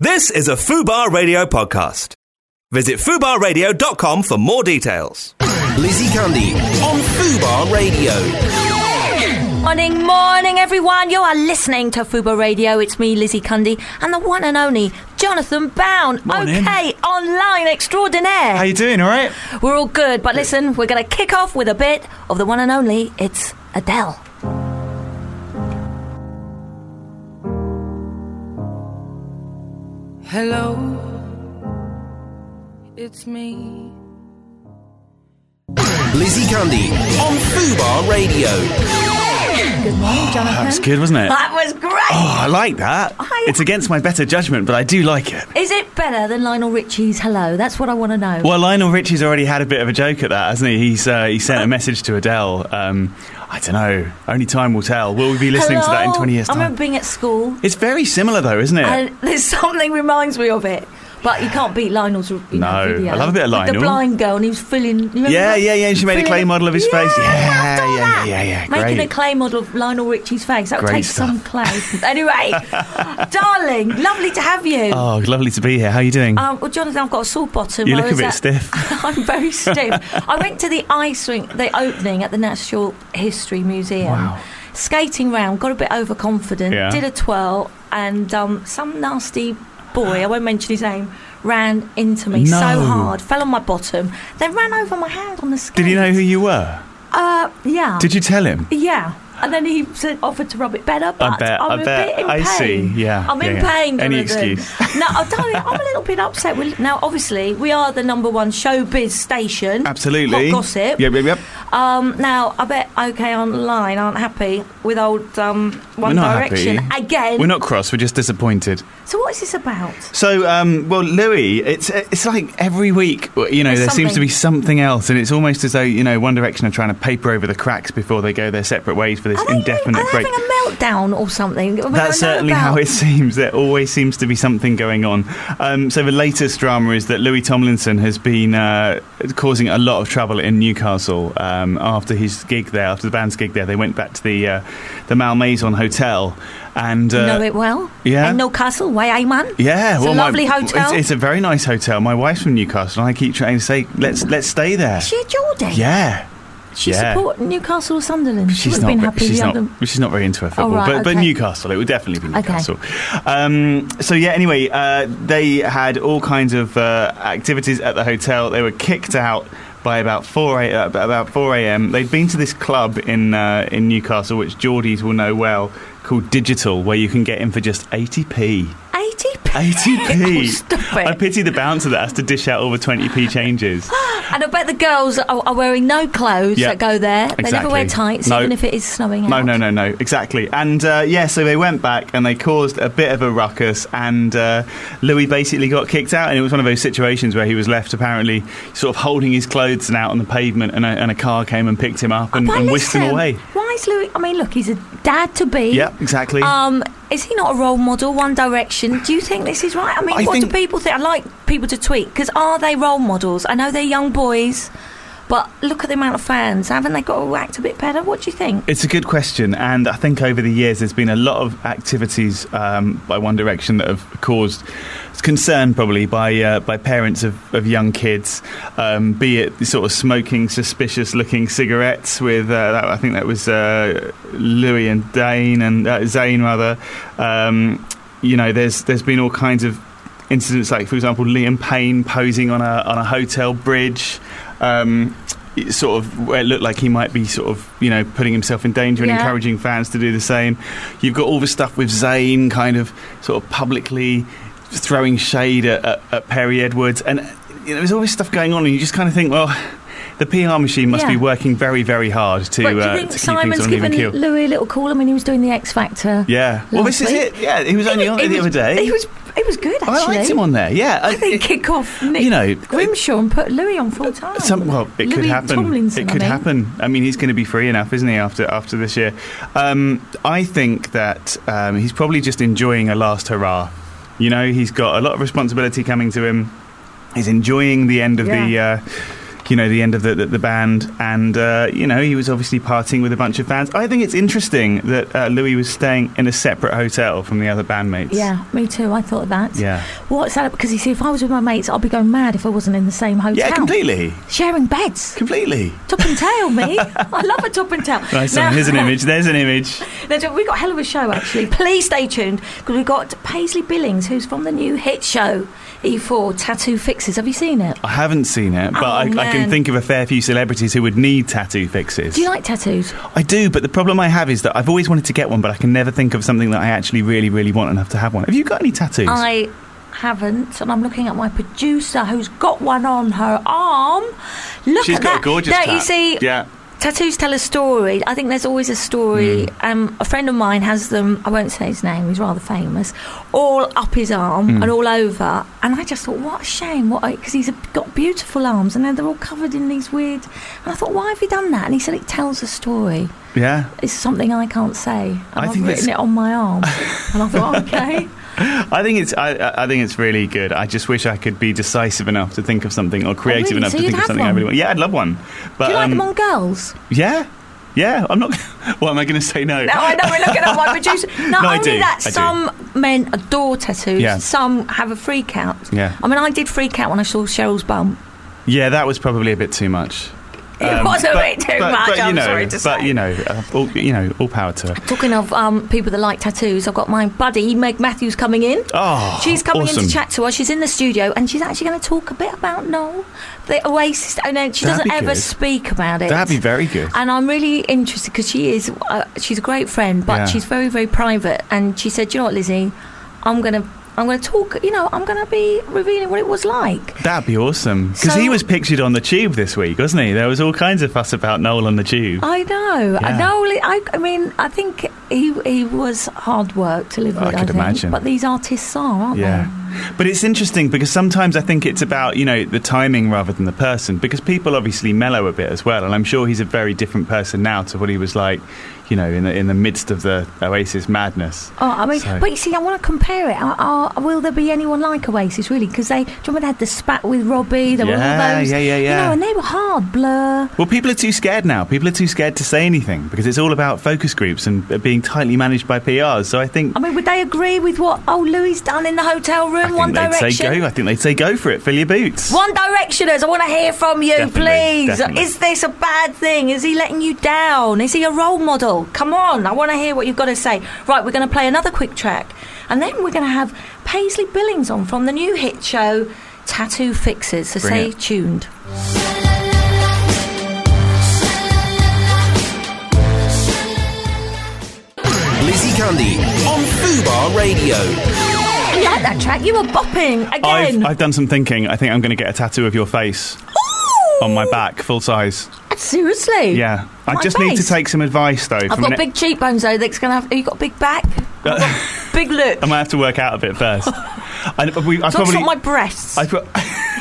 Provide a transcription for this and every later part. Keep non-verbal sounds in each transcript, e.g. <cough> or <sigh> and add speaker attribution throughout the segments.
Speaker 1: This is a FUBAR Radio podcast. Visit FUBARradio.com for more details.
Speaker 2: Lizzie Candy on Fubar Radio.
Speaker 3: Morning, morning, everyone. You are listening to Fubo Radio. It's me, Lizzie Cundy, and the one and only Jonathan Bound.
Speaker 4: Morning.
Speaker 3: Okay, online extraordinaire.
Speaker 4: How you doing? All right.
Speaker 3: We're all good, but listen, we're going to kick off with a bit of the one and only. It's Adele.
Speaker 5: Hello, it's me.
Speaker 2: Lizzie Candy on Fubar Radio.
Speaker 3: Good morning, Jonathan.
Speaker 4: That was good, wasn't it? Oh,
Speaker 3: That was great.
Speaker 4: I like that.
Speaker 3: I-
Speaker 4: It's against my better judgment, but I do like it.
Speaker 3: Is it better than Lionel Richie's "Hello"? That's what I want to know.
Speaker 4: Well, Lionel Richie's already had a bit of a joke at that, hasn't he? He's uh, he sent a message to Adele. Um, I don't know. Only time will tell. Will we be listening to that in
Speaker 3: Hello?
Speaker 4: twenty years'
Speaker 3: I
Speaker 4: time?
Speaker 3: remember being at school,
Speaker 4: It's very similar, though, isn't it?
Speaker 3: and <laughs> there's something reminds me of it. But you can't beat Lionel's. You know,
Speaker 4: No,
Speaker 3: video.
Speaker 4: I love a bit
Speaker 3: With The
Speaker 4: of Lionel.
Speaker 3: blind girl, and he was filling. you remember
Speaker 4: yeah,
Speaker 3: that?
Speaker 4: yeah, yeah. She made a
Speaker 3: Filling
Speaker 4: clay
Speaker 3: it-
Speaker 4: model of his face.
Speaker 3: Yeah,
Speaker 4: Yeah,
Speaker 3: I've done
Speaker 4: yeah,
Speaker 3: that.
Speaker 4: yeah, yeah.
Speaker 3: Making
Speaker 4: Great.
Speaker 3: a clay model of Lionel Richie's face. That would
Speaker 4: Great
Speaker 3: take
Speaker 4: stuff.
Speaker 3: some clay.
Speaker 4: <laughs>
Speaker 3: anyway, darling, lovely to have you.
Speaker 4: oh, lovely to be here. How are you doing?
Speaker 3: Um, well, Jonathan, I've got a sore bottom.
Speaker 4: You
Speaker 3: I
Speaker 4: look a
Speaker 3: was
Speaker 4: bit
Speaker 3: at- <laughs>
Speaker 4: stiff.
Speaker 3: I'm very stiff. I went to the ice rink, the opening at the National History Museum.
Speaker 4: Wow.
Speaker 3: Skating round, got a bit overconfident,
Speaker 4: Yeah.
Speaker 3: did a twirl, and um, some nasty boy, I won't mention his name, ran into me so
Speaker 4: No.
Speaker 3: hard, fell on my bottom, then ran over my hand on the skate.
Speaker 4: Did you know who you were?
Speaker 3: Uh, yeah.
Speaker 4: Did you tell him?
Speaker 3: Yeah. And then he said, offered to rub it better, but
Speaker 4: bet,
Speaker 3: am
Speaker 4: I
Speaker 3: a
Speaker 4: bet.
Speaker 3: bit in
Speaker 4: I
Speaker 3: pain.
Speaker 4: see, yeah,
Speaker 3: I'm in
Speaker 4: yeah, yeah.
Speaker 3: pain.
Speaker 4: Any
Speaker 3: Jonathan. <laughs>
Speaker 4: excuse.
Speaker 3: no, oh, darling, I'm a little bit upset. With, now, obviously, we are the number one showbiz station.
Speaker 4: Absolutely.
Speaker 3: Hot gossip.
Speaker 4: Yep, yep, yep.
Speaker 3: Um, now, I bet OK Online aren't happy with old um, One
Speaker 4: We're not
Speaker 3: Direction
Speaker 4: happy.
Speaker 3: again.
Speaker 4: We're not cross. We're just disappointed.
Speaker 3: so, what is this about?
Speaker 4: So, um, well, Louis, it's it's like every week, you know,
Speaker 3: There's
Speaker 4: there seems to be
Speaker 3: something.
Speaker 4: something else, and it's almost as though you know One Direction are trying to paper over the cracks before they go their separate ways for this
Speaker 3: Are they,
Speaker 4: indefinite
Speaker 3: are they
Speaker 4: break.
Speaker 3: having a meltdown or something? We don't know
Speaker 4: That's certainly
Speaker 3: about.
Speaker 4: how it seems. There always seems to be something going on. Um, so the latest drama is that Louis Tomlinson has been uh, causing a lot of trouble in Newcastle um, after his gig there, after the band's gig there. They went back to the uh, the Malmaison Hotel, and uh,
Speaker 3: know it well.
Speaker 4: yeah.
Speaker 3: In Newcastle, way, eh, man?
Speaker 4: yeah,
Speaker 3: It's
Speaker 4: well,
Speaker 3: a
Speaker 4: my-
Speaker 3: lovely hotel.
Speaker 4: It's, it's a very nice hotel. My wife's from Newcastle, and I keep trying to say, "Let's let's stay there."
Speaker 3: She a Geordie.
Speaker 4: yeah,
Speaker 3: She
Speaker 4: yeah.
Speaker 3: support Newcastle or Sunderland. She
Speaker 4: She's
Speaker 3: would
Speaker 4: not.
Speaker 3: have been
Speaker 4: ve-
Speaker 3: happy.
Speaker 4: she's
Speaker 3: the
Speaker 4: not.
Speaker 3: other-
Speaker 4: She's not very into her football,
Speaker 3: right,
Speaker 4: but, but
Speaker 3: okay.
Speaker 4: Newcastle. It would definitely be
Speaker 3: Okay.
Speaker 4: Newcastle. Um, so yeah. Anyway, uh, they had all kinds of uh, activities at the hotel. They were kicked out by about four a, uh, about four a.m. They'd been to this club in uh, in Newcastle, which Geordies will know well, called Digital, where you can get in for just eighty p.
Speaker 3: 80p.
Speaker 4: <laughs>
Speaker 3: <laughs>
Speaker 4: 80p.
Speaker 3: Oh, stop it.
Speaker 4: I pity the bouncer that has to dish out all the
Speaker 3: <gasps>
Speaker 4: 20p changes.
Speaker 3: and I bet the girls are, are wearing no clothes
Speaker 4: Yeah.
Speaker 3: that go there. They never
Speaker 4: Exactly.
Speaker 3: wear tights,
Speaker 4: No.
Speaker 3: even if it is snowing out.
Speaker 4: No, no, no, no. Exactly. And uh, yeah, so they went back and they caused a bit of a ruckus, and uh, Louis basically got kicked out. And it was one of those situations where he was left apparently sort of holding his clothes and out on the pavement, and a, and a car came and picked him up and,
Speaker 3: Oh, But
Speaker 4: and whisked him
Speaker 3: listen,
Speaker 4: away.
Speaker 3: Why is Louis? I mean, look, he's a dad to be.
Speaker 4: Yep, exactly.
Speaker 3: Um, is he not a role model? One Direction. Do you think this is right? I mean,
Speaker 4: I
Speaker 3: what
Speaker 4: think-
Speaker 3: do people think? I like people to tweet because are they role models? I know they're young boys, but look at the amount of fans. Haven't they got to act a bit better? What do you think?
Speaker 4: It's a good question, and I think over the years there's been a lot of activities um, by One Direction that have caused concern, probably by uh, by parents of, of young kids. Um, be it sort of smoking suspicious-looking cigarettes with uh, that, I think that was uh, Louis and Dane and uh, Zane rather. Um, you know, there's there's been all kinds of incidents like, for example, Liam Payne posing on a on a hotel bridge. Um, it sort of where it looked like he might be sort of you know putting himself in danger and
Speaker 3: Yeah.
Speaker 4: encouraging fans to do the same. You've got all the stuff with Zayn kind of sort of publicly throwing shade at, at, at Perry Edwards, and you know, there's always stuff going on, and you just kind of think, well. The PR machine must
Speaker 3: Yeah.
Speaker 4: be working very, very hard to,
Speaker 3: But do
Speaker 4: uh,
Speaker 3: you
Speaker 4: to
Speaker 3: think
Speaker 4: keep
Speaker 3: Simon's
Speaker 4: things on an even
Speaker 3: given
Speaker 4: keel.
Speaker 3: Louis a little call? I mean, he was doing the X Factor.
Speaker 4: yeah. Well,
Speaker 3: last
Speaker 4: this is
Speaker 3: week.
Speaker 4: it. Yeah, he was only on there the other day.
Speaker 3: He was, he was good, actually.
Speaker 4: I liked him on there. Yeah,
Speaker 3: I think kick off Nick
Speaker 4: you know, uh,
Speaker 3: Grimshaw and put Louis on full time.
Speaker 4: Some, well, it
Speaker 3: Louis
Speaker 4: could happen.
Speaker 3: Tomlinson,
Speaker 4: it could
Speaker 3: I mean.
Speaker 4: happen. I mean, he's going to be free enough, isn't he? After after this year, um, I think that um, he's probably just enjoying a last hurrah. You know, he's got a lot of responsibility coming to him. He's enjoying the end of the. Uh, you know, the end of the, the, the band. And, uh, you know, he was obviously partying with a bunch of fans. I think it's interesting that uh, Louis was staying in a separate hotel from the other bandmates.
Speaker 3: Yeah, me too. I thought of that.
Speaker 4: Yeah.
Speaker 3: What's that? Because you see, if I was with my mates, I'd be going mad if I wasn't in the same hotel.
Speaker 4: Yeah, completely.
Speaker 3: Sharing beds.
Speaker 4: Completely.
Speaker 3: Top and tail,
Speaker 4: <laughs>
Speaker 3: me. I love a top and tail.
Speaker 4: Nice
Speaker 3: Now- <laughs>
Speaker 4: one. There's an image. There's an image.
Speaker 3: Now, John, we've got a hell of a show, actually. Please stay tuned because we've got Paisley Billings, who's from the new hit show E4 Tattoo Fixes. Have you seen it?
Speaker 4: I haven't seen it, but
Speaker 3: Oh,
Speaker 4: I, I
Speaker 3: man.
Speaker 4: can think of a fair few celebrities who would need tattoo fixes.
Speaker 3: Do you like tattoos?
Speaker 4: I do, but the problem I have is that I've always wanted to get one, but I can never think of something that I actually really, really want enough to have one. Have you got any tattoos?
Speaker 3: I haven't, and I'm looking at my producer who's got one on her arm. Look
Speaker 4: She's
Speaker 3: at
Speaker 4: got
Speaker 3: that.
Speaker 4: a gorgeous
Speaker 3: Now,
Speaker 4: tat.
Speaker 3: you see,
Speaker 4: Yeah.
Speaker 3: tattoos tell a story. I think there's always a story.
Speaker 4: Hmm.
Speaker 3: Um, a friend of mine has them, I won't say his name, he's rather famous, all up his arm
Speaker 4: Hmm.
Speaker 3: and all over. And I just thought, what a shame, what because he's got beautiful arms and then they're all covered in these weird. And I thought, why have you done that? And he said, it tells a story.
Speaker 4: Yeah.
Speaker 3: It's something I can't say. And
Speaker 4: I
Speaker 3: I have
Speaker 4: think
Speaker 3: written
Speaker 4: that's-
Speaker 3: it on my
Speaker 4: <laughs>
Speaker 3: arm. and I thought, oh, okay.
Speaker 4: I think it's I- I, I think it's really good. I just wish I could be decisive enough to think of something or
Speaker 3: Oh,
Speaker 4: creative
Speaker 3: really?
Speaker 4: enough
Speaker 3: So
Speaker 4: to
Speaker 3: you'd
Speaker 4: think of
Speaker 3: have
Speaker 4: something I
Speaker 3: one?
Speaker 4: really want. Yeah, I'd love one. But
Speaker 3: Do you like
Speaker 4: um,
Speaker 3: them on girls?
Speaker 4: yeah. Yeah, I'm not. <laughs> What am I going to say? No.
Speaker 3: No, I know we're looking at
Speaker 4: <laughs>
Speaker 3: my producer. Not
Speaker 4: No, I
Speaker 3: only
Speaker 4: do,
Speaker 3: that,
Speaker 4: I do.
Speaker 3: some men adore tattoos.
Speaker 4: Yeah.
Speaker 3: Some have a freak out.
Speaker 4: Yeah.
Speaker 3: I mean, I did freak out when I saw Cheryl's bum. <laughs>
Speaker 4: Yeah, that was probably a bit too much.
Speaker 3: It was a bit too much,
Speaker 4: you
Speaker 3: I'm
Speaker 4: know,
Speaker 3: sorry to
Speaker 4: Um, But
Speaker 3: say.
Speaker 4: you know, uh, all, you know, all power to her.
Speaker 3: Talking of um, people that like tattoos, I've got my buddy Meg Matthews coming in.
Speaker 4: Oh,
Speaker 3: She's coming
Speaker 4: awesome.
Speaker 3: in to chat to us. She's in the studio, and she's actually going to talk a bit about Noel, the Oasis. And then she
Speaker 4: That'd
Speaker 3: doesn't
Speaker 4: be
Speaker 3: ever
Speaker 4: good.
Speaker 3: speak about it.
Speaker 4: That'd be very good.
Speaker 3: And I'm really interested because she is, uh, she's a great friend, but
Speaker 4: Yeah.
Speaker 3: she's very, very private. And she said, "You know what, Lizzie, I'm gonna, I'm gonna talk. You know, I'm gonna be revealing what it was like."
Speaker 4: That'd be awesome. Because he
Speaker 3: So-
Speaker 4: was pictured on the tube this week, wasn't he? There was all kinds of fuss about Noel on the tube.
Speaker 3: I know.
Speaker 4: Yeah.
Speaker 3: Noel, I, I mean, I think he he was hard work to live
Speaker 4: I
Speaker 3: with.
Speaker 4: could
Speaker 3: think.
Speaker 4: imagine.
Speaker 3: But these artists are, aren't
Speaker 4: Yeah. But it's interesting because sometimes I think it's about, you know, the timing rather than the person because people obviously mellow a bit as well. And I'm sure he's a very different person now to what he was like, you know, in the, in the midst of the Oasis madness.
Speaker 3: Oh, I mean,
Speaker 4: So-
Speaker 3: but you see, I want to compare it. Are, are, will there be anyone like Oasis really? Because they, do you remember they had the spat with Robbie? There were
Speaker 4: Yeah,
Speaker 3: all those,
Speaker 4: yeah, yeah,
Speaker 3: You
Speaker 4: yeah.
Speaker 3: know, and they were hard. Blur.
Speaker 4: Well, people are too scared now. People are too scared to say anything because it's all about focus groups and uh, being tightly managed by PRs. So I think,
Speaker 3: I mean, would they agree with what old Louis done in the hotel room?
Speaker 4: I think
Speaker 3: One
Speaker 4: they'd
Speaker 3: Direction.
Speaker 4: say go. I think they'd say go for it. Fill your boots.
Speaker 3: One Directioners, I want to hear from you,
Speaker 4: Definitely,
Speaker 3: please.
Speaker 4: definitely.
Speaker 3: Is this a bad thing? Is he letting you down? Is he a role model? Come on, I want to hear what you've got to say. Right, we're going to play another quick track, and then we're going to have Paisley Billings on from the new hit show Tattoo Fixers. So
Speaker 4: Bring
Speaker 3: stay
Speaker 4: it.
Speaker 3: tuned.
Speaker 2: Lizzie Candy on Fubar Radio.
Speaker 3: You like that track? You were bopping
Speaker 4: I've,
Speaker 3: again.
Speaker 4: I've done some thinking. I think I'm going to get a tattoo of your face
Speaker 3: Ooh!
Speaker 4: on my back, full size.
Speaker 3: Seriously?
Speaker 4: Yeah. I
Speaker 3: My
Speaker 4: just need to
Speaker 3: face.
Speaker 4: take some advice, though.
Speaker 3: I've
Speaker 4: from
Speaker 3: got
Speaker 4: an-
Speaker 3: big cheekbones though. That's gonna have. Have you got a big
Speaker 4: <laughs>
Speaker 3: back? I've got big look.
Speaker 4: Uh, I might have to work out a
Speaker 3: <laughs>
Speaker 4: bit first. I, we, I
Speaker 3: As long as it's
Speaker 4: probably.
Speaker 3: not my breasts.
Speaker 4: I pro- <laughs>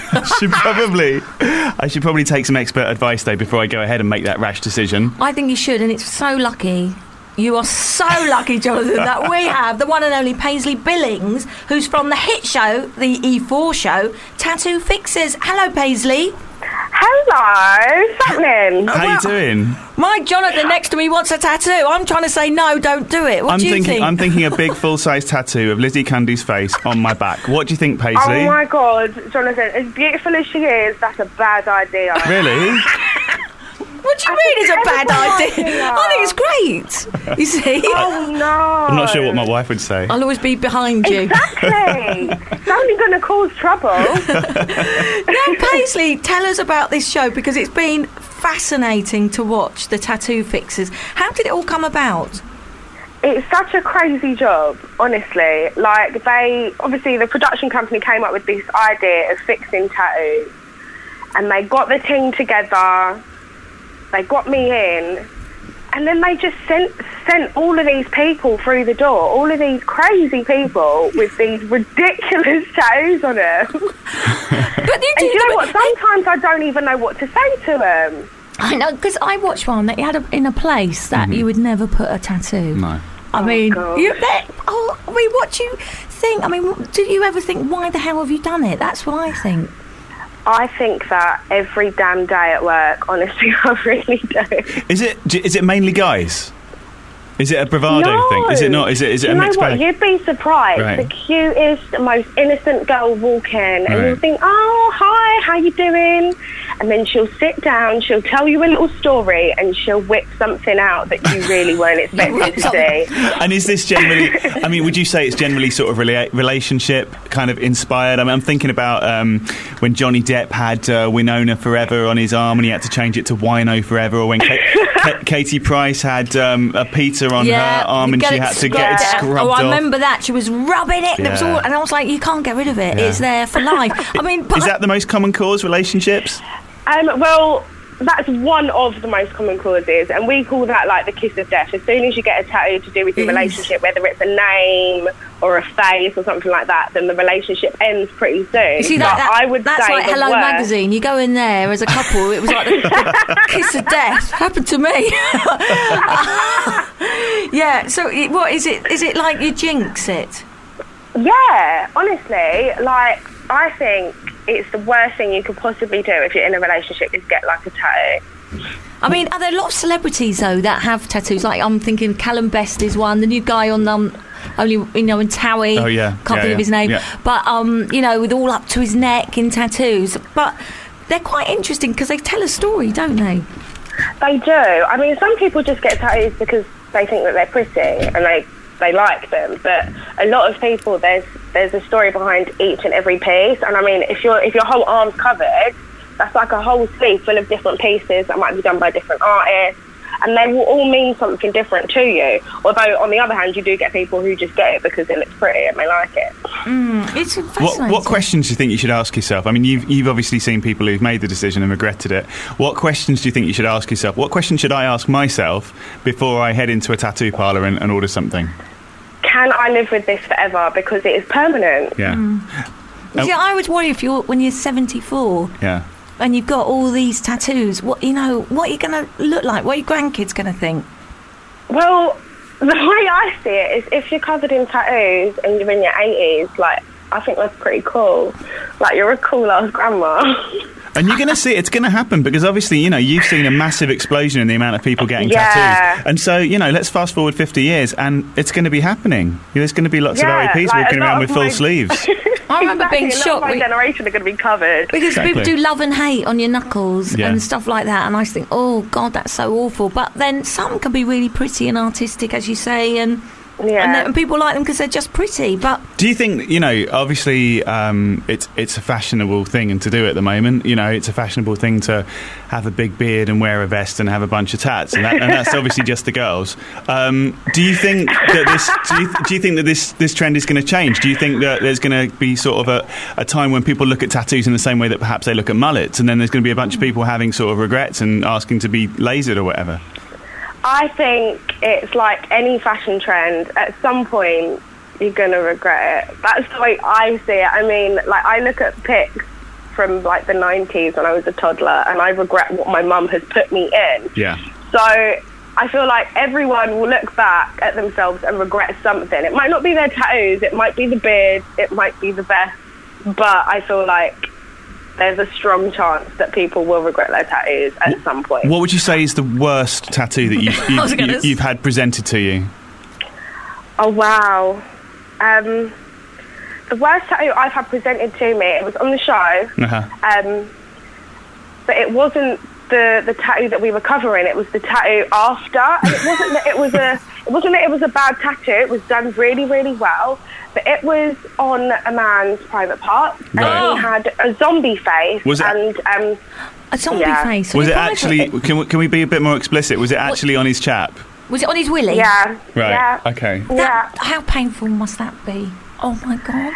Speaker 4: I should probably, I should probably take some expert advice though before I go ahead and make that rash decision.
Speaker 3: I think you should, and it's so lucky. You are so lucky, Jonathan, that we have the one and only Paisley Billings, who's from the hit show, the E4 show, Tattoo Fixers. Hello, Paisley.
Speaker 5: Hello, what's happening?
Speaker 4: How you
Speaker 3: well-
Speaker 4: doing?
Speaker 3: My Jonathan next to me wants a tattoo. I'm trying to say no, don't do it. What
Speaker 4: I'm
Speaker 3: do you
Speaker 4: thinking,
Speaker 3: think?
Speaker 4: I'm thinking a big full size tattoo of Lizzie Candy's face on my back. What do you think, Paisley?
Speaker 5: Oh my god, Jonathan, as beautiful as she is, that's a bad idea.
Speaker 4: really?
Speaker 3: what do you mean it's a bad
Speaker 5: everyone
Speaker 3: idea?
Speaker 5: likes
Speaker 3: I think it's great. You see, <laughs>
Speaker 5: Oh no.
Speaker 4: I'm not sure what my wife would say.
Speaker 5: Oh.
Speaker 3: I'll always be behind you.
Speaker 4: <laughs>
Speaker 5: Exactly. it's only going to cause trouble.
Speaker 3: Now, Paisley, tell us about this show because it's been fascinating to watch the tattoo fixers. How did it all come about?
Speaker 5: it's such a crazy job, honestly. Like they, obviously, the production company came up with this idea of fixing tattoos, and they got the team together. They got me in, and then they just sent sent all of these people through the door. All of these crazy people with these ridiculous <laughs> tattoos on them.
Speaker 3: But you
Speaker 5: And do you know what? Sometimes I don't even know what to say to them.
Speaker 3: I know because I watched one that you had a, in a place that you would never put a tattoo.
Speaker 4: No.
Speaker 3: I mean,
Speaker 5: God.
Speaker 3: you, that, oh, I mean, what do you think? I mean, do you ever think why the hell have you done it? That's what I think.
Speaker 5: I think that every damn day at work, honestly, <laughs> I really do.
Speaker 4: Is it d- is it mainly guys? Is it a bravado
Speaker 5: no.
Speaker 4: thing? Is it not? Is it is it
Speaker 5: you
Speaker 4: a
Speaker 5: know
Speaker 4: mixed
Speaker 5: what?
Speaker 4: bag?
Speaker 5: You'd be surprised.
Speaker 4: Right.
Speaker 5: The cutest, most innocent girl walking, and
Speaker 4: Right.
Speaker 5: you'll think, "Oh, hi, how you doing?" And then she'll sit down, she'll tell you a little story, and she'll whip something out that you really
Speaker 4: <laughs>
Speaker 5: weren't expected to see.
Speaker 4: And is this generally? I mean, would you say it's generally sort of rela- relationship kind of inspired? I mean, I'm thinking about um, when Johnny Depp had uh, Winona Forever on his arm, and he had to change it to Wino Forever, or when Ka-
Speaker 3: <laughs>
Speaker 4: Ka- Katie Price had um, a Peter on
Speaker 3: yeah,
Speaker 4: her arm,
Speaker 3: you
Speaker 4: and
Speaker 3: get
Speaker 4: she
Speaker 3: it
Speaker 4: had to get it
Speaker 3: scrubbed
Speaker 4: scrubbed
Speaker 3: out. Oh,
Speaker 4: off.
Speaker 3: I remember that. She was rubbing it. And, it was
Speaker 4: Yeah.
Speaker 3: all, and I was like, you can't get rid of it.
Speaker 4: Yeah.
Speaker 3: It's there for
Speaker 4: <laughs>
Speaker 3: life. I mean, but
Speaker 4: Is that the most common cause? Relationships?
Speaker 5: Um, well, that's one of the most common causes, and we call that like the kiss of death. As soon as you get a tattoo to do with your
Speaker 3: It is.
Speaker 5: relationship, whether it's a name or a face or something like that, then the relationship ends pretty soon.
Speaker 3: You see
Speaker 5: but
Speaker 3: that, that
Speaker 5: I would
Speaker 3: that's
Speaker 5: say
Speaker 3: like
Speaker 5: the
Speaker 3: Hello
Speaker 5: worst-
Speaker 3: Magazine. You go in there as a couple. It was like the,
Speaker 5: <laughs>
Speaker 3: the kiss of death. Happened to me. <laughs> yeah. So it- what is it? Is it like you jinx it?
Speaker 5: Yeah, honestly, like I think it's the worst thing you could possibly do if you're in a relationship is get like a tattoo.
Speaker 3: I mean, are there a lot of celebrities though that have tattoos? Like I'm thinking Callum Best is one. The new guy on um, only you know in Towie.
Speaker 4: Oh, yeah.
Speaker 3: Can't
Speaker 4: Yeah,
Speaker 3: think
Speaker 4: yeah.
Speaker 3: of his name.
Speaker 4: Yeah.
Speaker 3: But um, you know, with all up to his neck in tattoos. But they're quite interesting because they tell a story, don't they?
Speaker 5: They do. I mean, some people just get tattoos because they think that they're pretty and they they like them. But a lot of people, there's there's a story behind each and every piece. And I mean, if your if your whole arm's covered, that's like a whole sleeve full of different pieces that might be done by different artists. And they will all mean something different to you. Although, on the other hand, you do get people who just get it because it looks pretty and they like it.
Speaker 3: It's fascinating.
Speaker 4: What, what questions do you think you should ask yourself? I mean, you've, you've obviously seen people who've made the decision and regretted it. What questions do you think you should ask yourself? What questions should I ask myself before I head into a tattoo parlour and, and order something?
Speaker 5: Can I live with this forever? Because it is permanent.
Speaker 4: Yeah.
Speaker 3: You
Speaker 4: oh.
Speaker 3: See, I always worry if you're when you're 74
Speaker 4: Yeah.
Speaker 3: and you've got all these tattoos. What you know? What are you going to look like? What are your grandkids going to think?
Speaker 5: Well, <laughs> the way I see it is if you're covered in tattoos and you're in your 80s, like, I think that's pretty cool. Like, you're a cool ass grandma. <laughs>
Speaker 4: And you're going to see it's going to happen because obviously, you know, you've seen a massive explosion in the amount of people getting
Speaker 5: Yeah.
Speaker 4: tattoos. And so, you know, let's fast forward 50 years and it's going to be happening. There's going to be lots
Speaker 5: Yeah,
Speaker 4: of OAPs
Speaker 5: like,
Speaker 4: walking
Speaker 5: a lot
Speaker 4: around
Speaker 5: of
Speaker 4: with full
Speaker 5: my- <laughs>
Speaker 4: sleeves.
Speaker 3: I remember being
Speaker 5: Exactly, a lot
Speaker 3: shocked
Speaker 5: of my
Speaker 3: we-
Speaker 5: generation are going to be covered.
Speaker 3: because people
Speaker 4: Exactly.
Speaker 3: do love and hate on your knuckles
Speaker 4: Yeah.
Speaker 3: and stuff like that. And I just think, oh God, that's so awful. But then some can be really pretty and artistic, as you say, and and,
Speaker 5: Yeah.
Speaker 3: then- and people like them because they're just pretty. But
Speaker 4: Do you think you know? Obviously, um, it's it's a fashionable thing to do at the moment. You know, it's a fashionable thing to have a big beard and wear a vest and have a bunch of tats, and, that, and that's obviously just the girls. Um, do you think that this? Do you, do you think that this this trend is going to change? Do you think that there's going to be sort of a, a time when people look at tattoos in the same way that perhaps they look at mullets, and then there's going to be a bunch of people having sort of regrets and asking to be lasered or whatever?
Speaker 5: I think it's like any fashion trend. At some point, you're going to regret it. That's the way I see it. I mean, like, I look at pics from, like, the 90s when I was a toddler, and I regret what my mum has put me in.
Speaker 4: Yeah.
Speaker 5: So I feel like everyone will look back at themselves and regret something. It might not be their tattoos, it might be the beard, it might be the vest, but I feel like there's a strong chance that people will regret their tattoos at some point.
Speaker 4: What would you say is the worst tattoo
Speaker 3: <laughs>
Speaker 4: that you've,
Speaker 3: was
Speaker 4: you've,
Speaker 3: gonna
Speaker 4: you,
Speaker 3: s-
Speaker 4: you've had presented to you?
Speaker 5: Oh wow. Um, the worst tattoo I've had presented to me it was on the show,
Speaker 4: Uh-huh.
Speaker 5: um, but it wasn't the the tattoo that we were covering. It was the tattoo after, and it wasn't that it
Speaker 4: <laughs>
Speaker 5: was a it wasn't that it was a bad tattoo. It was done really really well, but it was on a man's private part, and
Speaker 4: Right.
Speaker 5: he had a zombie face
Speaker 4: Was it-
Speaker 5: and um,
Speaker 3: a zombie
Speaker 5: Yeah.
Speaker 3: face. on
Speaker 4: Was it
Speaker 3: your private-
Speaker 4: actually? Can we, can we be a bit more explicit? Was it actually on his chap?
Speaker 3: Was it on his willy?
Speaker 5: yeah,
Speaker 4: Right.
Speaker 5: yeah,
Speaker 4: Okay.
Speaker 5: yeah,
Speaker 3: That, How painful must that be? Oh my God!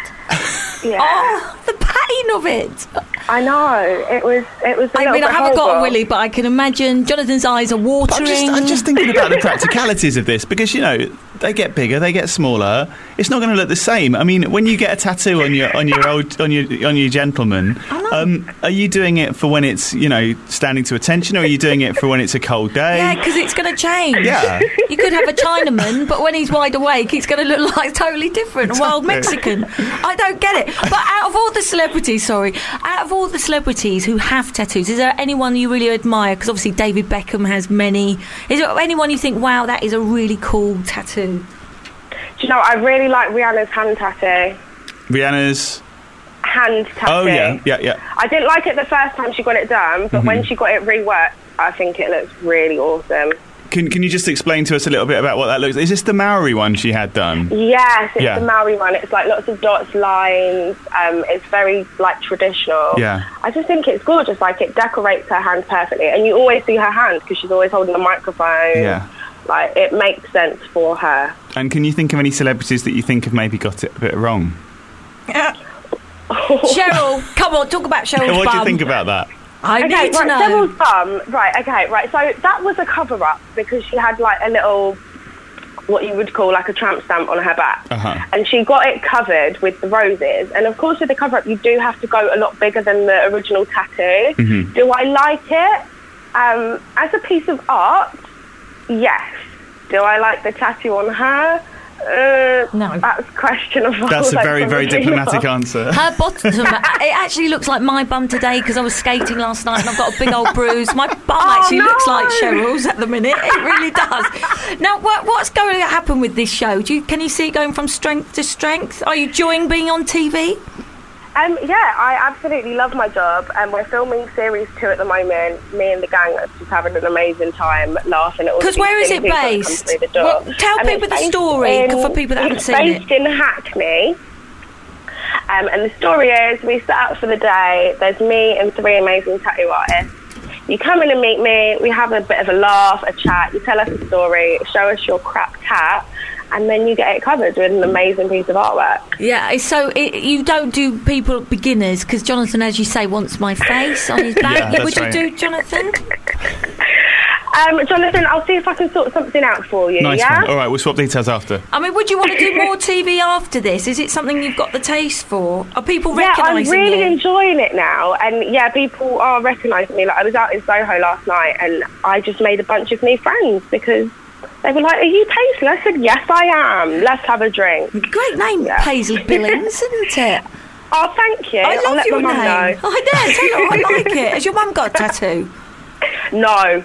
Speaker 5: yeah.
Speaker 3: Oh, the pain of it.
Speaker 5: I know it was it was. a
Speaker 3: I
Speaker 5: little
Speaker 3: mean, I
Speaker 5: bit
Speaker 3: haven't got a
Speaker 5: horrible.
Speaker 3: willy, but I can imagine Jonathan's eyes are watering.
Speaker 4: I'm just, I'm just thinking about <laughs> the practicalities of this because you know they get bigger, they get smaller. It's not going to look the same. I mean, when you get a tattoo on your on your old on your on your gentleman, um, are you doing it for when it's you know standing to attention, or are you doing it for when it's a cold day?
Speaker 3: Yeah, because it's going to change.
Speaker 4: <laughs> Yeah.
Speaker 3: You could have a Chinaman, but when he's wide awake, he's going to look like totally different, a wild Mexican. I don't get it. But out of all the the celebrities, sorry, out of all the celebrities who have tattoos, is there anyone you really admire? Because obviously David Beckham has many. Is there anyone you think, wow, that is a really cool
Speaker 4: <laughs>
Speaker 3: tattoo?
Speaker 5: Do you know, I really like Rihanna's hand tattoo.
Speaker 4: Rihanna's.
Speaker 5: Hand tattoo.
Speaker 4: Oh yeah, yeah, yeah.
Speaker 5: I didn't like it the first time she got it done, but
Speaker 4: Mm-hmm.
Speaker 5: when she got it reworked, I think it looks really awesome.
Speaker 4: Can Can you just explain to us a little bit about what that looks? Is this the Maori one she had done?
Speaker 5: Yes, it's
Speaker 4: Yeah.
Speaker 5: the Maori one. It's like lots of dots, lines. Um, it's very like traditional.
Speaker 4: Yeah.
Speaker 5: I just think it's gorgeous. Like it decorates her hand perfectly, and you always see her hand because she's always holding a microphone.
Speaker 4: Yeah.
Speaker 5: Like it makes sense for her.
Speaker 4: And can you think of any celebrities that you think have maybe got it a bit wrong?
Speaker 3: Cheryl, come on, talk about Cheryl's
Speaker 4: what do you
Speaker 3: bum.
Speaker 4: think about that?
Speaker 3: I
Speaker 5: Okay,
Speaker 3: need to
Speaker 5: right,
Speaker 3: know.
Speaker 5: Devil's Thumb. Right, okay, right. So that was a cover up because she had like a little, what you would call like a tramp stamp on her back.
Speaker 4: Uh-huh.
Speaker 5: And she got it covered with the roses. And of course, with the cover up, you do have to go a lot bigger than the original tattoo.
Speaker 4: Mm-hmm.
Speaker 5: Do I like it? Um, as a piece of art, yes. Do I like the tattoo on her? Uh,
Speaker 3: No.
Speaker 5: That's questionable.
Speaker 4: That's a
Speaker 5: That's
Speaker 4: very, very
Speaker 5: probably
Speaker 4: diplomatic
Speaker 5: not.
Speaker 4: answer.
Speaker 3: Her bottom, Uh, <laughs> it actually looks like my bum today because I was skating last night and I've got a big old bruise. My bum actually
Speaker 5: no.
Speaker 3: looks like Cheryl's at the minute. It really does. Now, what, what's going to happen with this show? Do you, can you see it going from strength to strength? Are you enjoying being on TV?
Speaker 5: Um, yeah, I absolutely love my job, and we're filming series two at the moment. Me and the gang are just having an amazing time, laughing at all.
Speaker 3: Because
Speaker 5: these
Speaker 3: where is
Speaker 5: things
Speaker 3: it
Speaker 5: that come
Speaker 3: based?
Speaker 5: through the door.
Speaker 3: Well, tell
Speaker 5: Um, it's
Speaker 3: people the
Speaker 5: based
Speaker 3: story,
Speaker 5: in-
Speaker 3: for people that haven't
Speaker 5: it's
Speaker 3: seen it.
Speaker 5: based in Hackney. Um, and the story is we set out for the day. There's me and three amazing tattoo artists. You come in and meet me. We have a bit of a laugh, a chat. You tell us a story, show us your crap tat, and then you get it covered with an amazing piece of artwork.
Speaker 3: Yeah, it's so it, you don't do people beginners because Jonathan, as you say, wants my face on <laughs> his
Speaker 4: Yeah,
Speaker 3: back.
Speaker 4: that's
Speaker 3: Would you
Speaker 4: right.
Speaker 3: do, Jonathan?
Speaker 5: Um, Jonathan, I'll see if I can sort something out for you.
Speaker 4: Nice
Speaker 5: yeah.
Speaker 4: one. All right, we'll swap details after.
Speaker 3: I mean, would you want to do more TV after this? Is it something you've got the taste for? Are people
Speaker 5: Yeah, I'm
Speaker 3: recognising
Speaker 5: really
Speaker 3: you?
Speaker 5: enjoying it now, and yeah, people are recognising me. Like I was out in Soho last night, and I just made a bunch of new friends because they were like, "Are you Paisley?" I said, "Yes, I am. Let's have a drink."
Speaker 3: Great name,
Speaker 5: Yeah.
Speaker 3: Paisley Billings, isn't <laughs> it?
Speaker 5: Oh, thank you.
Speaker 3: I
Speaker 5: will
Speaker 3: love
Speaker 5: let
Speaker 3: your
Speaker 5: my
Speaker 3: name.
Speaker 5: mum know.
Speaker 3: I know, tell her I like it. Has your mum got a tattoo?
Speaker 5: No,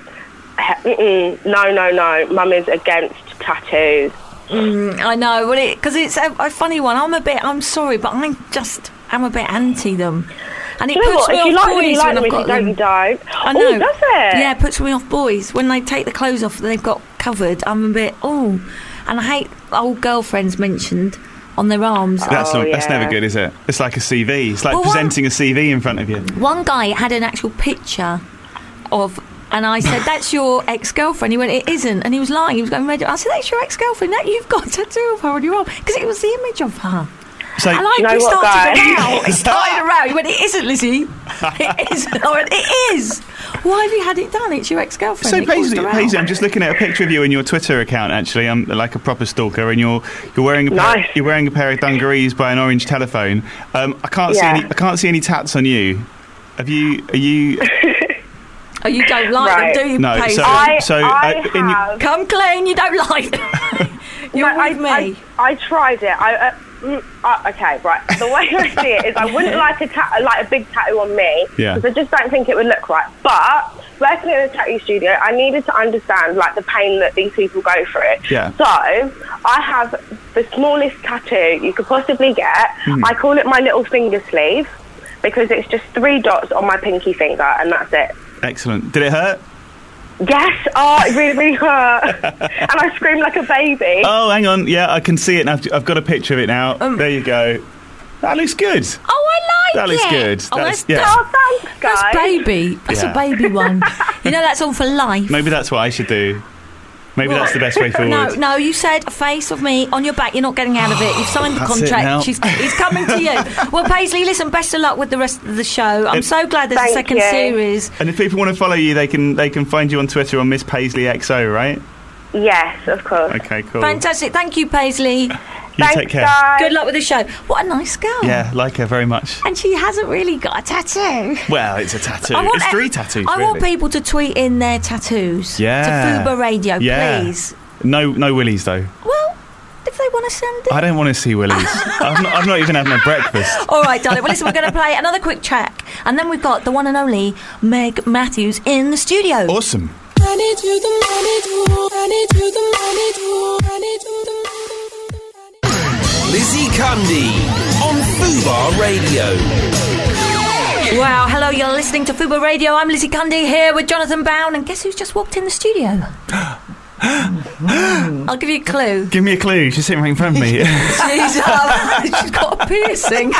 Speaker 5: He- mm-mm. no, no, no. Mum is against tattoos.
Speaker 3: <laughs> I know, well, because it's a, a funny one. I'm a bit, I'm sorry, but I'm just, I'm a bit anti them. And it
Speaker 5: You know
Speaker 3: puts
Speaker 5: what?
Speaker 3: me
Speaker 5: If
Speaker 3: off
Speaker 5: you like them,
Speaker 3: boys
Speaker 5: you like
Speaker 3: when I've
Speaker 5: them. If you
Speaker 3: got
Speaker 5: don't,
Speaker 3: them.
Speaker 5: you don't.
Speaker 3: I know.
Speaker 5: Oh, does it?
Speaker 3: Yeah, it puts me off boys. When they take the clothes off that they've got covered, I'm a bit, oh. And I hate old girlfriends mentioned on their arms.
Speaker 4: That's
Speaker 5: Oh,
Speaker 4: not. That's
Speaker 5: yeah.
Speaker 4: never good, is it? It's like a CV. It's like
Speaker 3: Well, what-
Speaker 4: presenting a CV in front of you.
Speaker 3: One guy had an actual picture of, and I
Speaker 5: <laughs>
Speaker 3: said, "That's your ex-girlfriend." He went, "It isn't," and he was lying. He was going red. I said, "That's your ex-girlfriend. That you've got a tattoo of her on your arm because it was the image of her."
Speaker 4: So
Speaker 3: And I
Speaker 5: You know
Speaker 3: we
Speaker 5: what,
Speaker 3: started
Speaker 5: guys?
Speaker 3: around.
Speaker 5: <laughs>
Speaker 3: It started around. He went, "It isn't, Lizzie. It isn't." I went, "It is." Why have you had it done? It's your ex-girlfriend.
Speaker 4: So
Speaker 3: It caused
Speaker 4: Paisley,
Speaker 3: a row."
Speaker 4: Paisley, I'm just looking at a picture of you in your Twitter account. Actually, I'm like a proper stalker, and you're you're wearing a pair,
Speaker 5: Nice.
Speaker 4: you're wearing a pair of dungarees by an orange telephone. Um, I can't
Speaker 5: Yeah.
Speaker 4: see any I can't see any tats on you. Have you? Are you?
Speaker 3: Oh, you don't like
Speaker 5: Right.
Speaker 3: them, do you,
Speaker 4: No.
Speaker 3: Paisley?
Speaker 4: So
Speaker 5: I,
Speaker 4: so
Speaker 5: I
Speaker 4: uh, in-
Speaker 5: have.
Speaker 3: Come clean. You don't like
Speaker 5: <laughs>
Speaker 3: them. You're
Speaker 5: No, I-
Speaker 3: with
Speaker 5: I,
Speaker 3: me.
Speaker 5: I, tried it. I, uh, mm, uh, okay, right. The way I see it is, I wouldn't like a ta- like a big tattoo on me
Speaker 4: Yeah.
Speaker 5: because I just don't think it would look right. But working in a tattoo studio, I needed to understand like the pain that these people go through.
Speaker 4: Yeah.
Speaker 5: So I have the smallest tattoo you could possibly get.
Speaker 4: Hmm.
Speaker 5: I call it my little finger sleeve because it's just three dots on my pinky finger, and that's it.
Speaker 4: Excellent. Did it hurt?
Speaker 5: Yes, oh, it really, really
Speaker 4: <laughs>
Speaker 5: hurt. and I screamed like a baby.
Speaker 4: Oh, hang on. Yeah, I can see it. And I've, I've got a picture of it now.
Speaker 3: Um.
Speaker 4: there you go. That looks good.
Speaker 3: Oh, I like
Speaker 4: That looks
Speaker 3: it.
Speaker 4: good.
Speaker 3: Oh,
Speaker 4: That's-
Speaker 3: that's,
Speaker 4: yeah.
Speaker 3: that's
Speaker 5: Oh, thanks, guys.
Speaker 3: That's baby. That's
Speaker 4: Yeah.
Speaker 3: a baby one. you know that's on for
Speaker 4: <laughs>
Speaker 3: life.
Speaker 4: Maybe that's what I should do. Maybe
Speaker 3: What?
Speaker 4: that's the best way
Speaker 3: <laughs>
Speaker 4: forward.
Speaker 3: No, no, you said a face of me on your back. You're not getting out of it. You've signed the
Speaker 4: That's it now.
Speaker 3: contract. She's, he's coming to
Speaker 4: <laughs>
Speaker 3: you. Well, Paisley, listen, best of luck with the rest of the show. I'm
Speaker 4: It-
Speaker 3: so glad there's a
Speaker 5: Thank
Speaker 3: second
Speaker 5: you.
Speaker 3: series.
Speaker 4: And if people want to follow you, they can they can find you on Twitter on Miss Paisley XO, right?
Speaker 5: Yes, of course.
Speaker 4: Okay, cool.
Speaker 3: Fantastic. Thank you, Paisley.
Speaker 4: You
Speaker 5: Thanks,
Speaker 4: take care.
Speaker 5: guys.
Speaker 3: Good luck with the show. What a nice girl.
Speaker 4: Yeah, like her very much.
Speaker 3: And she hasn't really got a tattoo.
Speaker 4: Well, it's a tattoo.
Speaker 3: I want
Speaker 4: It's
Speaker 3: ev-
Speaker 4: three tattoos.
Speaker 3: I want
Speaker 4: really.
Speaker 3: people to tweet in their tattoos
Speaker 4: Yeah.
Speaker 3: to Fuba Radio,
Speaker 4: Yeah.
Speaker 3: please.
Speaker 4: No, no willies though.
Speaker 3: Well, if they I want to send it.
Speaker 4: I don't want to see Willy's.
Speaker 3: <laughs>
Speaker 4: I've, not, I've not even had my breakfast.
Speaker 3: All right, darling. Well, listen, we're going to play another quick track, and then we've got the one and only Meg Matthews in the studio.
Speaker 4: Awesome.
Speaker 6: Money to the money to money to the money to money to the money
Speaker 2: Lizzie Cundy on Fubar Radio.
Speaker 3: Wow, hello, you're listening to Fubo Radio. I'm Lizzie Cundy here with Jonathan Bown, and guess who's just walked in the
Speaker 4: <gasps>
Speaker 3: studio? I'll give you a clue.
Speaker 4: Give me a clue. She's sitting right in front of me.
Speaker 3: She's, um, <laughs> she's got a piercing. <laughs>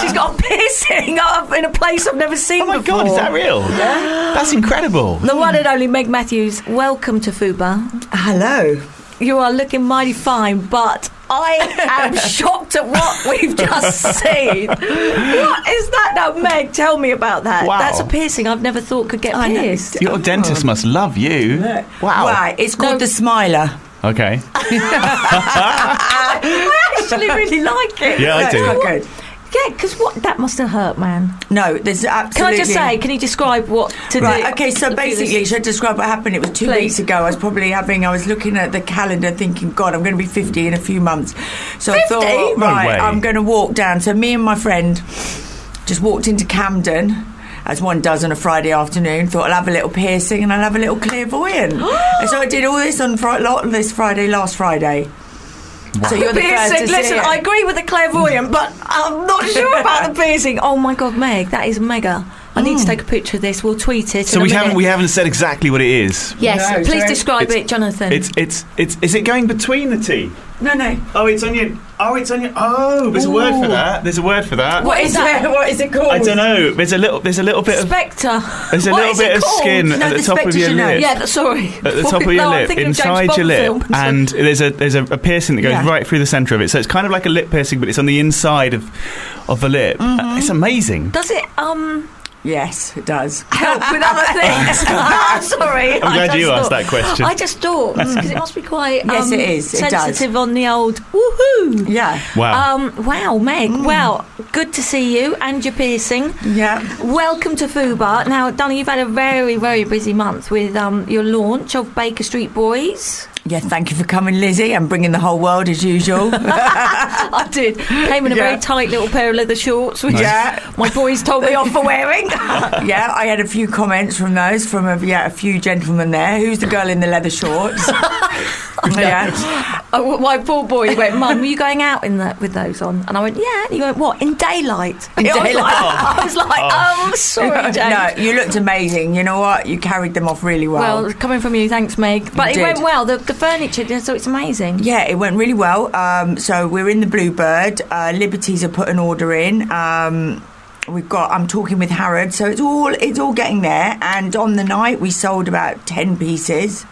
Speaker 3: she's got a piercing up in a place I've never seen
Speaker 4: <laughs> oh my
Speaker 3: before.
Speaker 4: god, is that real? Yeah. That's incredible.
Speaker 3: The one and only Meg Matthews, welcome to Fuba.
Speaker 7: Hello.
Speaker 3: You are looking mighty fine, but I
Speaker 7: <laughs>
Speaker 3: am shocked at what we've just seen. What is that now, Meg? Tell me about that.
Speaker 4: Wow.
Speaker 3: That's a piercing I've never thought could get
Speaker 7: I know.
Speaker 3: pierced.
Speaker 4: Your dentist must love you. Wow.
Speaker 7: Oh, Right, it's called
Speaker 3: No.
Speaker 7: the Smiler.
Speaker 4: Okay.
Speaker 7: <laughs>
Speaker 3: I actually really like it.
Speaker 4: Yeah, I
Speaker 7: That's
Speaker 4: do.
Speaker 7: quite good.
Speaker 3: Yeah, because what that must have hurt, man.
Speaker 7: No, there's
Speaker 3: Can
Speaker 7: absolutely.
Speaker 3: I just say? Can you describe what to do?
Speaker 7: Right, okay, so
Speaker 3: Do this.
Speaker 7: basically, should I describe what happened? It was two
Speaker 3: Please.
Speaker 7: weeks ago. I was probably having, I was looking at the calendar thinking, God, I'm going to be 50 in a few months. So I
Speaker 3: 50?
Speaker 7: thought,
Speaker 4: No
Speaker 7: right,
Speaker 4: way.
Speaker 7: I'm going to walk down. So me and my friend just walked into Camden. As one does on a Friday afternoon, thought I'll have a little piercing and I'll have a little clairvoyant. and so I did all this on Fri- lot this Friday, last Friday. So you're the first to
Speaker 3: piercing.
Speaker 7: see
Speaker 3: Listen,
Speaker 7: it.
Speaker 3: I agree with the clairvoyant, but I'm not sure about the Hmm. piercing. Oh my god, Meg, that is mega. I need to take a picture of this. We'll tweet it.
Speaker 4: So
Speaker 3: in a
Speaker 4: we haven't
Speaker 3: minute.
Speaker 4: we haven't said exactly what it is.
Speaker 3: Yes,
Speaker 7: No,
Speaker 3: please
Speaker 7: so
Speaker 3: describe
Speaker 4: it's-
Speaker 3: it, Jonathan.
Speaker 4: It's it's it's is it going between the teeth?
Speaker 7: No, no.
Speaker 4: Oh, it's on your. Oh, it's on your. Oh, there's a word for that. There's a word for that.
Speaker 7: What is
Speaker 3: that?
Speaker 7: it? What is it called?
Speaker 4: I don't know. There's a little. There's a little <laughs> bit of.
Speaker 3: Spectre.
Speaker 4: There's a
Speaker 3: What
Speaker 4: little
Speaker 3: is
Speaker 4: bit
Speaker 3: it
Speaker 4: of
Speaker 3: called?
Speaker 4: skin
Speaker 7: No,
Speaker 4: at the,
Speaker 7: the
Speaker 4: top of
Speaker 7: spectre,
Speaker 4: your
Speaker 7: you know.
Speaker 4: lip.
Speaker 3: Yeah, Oh, that's sorry.
Speaker 4: At the top of
Speaker 3: <laughs>
Speaker 4: your
Speaker 3: no, I'm
Speaker 4: lip,
Speaker 3: thinking of James
Speaker 4: inside
Speaker 3: Bond
Speaker 4: your lip,
Speaker 3: films.
Speaker 4: and there's a there's a, a piercing that goes
Speaker 7: Yeah.
Speaker 4: right through the centre of it. So it's kind of like a lip piercing, but it's on the inside of of the lip. It's amazing.
Speaker 3: does it <laughs> um
Speaker 7: Yes, it does.
Speaker 3: help with <laughs> other things? I'm sorry.
Speaker 4: <laughs> I'm glad you asked that question.
Speaker 3: I just
Speaker 4: <laughs>
Speaker 3: thought because it must be quite
Speaker 7: Yes,
Speaker 3: um,
Speaker 7: it is. It does.
Speaker 3: sensitive on the old woohoo.
Speaker 7: Yeah.
Speaker 4: Wow.
Speaker 3: Um, wow, Meg. Well, good to see you and your piercing.
Speaker 7: Yeah.
Speaker 3: Welcome to Fubar. Now, Danny, you've had a very, very busy month with um, your launch of Baker Street
Speaker 7: <laughs>
Speaker 3: Boys.
Speaker 7: Yeah, thank you for coming, Lizzie, and bringing the whole world as usual.
Speaker 3: I did. Came in a
Speaker 7: Yeah.
Speaker 3: very tight little pair of leather shorts, which
Speaker 7: Yeah.
Speaker 3: my boys told me off for
Speaker 7: <laughs>
Speaker 3: wearing. <laughs>
Speaker 7: yeah, I had a few comments from those from a, yeah, a few gentlemen there. Who's the girl in the leather shorts? yeah,
Speaker 3: Oh, my poor boy he went, Mum, were you going out in that with those on? And I went, Yeah. And he went, What? In daylight?
Speaker 7: In
Speaker 3: I was
Speaker 7: daylight. Oh.
Speaker 3: like- <laughs> I was like, Um, sorry, James.
Speaker 7: <laughs> no, you looked amazing. You know what? You carried them off really well.
Speaker 3: Well, coming from you, thanks, Meg. But it
Speaker 7: did.
Speaker 3: went well. The, the furniture, yeah, so it's amazing.
Speaker 7: yeah, it went really well. Um, so we're in the Bluebird. Uh, Liberties have put an order in. Um, we've got. I'm talking with Harrod, so it's all it's all getting there. And on the night, we sold about ten pieces.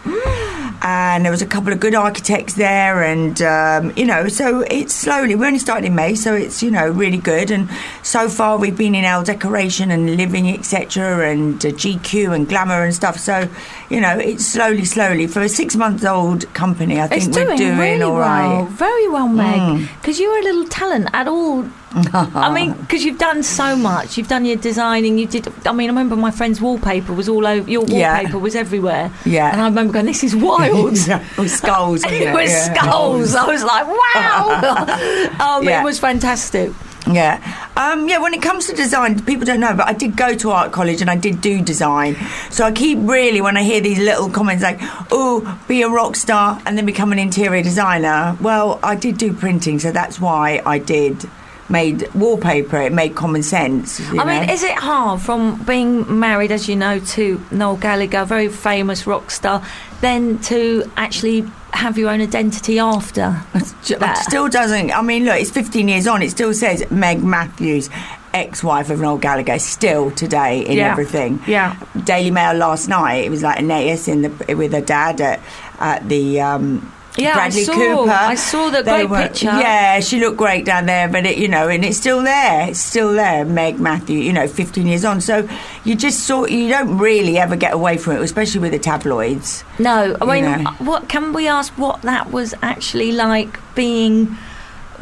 Speaker 7: and there was a couple of good architects there and um, you know so it's slowly we only started in may so it's you know really good and so far we've been in our decoration and living etc and uh, gq and glamour and stuff so you know it's slowly slowly for a six month old company i think
Speaker 3: It's
Speaker 7: we're
Speaker 3: doing,
Speaker 7: doing
Speaker 3: really
Speaker 7: all
Speaker 3: well,
Speaker 7: right Mm.
Speaker 3: very well, Meg. Because you're a little talent at all.
Speaker 7: <laughs>
Speaker 3: I mean, because you've done so much. You've done your designing. You did. I mean, I remember my friend's wallpaper was all over. Your
Speaker 7: Yeah.
Speaker 3: wallpaper was everywhere.
Speaker 7: Yeah.
Speaker 3: And I remember going,
Speaker 7: <laughs>
Speaker 3: "This is wild."
Speaker 7: With <laughs> skulls
Speaker 3: And <laughs>
Speaker 7: wasn't
Speaker 3: It was
Speaker 7: Yeah.
Speaker 3: skulls. I was like,
Speaker 7: <laughs>
Speaker 3: wow. <laughs> um,
Speaker 7: Yeah.
Speaker 3: It was fantastic.
Speaker 7: Yeah. Um, yeah, when it comes to design, people don't know, but I did go to art college and I did do design. So I keep really, when I hear these little comments like, oh, be a rock star and then become an interior designer. Well, I did do printing, so that's why I did. Made wallpaper, it made common sense. you
Speaker 3: I mean,
Speaker 7: know?
Speaker 3: is it hard from being married, as you know, to Noel Gallagher, very famous rock star, then to actually have your own identity after?
Speaker 7: J-
Speaker 3: that?
Speaker 7: Still doesn't. I mean, look, it's 15 years on. It still says Meg Matthews, ex-wife of Noel Gallagher, still today in
Speaker 3: Yeah.
Speaker 7: everything.
Speaker 3: Yeah.
Speaker 7: Daily Mail last night. It was like Anais in the with her dad at at the. Um,
Speaker 3: Yeah, I
Speaker 7: Bradley
Speaker 3: saw-
Speaker 7: Cooper.
Speaker 3: I saw the
Speaker 7: They
Speaker 3: great picture.
Speaker 7: Yeah, she looked great down there, but it, you know, and it's still there. It's still there, Meg Matthew. You know, 15 years on. So you just sort you don't really ever get away from it, especially with the tabloids.
Speaker 3: No, I mean,
Speaker 7: No.
Speaker 3: what can we ask? What that was actually like being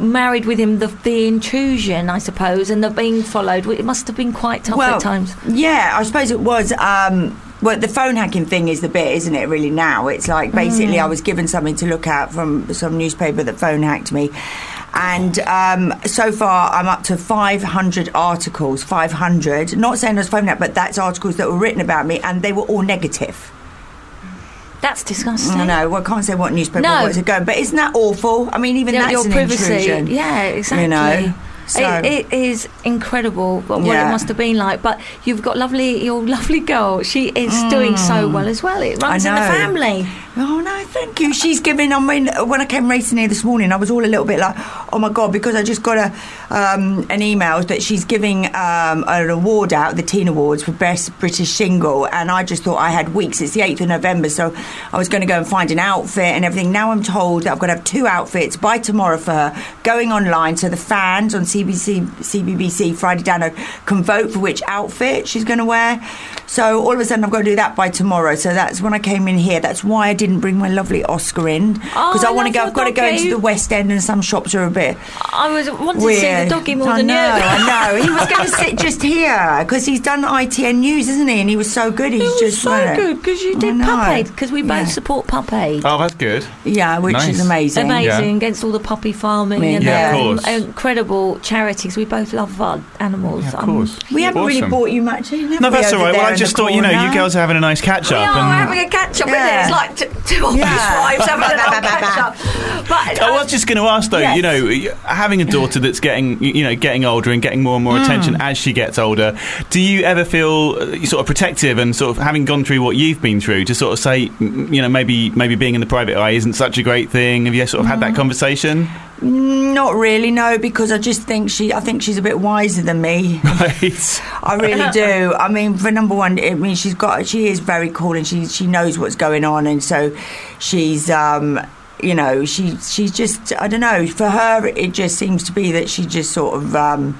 Speaker 3: married with him, the the intrusion, I suppose, and the being followed. It must have been quite tough at times.
Speaker 7: Yeah, I suppose it was. Um, Well, the phone hacking thing is the bit, isn't it? Really, now it's like basically
Speaker 3: Mm.
Speaker 7: I was given something to look at from some newspaper that phone hacked me, and um, so far I'm up to 500 articles. 500. Not saying I was phone hacked, but that's articles that were written about me, and they were all negative.
Speaker 3: That's disgusting.
Speaker 7: I know. Well, I can't say what newspaper
Speaker 3: No.
Speaker 7: no. it's going, but isn't that awful? I mean, even
Speaker 3: You know,
Speaker 7: that's
Speaker 3: your
Speaker 7: an
Speaker 3: privacy.
Speaker 7: intrusion.
Speaker 3: Yeah, exactly.
Speaker 7: You know. So-
Speaker 3: It, it is incredible what
Speaker 7: Yeah.
Speaker 3: it must have been like, but you've got lovely, your lovely girl. She is doing so well as well. It runs in the
Speaker 7: Mm. know.
Speaker 3: family.
Speaker 7: Oh no, thank you. She's giving. I mean, when I came racing here this morning, I was all a little bit like, oh my god, because I just got a um, an email that she's giving um, an award out, the Teen Awards for best British single, and I just thought I had weeks. It's the eighth of November, so I was going to go and find an outfit and everything. Now I'm told that I've got to have two outfits by tomorrow for her. Going online, so the fans on CBC, CBBC Friday Download can vote for which outfit she's going to wear. So all of a sudden, I've got to do that by tomorrow. So that's when I came in here. That's why I didn't bring my lovely Oscar in because
Speaker 3: Oh,
Speaker 7: I want
Speaker 3: I
Speaker 7: to go.
Speaker 3: love
Speaker 7: I've got to
Speaker 3: your
Speaker 7: go into
Speaker 3: doggy.
Speaker 7: the West End, and some shops are a bit
Speaker 3: I was wanted to see
Speaker 7: weird.
Speaker 3: the doggy more
Speaker 7: I
Speaker 3: than
Speaker 7: know,
Speaker 3: you. <laughs>
Speaker 7: I know. He was going to sit just here because he's done ITN News, isn't he? And he was so good. He's
Speaker 3: It was
Speaker 7: just
Speaker 3: so
Speaker 7: went-
Speaker 3: good because you
Speaker 7: I
Speaker 3: did
Speaker 7: know.
Speaker 3: Pup Aid because we both
Speaker 7: Yeah.
Speaker 3: support Pup Aid.
Speaker 8: Oh, that's good.
Speaker 7: Yeah, which
Speaker 8: Nice.
Speaker 7: is amazing.
Speaker 3: Amazing
Speaker 8: Oh, Yeah.
Speaker 3: against all the puppy farming
Speaker 7: Yeah.
Speaker 3: and
Speaker 8: Yeah,
Speaker 3: the
Speaker 8: of
Speaker 3: um,
Speaker 8: course.
Speaker 3: incredible charities. We both love our animals.
Speaker 8: Yeah, of
Speaker 3: Um,
Speaker 8: course.
Speaker 7: We haven't really
Speaker 8: Awesome.
Speaker 7: bought you much. have
Speaker 4: No,
Speaker 7: we,
Speaker 4: that's
Speaker 7: over
Speaker 4: all right. Well,
Speaker 7: there
Speaker 4: I
Speaker 7: in
Speaker 4: just
Speaker 7: the
Speaker 4: thought, you know,
Speaker 7: corner?
Speaker 4: you girls are having a nice catch
Speaker 3: We
Speaker 4: up.
Speaker 3: are
Speaker 4: and
Speaker 3: having a catch up,
Speaker 7: Yeah.
Speaker 3: isn't it? It's like t- two obvious
Speaker 7: Yeah.
Speaker 3: wives having a
Speaker 7: Ba, ba,
Speaker 3: little
Speaker 7: ba, ba,
Speaker 3: catch
Speaker 7: <laughs>
Speaker 3: up. But
Speaker 4: Oh, I
Speaker 3: um,
Speaker 4: was just going to ask though, you know, having a daughter that's getting, you know, getting older and getting more and more
Speaker 3: Mm.
Speaker 4: attention as she gets older, do you ever feel uh, sort of protective and sort of having gone through what you've been through to sort of say, m- you know, maybe maybe being in the private eye isn't such a great thing? Have you sort of had
Speaker 3: Mm.
Speaker 4: that conversation? <laughs>
Speaker 7: Not really, no, because I just think she. I think she's a bit wiser than me.
Speaker 4: Right.
Speaker 7: I really do. I mean, for number one, I mean, she's got. She is very cool, and she she knows what's going on, and so she's. um you know, she she's just I don't know. For her, it just seems to be that she just sort of. Um,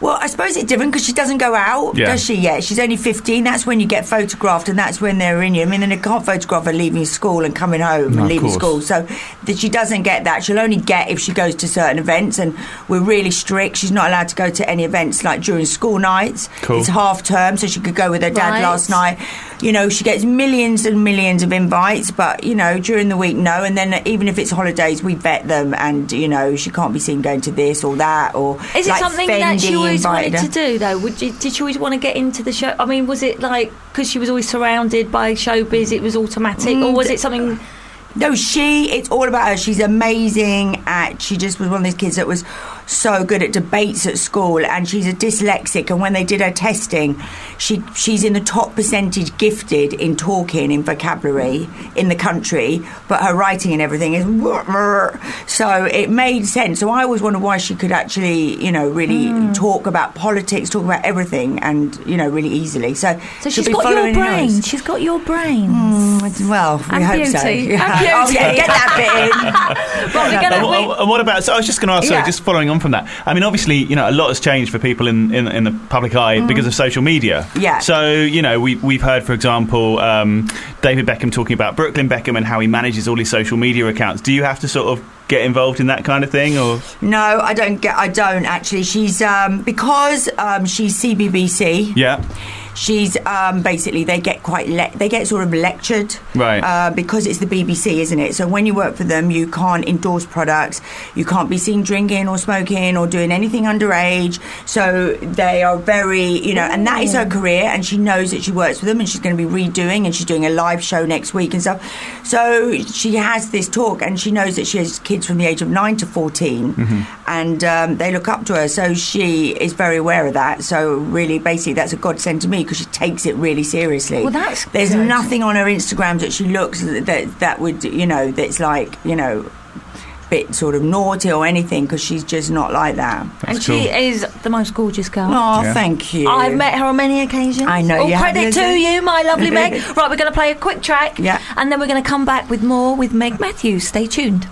Speaker 7: well, I suppose it's different because she doesn't go out,
Speaker 4: Yeah.
Speaker 7: does she? Yet she's only fifteen. That's when you get photographed, and that's when they're in you. I mean, then they can't photograph her leaving school and coming home
Speaker 4: No, of
Speaker 7: and leaving
Speaker 4: course.
Speaker 7: school so that she doesn't get that. She'll only get if she goes to certain events, and we're really strict. She's not allowed to go to any events like during school nights.
Speaker 4: Cool.
Speaker 7: It's half term, so she could go with her dad
Speaker 3: Right.
Speaker 7: last night. You know, she gets millions and millions of invites, but you know, during the week, no. And then uh, even if it's holidays, we vet them, and you know, she can't be seen going to this or that or.
Speaker 3: Is it
Speaker 7: like
Speaker 3: something
Speaker 7: Fendi
Speaker 3: that she always
Speaker 7: invited
Speaker 3: wanted
Speaker 7: her.
Speaker 3: to do, though? Would you, did she always want to get into the show? I mean, was it like because she was always surrounded by showbiz, it was automatic,
Speaker 7: Mm,
Speaker 3: or was it something?
Speaker 7: No, she, it's all about her. She's amazing at, she just was one of those kids that was so good at debates at school and she's a dyslexic and when they did her testing she she's in the top percentage gifted in talking in vocabulary in the country but her writing and everything is <laughs> so it made sense so I always wondered why she could actually you know really
Speaker 3: Hmm.
Speaker 7: talk about politics talk about everything and you know really easily so
Speaker 3: So
Speaker 7: she'll
Speaker 3: she's
Speaker 7: be
Speaker 3: got your
Speaker 7: following Hmm. in ours.
Speaker 3: brain. She's got your brains.
Speaker 7: Mm, Well, we
Speaker 3: And
Speaker 7: hope so.
Speaker 3: beauty.
Speaker 7: <laughs> Yeah.
Speaker 3: And
Speaker 7: Oh, yeah,
Speaker 3: beauty.
Speaker 7: get that bit
Speaker 3: <laughs>
Speaker 7: in.
Speaker 3: But we're
Speaker 4: And,
Speaker 3: gonna,
Speaker 4: wha-
Speaker 3: we,
Speaker 4: and what about? So I was just going to ask.
Speaker 7: Yeah.
Speaker 4: So just following on from that, I mean, obviously, you know, a lot has changed for people in in, in the public eye because of social media.
Speaker 7: Yeah.
Speaker 4: So you know, we we've heard, for example, um, David Beckham talking about Brooklyn Beckham and how he manages all his social media accounts. Do you have to sort of get involved in that kind of thing, or
Speaker 7: No, I don't get. I don't actually. She's um, because um, she's CBBC.
Speaker 4: yeah?
Speaker 7: She's um, basically they get quite le- they get sort of lectured,
Speaker 4: Right.
Speaker 7: Uh, because it's the BBC, isn't it? So when you work for them, you can't endorse products, you can't be seen drinking or smoking or doing anything underage. So they are very, you know, and that is her career, and she knows that she works for them, and she's going to be redoing, and she's doing a live show next week and stuff. So she has this talk, and she knows that she has kids from the age of nine to 14
Speaker 3: Mm-hmm.
Speaker 7: and um, they look up to her. So she is very aware of that. So really, basically, that's a godsend to me because she takes it really seriously.
Speaker 3: Well, that's
Speaker 7: there's
Speaker 3: good.
Speaker 7: nothing on her Instagram that she looks that that would you know that's like you know bit sort of naughty or anything because she's just not like that.
Speaker 3: and she is the most gorgeous girl.
Speaker 7: Oh, thank you.
Speaker 3: I've met her on many occasions.
Speaker 7: I know
Speaker 3: All
Speaker 7: you have,
Speaker 3: credit to
Speaker 7: Lizzie.
Speaker 3: you, my
Speaker 7: <laughs>
Speaker 3: lovely Meg. Right, we're going to play a quick track,
Speaker 7: Yeah.
Speaker 3: and then we're going to come back with more with Meg Matthews. Stay tuned.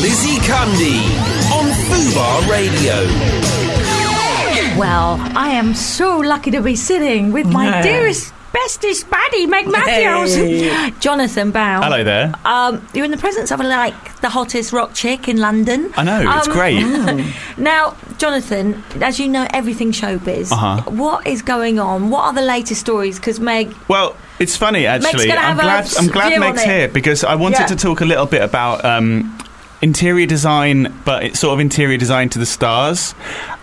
Speaker 2: Lizzie Cundy on Fubar Radio.
Speaker 3: Well, I am so lucky to be sitting with my
Speaker 7: Yeah.
Speaker 3: dearest bestest baddie, Meg Matthews. <laughs> Jonathan Bow.
Speaker 4: Hello there.
Speaker 3: Um, you're in the presence of like the hottest rock chick in London.
Speaker 4: I know, it's
Speaker 3: um,
Speaker 4: great.
Speaker 3: now, Jonathan, as you know, everything showbiz.
Speaker 4: Uh-huh.
Speaker 3: What is going on? What are the latest stories? Because Meg,
Speaker 4: Well, it's funny actually.
Speaker 3: gonna
Speaker 4: I'm
Speaker 3: have a
Speaker 4: glad,
Speaker 3: s-
Speaker 4: I'm glad
Speaker 3: view
Speaker 4: Meg's
Speaker 3: on it.
Speaker 4: here because I wanted
Speaker 3: Yeah.
Speaker 4: to talk a little bit about um, interior design, but it's sort of interior design to the stars.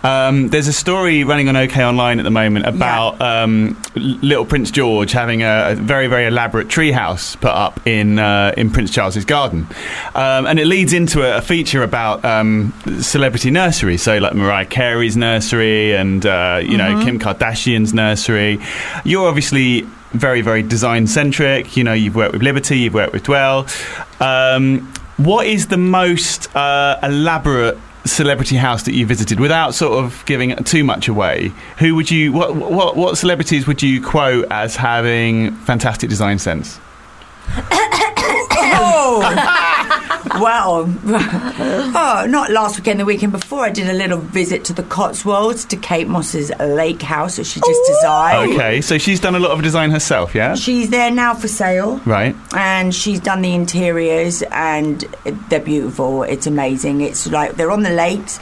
Speaker 4: Um, there's a story running on OK Online at the moment about um, L- Little Prince George having a, a very very elaborate treehouse put up in uh, in Prince Charles's garden, um, and it leads into a, a feature about um, celebrity nurseries. So like Mariah Carey's nursery and uh, you know
Speaker 3: Mm-hmm.
Speaker 4: Kim Kardashian's nursery. You're obviously very, very design centric. You know, you've worked with Liberty, you've worked with Dwell. Um, what is the most uh, elaborate celebrity house that you visited without sort of giving too much away? Who would you, what, what, what celebrities would you quote as having fantastic design sense?
Speaker 7: Oh. <laughs> well, oh, not last weekend, the weekend before, I did a little visit to the Cotswolds to Kate Moss's lake house that she just designed.
Speaker 4: Okay, so she's done a lot of design herself, yeah?
Speaker 7: She's there now for sale.
Speaker 4: Right.
Speaker 7: and she's done the interiors and they're beautiful it's amazing it's like they're on the lakes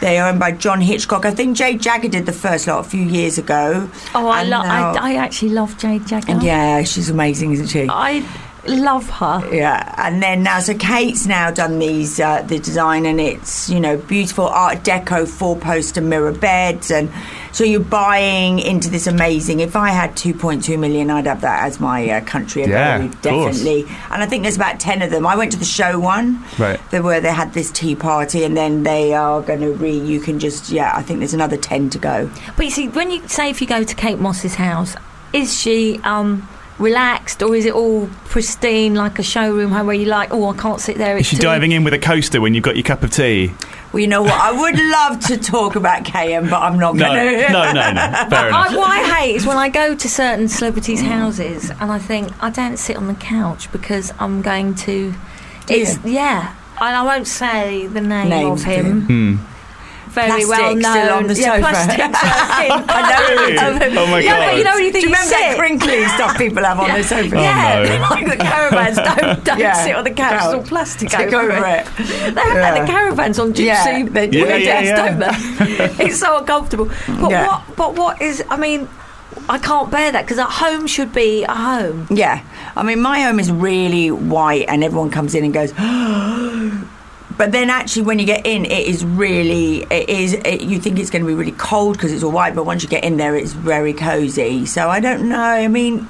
Speaker 7: they are owned by John Hitchcock. I think Jay Jagger did the first lot a few years ago.
Speaker 3: oh, I
Speaker 7: And
Speaker 3: love.
Speaker 7: now-
Speaker 3: I, I actually love Jade Jagger.
Speaker 7: and yeah, she's amazing, isn't she?
Speaker 3: I love her.
Speaker 7: Yeah, and then now so Kate's now done these uh, the design, and it's you know beautiful Art Deco four poster mirror beds, and so you're buying into this amazing. If I had 2.2 million, I'd have that as my uh, country of
Speaker 4: Yeah,
Speaker 7: value,
Speaker 4: of course.
Speaker 7: definitely. And I think there's about ten of them. I went to the show one,
Speaker 4: Right.
Speaker 7: There were they had this tea party, and then they are going to re. You can just yeah, I think there's another ten to go.
Speaker 3: But you see, when you say if you go to Kate Moss's house, is she um, relaxed or is it all pristine like a showroom where you like, oh, I can't sit there.
Speaker 4: Is she diving in with a coaster when you've got your cup of tea?
Speaker 7: Well, you know what? I would love to talk about KM, but I'm not
Speaker 4: No,
Speaker 7: going to. <laughs>
Speaker 4: no, no, no. <laughs> Fair
Speaker 3: I,
Speaker 4: enough.
Speaker 3: what I hate is when I go to certain celebrities' houses and I think I don't sit on the couch because I'm going to. It's, yeah, and I won't say the name
Speaker 7: Names,
Speaker 3: of him.
Speaker 4: Hmm.
Speaker 3: Very
Speaker 7: Plastic
Speaker 3: well known.
Speaker 7: still on the
Speaker 3: yeah,
Speaker 7: sofa. <laughs>
Speaker 3: plastic.
Speaker 4: Really? Oh my
Speaker 3: yeah, but
Speaker 4: God.
Speaker 3: you know when you
Speaker 7: Do
Speaker 3: think
Speaker 7: you
Speaker 3: you
Speaker 7: remember that
Speaker 3: sit-
Speaker 7: crinkly stuff people have on their
Speaker 3: <laughs>
Speaker 7: sofa? <laughs>
Speaker 3: yeah,
Speaker 4: no.
Speaker 3: like the caravans don't don't
Speaker 7: Yeah.
Speaker 3: sit on the couch. It's all plastic
Speaker 7: Take
Speaker 3: over,
Speaker 7: over
Speaker 3: it.
Speaker 7: it.
Speaker 3: They have like
Speaker 7: Yeah.
Speaker 3: the caravans on gypsy
Speaker 7: Yeah,
Speaker 3: yeah,
Speaker 7: they do.
Speaker 4: Yeah, yeah,
Speaker 3: desk, don't
Speaker 7: <laughs>
Speaker 3: they? it's so uncomfortable. But
Speaker 7: Yeah.
Speaker 3: what? But what is? I mean, I can't bear that because a home should be a home.
Speaker 7: Yeah. I mean, my home is really white, and everyone comes in and goes, <gasps> But then, actually, when you get in, it is really it is. It, you think it's going to be really cold because it's all white, but once you get in there, it's very cozy. So I don't know. I mean,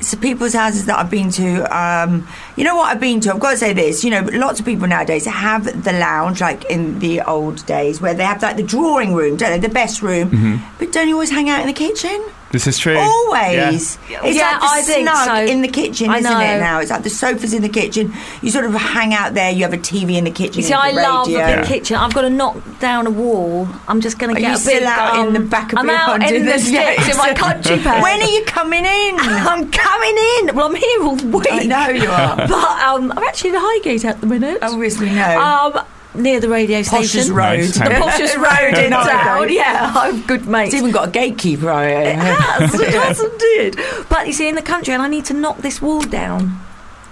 Speaker 7: so people's houses that I've been to, um, you know what I've been to. I've got to say this. You know, lots of people nowadays have the lounge, like in the old days, where they have like the drawing room, don't they? The best room, but don't you always hang out in the kitchen?
Speaker 4: This is true.
Speaker 7: Always. It's
Speaker 3: Yeah,
Speaker 7: like the
Speaker 3: I think
Speaker 7: snug
Speaker 3: so.
Speaker 7: in the kitchen,
Speaker 3: I
Speaker 7: isn't
Speaker 3: know.
Speaker 7: it now? It's like the sofas in the kitchen. You sort of hang out there, you have a TV in the kitchen.
Speaker 3: You see,
Speaker 7: have
Speaker 3: I
Speaker 7: the
Speaker 3: love the
Speaker 7: radio.
Speaker 3: big kitchen. I've got to knock down a wall. I'm just going
Speaker 7: Are
Speaker 3: to get
Speaker 7: you
Speaker 3: a
Speaker 7: still
Speaker 3: big
Speaker 7: out in
Speaker 3: um,
Speaker 7: the back of
Speaker 3: I'm
Speaker 7: your
Speaker 3: out
Speaker 7: hundred
Speaker 3: in
Speaker 7: <laughs>
Speaker 3: the
Speaker 7: and-
Speaker 3: sticks in my
Speaker 7: <laughs>
Speaker 3: country
Speaker 4: <laughs>
Speaker 3: pad.
Speaker 7: When are you
Speaker 3: <laughs>
Speaker 7: coming in?
Speaker 3: I'm coming in. Well, I'm here all week.
Speaker 7: I know Oh, you are.
Speaker 3: <laughs>
Speaker 4: <laughs>
Speaker 3: But um, I'm actually in Highgate at the minute.
Speaker 7: Obviously, no.
Speaker 3: Um, near the radio
Speaker 7: Posh's
Speaker 3: station.
Speaker 7: Road.
Speaker 4: Nice.
Speaker 3: The poshest road
Speaker 7: <laughs>
Speaker 3: in
Speaker 7: Highgate.
Speaker 3: town. Yeah, I've good mates.
Speaker 7: It's
Speaker 3: <laughs>
Speaker 7: even got a gatekeeper. I-
Speaker 3: It
Speaker 7: I- <laughs>
Speaker 3: has, it has indeed. But you see, in the country, and I need to knock this wall down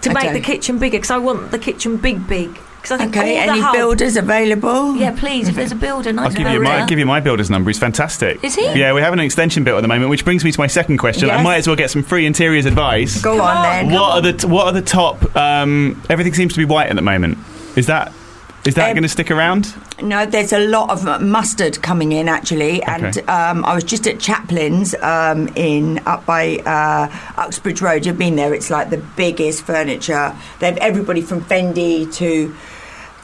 Speaker 3: to
Speaker 7: I
Speaker 3: make
Speaker 7: don't-
Speaker 3: the kitchen bigger because I want the kitchen big, big. Because I think <laughs>
Speaker 7: Okay,
Speaker 3: all the
Speaker 7: any
Speaker 3: whole-
Speaker 7: builders available?
Speaker 3: Yeah, please. If there's a builder, nice
Speaker 4: I'll give you
Speaker 3: builder.
Speaker 4: my give you my builder's number. He's fantastic.
Speaker 3: Is he?
Speaker 4: Yeah, we have an extension built at the moment, which brings me to my second question. I
Speaker 7: Yes.
Speaker 4: might as well get some free interiors advice.
Speaker 7: Go on, then.
Speaker 4: what are the what are the top? Um, everything seems to be white at the moment. Is that is that
Speaker 7: Um,
Speaker 4: going to stick around?
Speaker 7: No, there's a lot of mustard coming in actually, and
Speaker 4: Okay.
Speaker 7: um, I was just at Chaplin's um, in up by uh, Uxbridge Road. You've been there; it's like the biggest furniture. They've everybody from Fendi to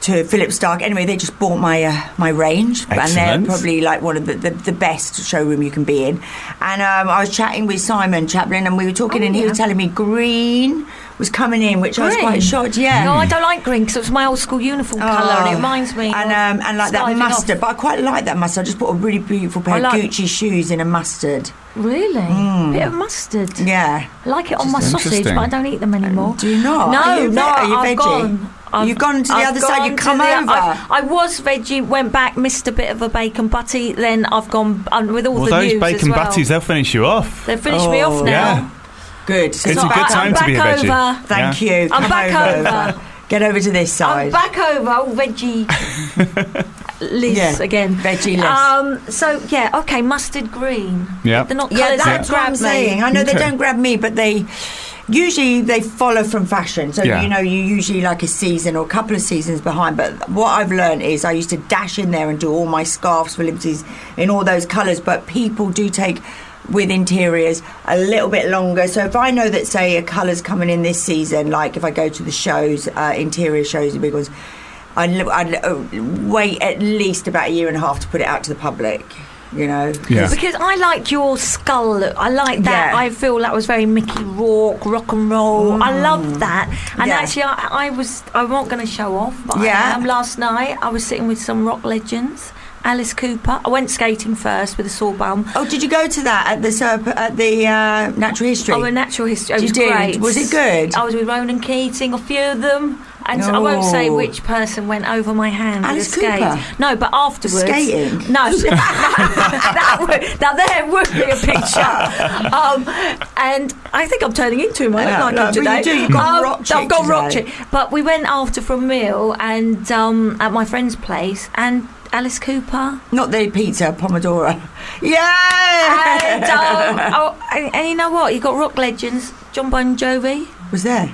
Speaker 7: to Philip Stark. Anyway, they just bought my uh, my range, and
Speaker 4: Excellent.
Speaker 7: they're probably like one of the, the, the best showroom you can be in. And um, I was chatting with Simon Chaplin, and we were talking,
Speaker 3: Oh,
Speaker 7: and he
Speaker 3: yeah.
Speaker 7: was telling me green was coming in, which I was
Speaker 3: Green?
Speaker 7: quite shocked. Yeah,
Speaker 3: No, I don't like green because it's my old school uniform colour and
Speaker 7: Oh.
Speaker 3: it reminds me.
Speaker 7: And
Speaker 3: of
Speaker 7: um, and like that
Speaker 3: skiving
Speaker 7: mustard,
Speaker 3: off.
Speaker 7: but I quite like that mustard. I just bought a really beautiful pair
Speaker 3: I
Speaker 7: of
Speaker 3: like-
Speaker 7: Gucci shoes in a mustard.
Speaker 3: Really?
Speaker 7: Mm.
Speaker 3: Bit of mustard.
Speaker 7: Yeah.
Speaker 3: I like it on my sausage,
Speaker 4: Interesting.
Speaker 3: but I don't eat them anymore.
Speaker 7: Do you not?
Speaker 3: No,
Speaker 7: Are you ve-
Speaker 3: no,
Speaker 7: are you
Speaker 3: I've
Speaker 7: veggie?
Speaker 3: gone. I've-
Speaker 7: You've gone to the
Speaker 3: I've
Speaker 7: other side,
Speaker 3: gone
Speaker 7: you've
Speaker 3: to
Speaker 7: come
Speaker 3: the-
Speaker 7: over.
Speaker 3: I, I was veggie, went back, missed a bit of a bacon butty. Then I've gone um, with all
Speaker 4: Well,
Speaker 3: the
Speaker 4: those
Speaker 3: news
Speaker 4: bacon
Speaker 3: as well.
Speaker 4: butties, they'll finish you off.
Speaker 3: They've finished me off
Speaker 7: Oh.
Speaker 3: now.
Speaker 4: Yeah.
Speaker 7: Good. So
Speaker 4: It's a
Speaker 3: not
Speaker 4: good
Speaker 3: bad.
Speaker 4: time to
Speaker 3: I'm
Speaker 4: be a
Speaker 3: back
Speaker 4: veggie.
Speaker 3: over.
Speaker 7: Thank
Speaker 4: Yeah.
Speaker 7: you.
Speaker 3: I'm
Speaker 7: Come
Speaker 3: back over.
Speaker 7: Get over to this
Speaker 3: I'm
Speaker 7: side.
Speaker 3: back over all
Speaker 4: <laughs>
Speaker 3: veggie Liz
Speaker 7: Yeah,
Speaker 3: again.
Speaker 7: veggie Liz.
Speaker 3: Um, so yeah, okay, mustard green.
Speaker 4: Yeah.
Speaker 3: They're not
Speaker 7: Yeah,
Speaker 3: colours that
Speaker 7: that's what
Speaker 3: grab
Speaker 7: I'm
Speaker 3: me.
Speaker 7: saying. I know they
Speaker 4: Okay.
Speaker 7: don't grab me, but they usually they follow from fashion. So
Speaker 4: Yeah.
Speaker 7: you know, you usually like a season or a couple of seasons behind. But what I've learned is I used to dash in there and do all my scarves for liberties in all those colours. But people do take with interiors a little bit longer. So if I know that say a colour's coming in this season, like if I go to the shows, uh, interior shows, the big ones. I'd, l- I'd uh, wait at least about a year and a half to put it out to the public, you know.
Speaker 4: Yeah.
Speaker 3: Because I like your skull look. I like that.
Speaker 7: Yeah.
Speaker 3: I feel that was very Mickey Rourke, rock and roll. I love that. And
Speaker 7: Mm. Yeah.
Speaker 3: actually, I, I was, I'm not going to show off, but
Speaker 7: Yeah.
Speaker 3: I am. Last night, I was sitting with some rock legends. Alice Cooper. I went skating first with a sore bum.
Speaker 7: Oh, did you go to that at the Serp- at the uh, Natural History?
Speaker 3: Oh, a natural history. It
Speaker 7: You
Speaker 3: was
Speaker 7: did?
Speaker 3: great.
Speaker 7: Was it good?
Speaker 3: I was with Ronan Keating, a few of them, and I won't
Speaker 7: Oh.
Speaker 3: say which person went over my hand. with
Speaker 7: Alice
Speaker 3: a skate.
Speaker 7: Cooper?
Speaker 3: No, but afterwards,
Speaker 7: Skating?
Speaker 3: No, <laughs> that would, now there would be a
Speaker 7: <laughs>
Speaker 3: picture. Um, and I think I'm turning into him. I
Speaker 7: No,
Speaker 3: look like
Speaker 7: no,
Speaker 3: him
Speaker 7: but you
Speaker 3: today. Um,
Speaker 7: do, you've got rock chick
Speaker 3: I've got rock
Speaker 7: today.
Speaker 3: chick. But we went after for a meal and um, at my friend's place, and Alice
Speaker 7: <laughs>
Speaker 3: Cooper
Speaker 7: Not the pizza, Pomodoro. <laughs>
Speaker 3: and,
Speaker 7: Yeah,
Speaker 3: um, oh, and, and you know what? You got rock legends, John Bon Jovi,
Speaker 7: was there?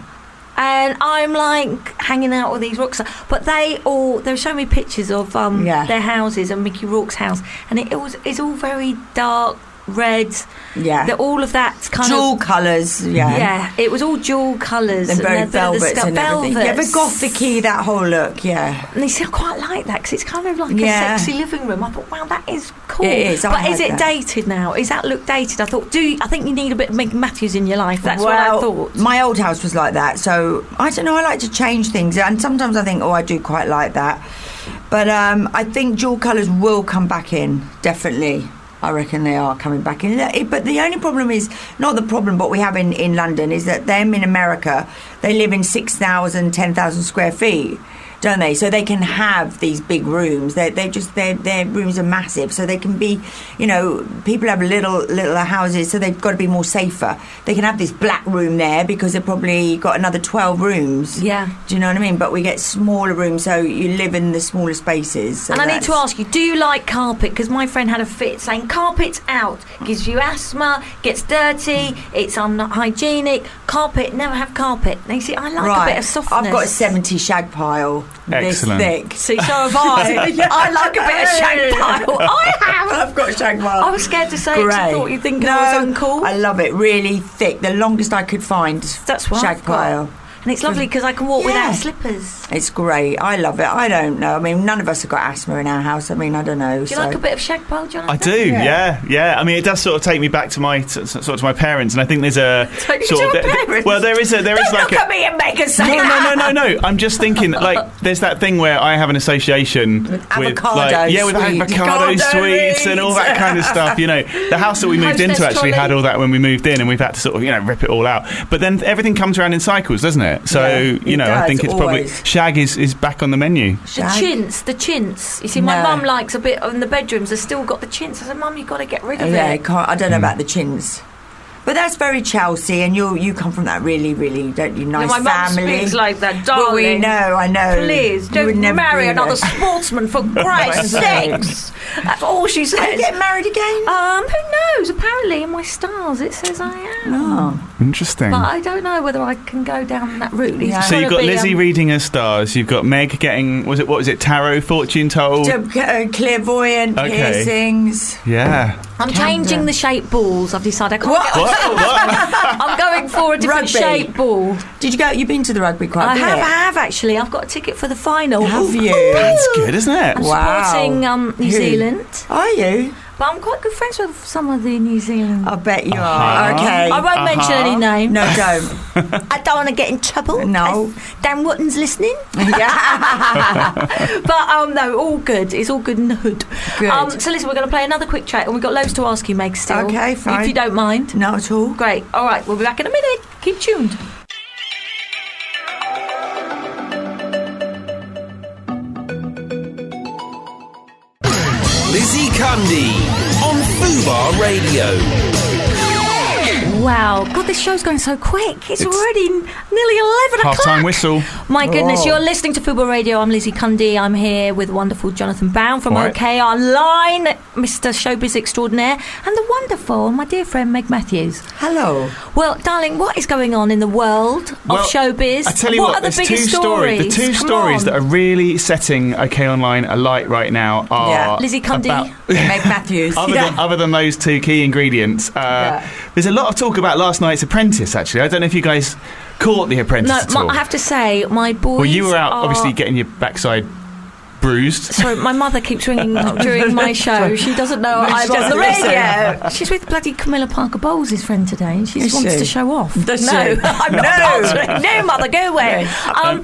Speaker 3: and I'm like hanging out with these rock stars. But they all they were showing me pictures of um,
Speaker 7: Yeah.
Speaker 3: their houses and Mickey Rourke's house, and it, it was it's all very dark reds.
Speaker 7: Yeah.
Speaker 3: that all of that's kind
Speaker 7: Jewel
Speaker 3: of.
Speaker 7: colours. Uh. Yeah.
Speaker 3: Yeah, it was all jewel colours
Speaker 7: And very
Speaker 3: the- the- the
Speaker 7: velvets
Speaker 3: sc-
Speaker 7: and everything. Yeah, but
Speaker 3: velvets.
Speaker 7: gothicy, that whole look, yeah.
Speaker 3: And they said, I quite like that because it's kind of like
Speaker 7: Yeah.
Speaker 3: a sexy living room. I thought, wow, that is cool.
Speaker 7: It is, I
Speaker 3: but
Speaker 7: like
Speaker 3: is it
Speaker 7: that.
Speaker 3: dated now? Is that look dated? I thought, do you, I think you need a bit of Meg Matthews in your life? That's
Speaker 7: well,
Speaker 3: what I thought.
Speaker 7: My old house was like that, so I don't know, I like to change things, and sometimes I think, oh, I do quite like that. But um, I think jewel colours will come back in, definitely. I reckon they are coming back in. It- But the only problem is, not the problem, but we have in, in London is that them in America, they live in 6,000, 10,000 square feet. Don't they? So they can have these big rooms. They they just their their rooms are massive. So they can be, you know, people have little little houses. So they've got to be more safer. They can have this black room there because they've probably got another twelve rooms.
Speaker 3: Yeah.
Speaker 7: Do you know what I mean? But we get smaller rooms, so you live in the smaller spaces. so
Speaker 3: and I need to
Speaker 7: that's-
Speaker 3: ask you, do you like carpet? Because my friend had a fit saying carpet's out, gives you asthma, gets dirty, it's unhygienic. Carpet, never have carpet. Now, you see, I like a bit of softness.
Speaker 7: I've got a 70 shag pile
Speaker 4: Excellent.
Speaker 7: this thick.
Speaker 3: See, so have
Speaker 7: <laughs>
Speaker 3: I. I like a bit of shag pile. I have.
Speaker 7: I've got a shag pile.
Speaker 3: I was scared to say it 'cause I
Speaker 7: Great.
Speaker 3: thought you'd think
Speaker 7: no,
Speaker 3: I was uncool.
Speaker 7: I love it. Really thick. The longest I could find.
Speaker 3: That's what
Speaker 7: Shag
Speaker 3: I've got.
Speaker 7: pile.
Speaker 3: And it's lovely because I can walk
Speaker 7: Yeah.
Speaker 3: without slippers.
Speaker 7: It's great. I love it. I don't know. I mean, none of us have got asthma in our house. I mean, I don't know.
Speaker 3: Do you
Speaker 7: so-
Speaker 3: like a bit of shag pile, Jonathan?
Speaker 4: I do, yeah. yeah, I mean, it does sort of take me back to my t- s- sort of to my parents, and I think there's a
Speaker 3: <laughs> Take me
Speaker 4: sort
Speaker 3: to
Speaker 4: of
Speaker 3: my
Speaker 4: there-
Speaker 3: parents.
Speaker 4: well, there is a there is
Speaker 3: Don't
Speaker 4: like
Speaker 3: look
Speaker 4: a
Speaker 3: at me and make us say
Speaker 4: no,
Speaker 3: that.
Speaker 4: no, no, no, no. I'm just thinking,
Speaker 3: <laughs>
Speaker 4: like, there's that thing where I have an association with,
Speaker 7: avocado
Speaker 4: like, yeah, with
Speaker 7: sweet.
Speaker 4: avocado
Speaker 7: Avocado
Speaker 4: sweets and all that kind of stuff. You know, the
Speaker 3: <laughs>
Speaker 4: house that we moved
Speaker 3: Hostess
Speaker 4: into actually had
Speaker 3: trolley.
Speaker 4: all that when we moved in, and we've had to sort of, you know, rip it all out. But then everything comes around in cycles, doesn't it? So,
Speaker 7: Yeah,
Speaker 4: you
Speaker 7: it
Speaker 4: know, I
Speaker 7: does,
Speaker 4: think it's
Speaker 7: always.
Speaker 4: probably shag is, is back on the menu.
Speaker 3: The
Speaker 7: Shag.
Speaker 3: chintz, the chintz. You see, my
Speaker 7: No.
Speaker 3: mum likes a bit in the bedrooms. I've still got the chintz. I said, Mum, you've got to get rid of
Speaker 7: Yeah, I
Speaker 3: it.
Speaker 7: can't. I don't know about the chins. But that's very Chelsea, and you you come from that really, really don't you nice
Speaker 3: my mum
Speaker 7: family.
Speaker 3: speaks like that,
Speaker 7: Well,
Speaker 3: darling.
Speaker 7: we know, I know.
Speaker 3: Please
Speaker 7: You would
Speaker 3: don't
Speaker 7: never
Speaker 3: marry
Speaker 7: do
Speaker 3: another
Speaker 7: this.
Speaker 3: sportsman <laughs> for Christ's sakes. That's all she
Speaker 7: Are you
Speaker 3: says.
Speaker 7: getting married again?
Speaker 3: Um, who knows? Apparently, in my stars, it says I am.
Speaker 7: Oh,
Speaker 4: Interesting.
Speaker 3: But I don't know whether I can go down that route. It's
Speaker 7: Yeah.
Speaker 4: So you've
Speaker 3: gotta
Speaker 4: got
Speaker 3: be,
Speaker 4: Lizzie
Speaker 3: um,
Speaker 4: reading her stars. You've got Meg getting was it what was it tarot fortune told?
Speaker 7: So, uh, clairvoyant
Speaker 4: Okay.
Speaker 7: piercings.
Speaker 4: yeah.
Speaker 3: I'm
Speaker 7: Camden.
Speaker 3: changing the shape balls. I've decided I can't.
Speaker 7: What?
Speaker 3: Get, I'm going for a different
Speaker 7: Rugby.
Speaker 3: shape ball.
Speaker 7: Did you go? You've been to the rugby quite a
Speaker 3: I
Speaker 7: bit.
Speaker 3: have, I have actually. I've got a ticket for the final.
Speaker 7: Have
Speaker 3: Ooh,
Speaker 7: you?
Speaker 3: ooh.
Speaker 4: That's good, isn't it?
Speaker 3: I'm
Speaker 7: Wow.
Speaker 3: supporting um, New
Speaker 7: Who?
Speaker 3: Zealand,
Speaker 7: Are you?
Speaker 3: but I'm quite good friends with some of the New Zealand.
Speaker 7: I bet you are. Okay.
Speaker 3: I
Speaker 7: Uh-huh.
Speaker 3: won't mention any name.
Speaker 7: no, don't.
Speaker 3: I don't want to get in trouble.
Speaker 7: No.
Speaker 3: If Dan Wotton's listening.
Speaker 7: yeah.
Speaker 3: <laughs> but um, no, all good. It's all good in the hood.
Speaker 7: Good.
Speaker 3: Um, so listen, we're going to play another quick track, and we've got loads to ask you, Meg. Still,
Speaker 7: Okay, fine.
Speaker 3: If you don't mind.
Speaker 7: Not at all.
Speaker 3: Great. All right, we'll be back in a minute. Keep tuned.
Speaker 2: Candy on Fubar Radio.
Speaker 3: Wow, God, this show's going so quick. It's,
Speaker 4: It's-
Speaker 3: already nearly 11 o'clock.
Speaker 4: Half-time whistle.
Speaker 3: My goodness, you're listening to Football Radio. I'm Lizzie Cundy. I'm here with wonderful Jonathan Bound from
Speaker 4: Right.
Speaker 3: OK Online, Mr. Showbiz Extraordinaire, and the wonderful, my dear friend, Meg Matthews.
Speaker 7: Hello.
Speaker 3: Well, darling, what is going on in the world
Speaker 4: Well,
Speaker 3: of showbiz?
Speaker 4: I tell you
Speaker 3: are
Speaker 4: what,
Speaker 3: the
Speaker 4: there's two
Speaker 3: biggest
Speaker 4: stories.
Speaker 3: stories?
Speaker 4: The two
Speaker 3: Come
Speaker 4: stories
Speaker 3: on.
Speaker 4: that are really setting OK Online alight right now are
Speaker 7: Yeah,
Speaker 3: Lizzie Cundy.
Speaker 4: about-
Speaker 7: <laughs> Meg Matthews.
Speaker 4: Other, than,
Speaker 3: <laughs>
Speaker 7: yeah.
Speaker 4: other than those two key ingredients, uh,
Speaker 7: Yeah.
Speaker 4: there's a lot of talk about last night's Apprentice. Actually, I don't know if you guys caught the Apprentice
Speaker 3: No,
Speaker 4: at
Speaker 3: my,
Speaker 4: all.
Speaker 3: I have to say, my boys.
Speaker 4: well, you were out
Speaker 3: are-
Speaker 4: obviously getting your backside bruised.
Speaker 3: Sorry, my mother keeps ringing during
Speaker 4: <laughs>
Speaker 3: my show. She doesn't know I'm on the radio. She's with bloody Camilla Parker Bowles' his friend today, and she
Speaker 7: Is
Speaker 3: wants
Speaker 7: she?
Speaker 3: to show off.
Speaker 7: Does
Speaker 3: <laughs> no,
Speaker 7: she?
Speaker 3: I'm
Speaker 7: <laughs>
Speaker 3: not answering. No, mother, go away. Um,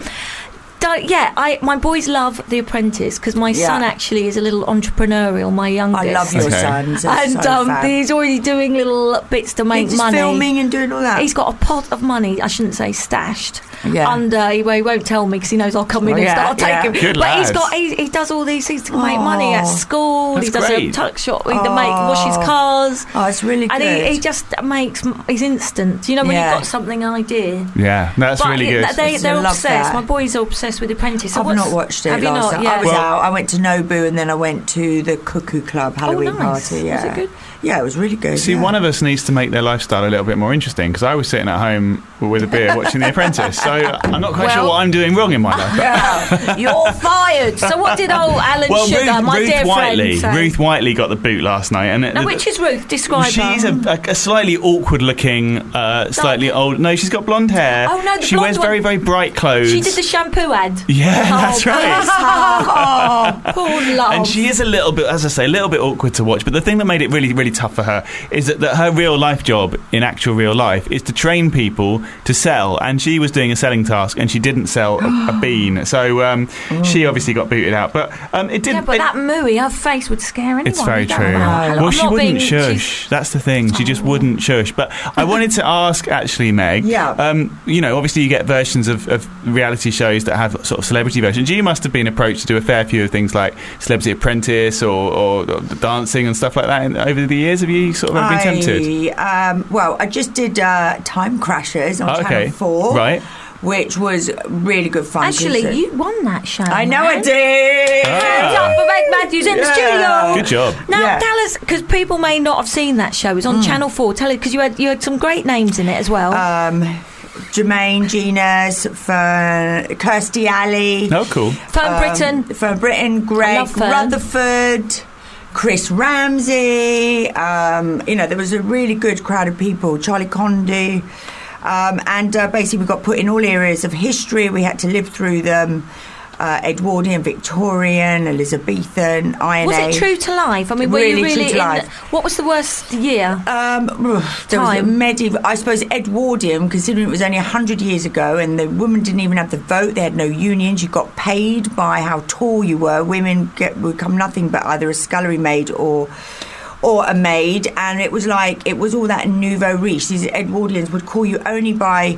Speaker 3: don't- yeah, I, my boys love The Apprentice because my
Speaker 7: Yeah.
Speaker 3: son actually is a little entrepreneurial, my youngest.
Speaker 7: I love your
Speaker 4: Okay.
Speaker 7: sons. They're
Speaker 3: And
Speaker 7: so
Speaker 3: um,
Speaker 7: fab.
Speaker 3: he's already doing little bits to make
Speaker 7: He's just
Speaker 3: money.
Speaker 7: filming and doing all that.
Speaker 3: He's got a pot of money. I shouldn't say stashed.
Speaker 7: Yeah.
Speaker 3: Under he, well, he won't tell me because he knows I'll come in
Speaker 7: Oh,
Speaker 3: and
Speaker 7: yeah,
Speaker 3: start
Speaker 7: yeah.
Speaker 3: taking.
Speaker 4: Good
Speaker 3: but he's
Speaker 4: lad.
Speaker 3: got he, he does all these things to make money at
Speaker 7: Oh.
Speaker 3: school. he
Speaker 4: That's
Speaker 3: does
Speaker 4: great.
Speaker 3: a tuck shop. He make washes
Speaker 7: Oh.
Speaker 3: cars.
Speaker 7: Oh, it's really
Speaker 3: and
Speaker 7: good.
Speaker 3: he, he just makes he's instant. You know when
Speaker 7: Yeah.
Speaker 3: you've got something idea.
Speaker 4: Yeah, no, that's
Speaker 3: but
Speaker 4: really
Speaker 3: it-
Speaker 4: good.
Speaker 3: They,
Speaker 7: It's-
Speaker 3: they're
Speaker 7: I love
Speaker 3: obsessed.
Speaker 7: that.
Speaker 3: My boys are obsessed with The Apprentice. So
Speaker 7: I've
Speaker 3: what's-
Speaker 7: not watched it
Speaker 3: Have you
Speaker 7: last
Speaker 3: not?
Speaker 7: night.
Speaker 3: Yeah.
Speaker 7: I was out. I went to Nobu and then I went to the Cuckoo Club Halloween
Speaker 3: Oh, nice. Was
Speaker 7: party.
Speaker 3: it
Speaker 7: Yeah.
Speaker 3: good?
Speaker 7: Yeah, it was really good.
Speaker 4: See,
Speaker 7: yeah.
Speaker 4: one of us needs to make their lifestyle a little bit more interesting because I was sitting at home with a beer watching The Apprentice. So I'm not quite sure
Speaker 3: Well-
Speaker 4: what I'm doing wrong in my life. but- <laughs>
Speaker 3: Yeah. You're fired. So what did old Alan
Speaker 4: well,
Speaker 3: Sugar,
Speaker 4: Ruth,
Speaker 3: my
Speaker 4: Ruth
Speaker 3: dear
Speaker 4: Whiteley,
Speaker 3: friend, say?
Speaker 4: Ruth Whiteley got the boot last night, and it-
Speaker 3: now, which is Ruth? Describe her.
Speaker 4: She's a, a, a slightly awkward-looking, uh, slightly old. No, she's got blonde hair.
Speaker 3: Oh, no, the
Speaker 4: she wears
Speaker 3: blonde
Speaker 4: very,
Speaker 3: one-
Speaker 4: very bright clothes.
Speaker 3: She did the shampoo ad.
Speaker 4: Yeah,
Speaker 3: Oh,
Speaker 4: that's right.
Speaker 7: Oh,
Speaker 3: bless her. Poor love.
Speaker 4: And she is a little bit, as I say, a little bit awkward to watch. But the thing that made it really, really tough for her is that, that her real life job in actual real life is to train people to sell. And she was doing a selling task and she didn't sell
Speaker 3: <gasps>
Speaker 4: a, a bean. So um, she obviously got booted out. But um, it did.
Speaker 3: Oh. yeah, but
Speaker 4: it-
Speaker 3: that mooey, her face would scare anyone.
Speaker 4: it's very
Speaker 3: You don't
Speaker 4: true.
Speaker 3: know how- I'm
Speaker 4: Well, she
Speaker 3: not
Speaker 4: wouldn't
Speaker 3: being-
Speaker 4: shush. That's the thing. She just wouldn't shush. But I wanted to ask, actually, Meg.
Speaker 7: Yeah.
Speaker 4: Um, you know, obviously, you get versions of, of reality shows that have sort of celebrity versions. You must have been approached to do a fair few of things like Celebrity Apprentice or, or, the dancing and stuff like that in, over the years. Have you sort of ever been tempted?
Speaker 7: I, um, well, I just did uh, Time Crashers on
Speaker 4: Oh, okay.
Speaker 7: Channel 4.
Speaker 4: Right.
Speaker 7: Which was really good fun. 'cause it-
Speaker 3: Actually, you won that show.
Speaker 7: I know I
Speaker 3: right?
Speaker 7: did.
Speaker 4: Oh.
Speaker 3: Hands up for Meg Matthews in the
Speaker 7: Yeah.
Speaker 3: studio.
Speaker 4: Good job.
Speaker 3: Now
Speaker 7: Yeah. Hmm.
Speaker 3: tell us, because people may not have seen that show. It's on Channel Four. Tell us, because you had you had some great names in it as well.
Speaker 7: Um, Jermaine, Gina's, Fern, Kirsty Alley.
Speaker 4: No, Oh, cool.
Speaker 7: um,
Speaker 3: Fern Britain.
Speaker 7: From Britain, Greg
Speaker 3: love Fern.
Speaker 7: Rutherford, Chris Ramsey. Um, you know, there was a really good crowd of people. Charlie Condy. Um, and uh, basically, we got put in all areas of history. We had to live through them uh, Edwardian, Victorian, Elizabethan, INA.
Speaker 3: Was it true to life? I mean, were
Speaker 7: Really
Speaker 3: you
Speaker 7: true
Speaker 3: really
Speaker 7: to
Speaker 3: in
Speaker 7: life.
Speaker 3: the- what was the worst year?
Speaker 7: Um, there was a
Speaker 3: Time.
Speaker 7: medieval, I suppose Edwardian, considering it was only 100 years ago and the women didn't even have the vote, they had no unions, you got paid by how tall you were. Women get, become nothing but either a scullery maid or or a maid. And it was like, it was all that nouveau riche. These Edwardians would call you only by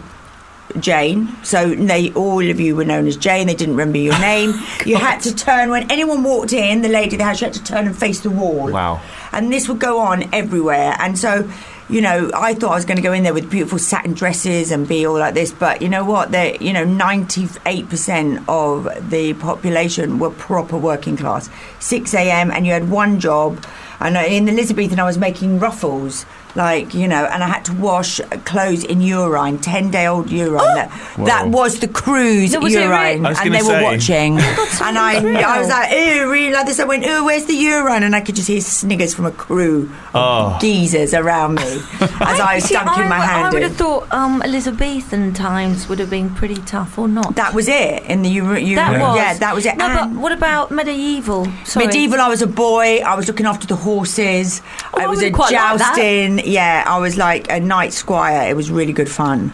Speaker 7: Jane. So they all of you were known as Jane. They didn't remember your name. you had to turn when anyone walked in. The lady of the house, you had to turn and face the wall.
Speaker 4: Wow.
Speaker 7: And this would go on everywhere. And so, you know, I thought I was going to go in there with beautiful satin dresses and be all like this. But you know what? They, you know, ninety-eight percent of the population were proper working class. Six a.m. and you had one job. And in the Elizabethan, I was making ruffles like you know, and I had to wash clothes in urine, ten day old urine.
Speaker 4: <gasps>
Speaker 7: That, that was the cruise
Speaker 3: No, was it
Speaker 7: urine,
Speaker 3: really?
Speaker 4: I was
Speaker 7: and
Speaker 4: gonna
Speaker 7: they
Speaker 4: say.
Speaker 3: <laughs>
Speaker 7: were watching. and I,
Speaker 3: real.
Speaker 7: I was like, ew, really like this. I went, ew, where's the urine? And I could just hear sniggers from a crew
Speaker 4: Oh.
Speaker 7: of geezers around
Speaker 4: <laughs>
Speaker 7: me as I, was
Speaker 3: See,
Speaker 7: dunking
Speaker 3: I,
Speaker 7: my hand
Speaker 3: I would
Speaker 7: in.
Speaker 3: have thought um, Elizabethan times would have been pretty tough, or not?
Speaker 7: that was it in the ur- urine.
Speaker 3: That was.
Speaker 7: Yeah, that was it.
Speaker 3: No,
Speaker 7: And-
Speaker 3: but what about medieval? Sorry.
Speaker 7: Medieval, I was a boy. I was looking after the horses.
Speaker 3: Oh,
Speaker 7: I
Speaker 3: I
Speaker 7: was
Speaker 3: would
Speaker 7: a
Speaker 3: quite like that.
Speaker 7: jousting. yeah, I was like a knight squire. It was really good fun.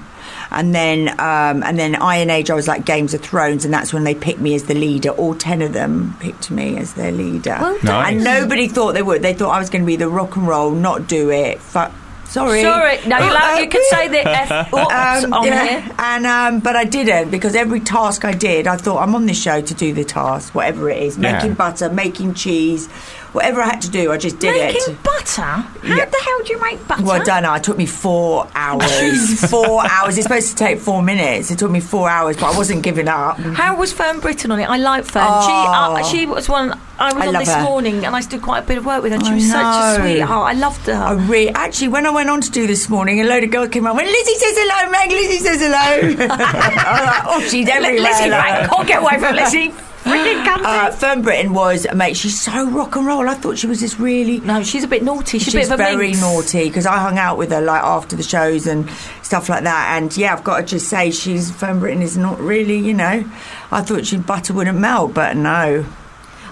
Speaker 7: And then, um, and then Iron Age, I was like Games of Thrones, and that's when they picked me as the leader. All ten of them picked me as their leader.
Speaker 3: Well
Speaker 4: done.
Speaker 7: And
Speaker 4: Nice.
Speaker 7: nobody thought they would. They thought I was going to be the rock and roll, not do it. Fuck. Sorry. Uh,
Speaker 3: Sorry, no, you're allowed, you can say the
Speaker 7: <laughs>
Speaker 3: F oops
Speaker 7: Um,
Speaker 3: on
Speaker 7: yeah,
Speaker 3: here.
Speaker 7: and um, but I didn't because every task I did, I thought I'm on this show to do the task, whatever it is,
Speaker 4: Yeah.
Speaker 7: making butter, making cheese, whatever I had to do, I just did it.
Speaker 3: Making butter? How
Speaker 7: Yeah.
Speaker 3: the hell do you make butter?
Speaker 7: Well, I don't know. It took me four
Speaker 3: <laughs>
Speaker 7: hours. four hours. It's supposed to take four minutes. It took me four hours, but I wasn't giving up.
Speaker 3: How was Fern Britton on it? I like Fern.
Speaker 7: Oh.
Speaker 3: She uh, she was one I was
Speaker 7: I
Speaker 3: on
Speaker 7: love
Speaker 3: this
Speaker 7: her.
Speaker 3: morning, and I did quite a bit of work with her. She
Speaker 7: I
Speaker 3: was such a
Speaker 7: know. Oh,
Speaker 3: sweetheart. I loved her.
Speaker 7: I re- actually, when I went on to do this morning, a load of girls came up and went, Lizzie says hello, Meg, Lizzie says
Speaker 3: <laughs>
Speaker 7: hello. <laughs> I was like, oh, she's everywhere.
Speaker 3: Lizzie,
Speaker 7: like.
Speaker 3: right, can't get away from Lizzie.
Speaker 7: <laughs>
Speaker 3: Freaking cunt.
Speaker 7: Uh, Fern Britton was, mate, she's so rock and roll. I thought she was this really.
Speaker 3: no, she's a bit naughty. She's,
Speaker 7: She's
Speaker 3: a bit of a
Speaker 7: very
Speaker 3: minx.
Speaker 7: naughty because I hung out with her like after the shows and stuff like that. And yeah, I've got to just say, she's Fern Britton is not really, you know. I thought she butter wouldn't melt, but no.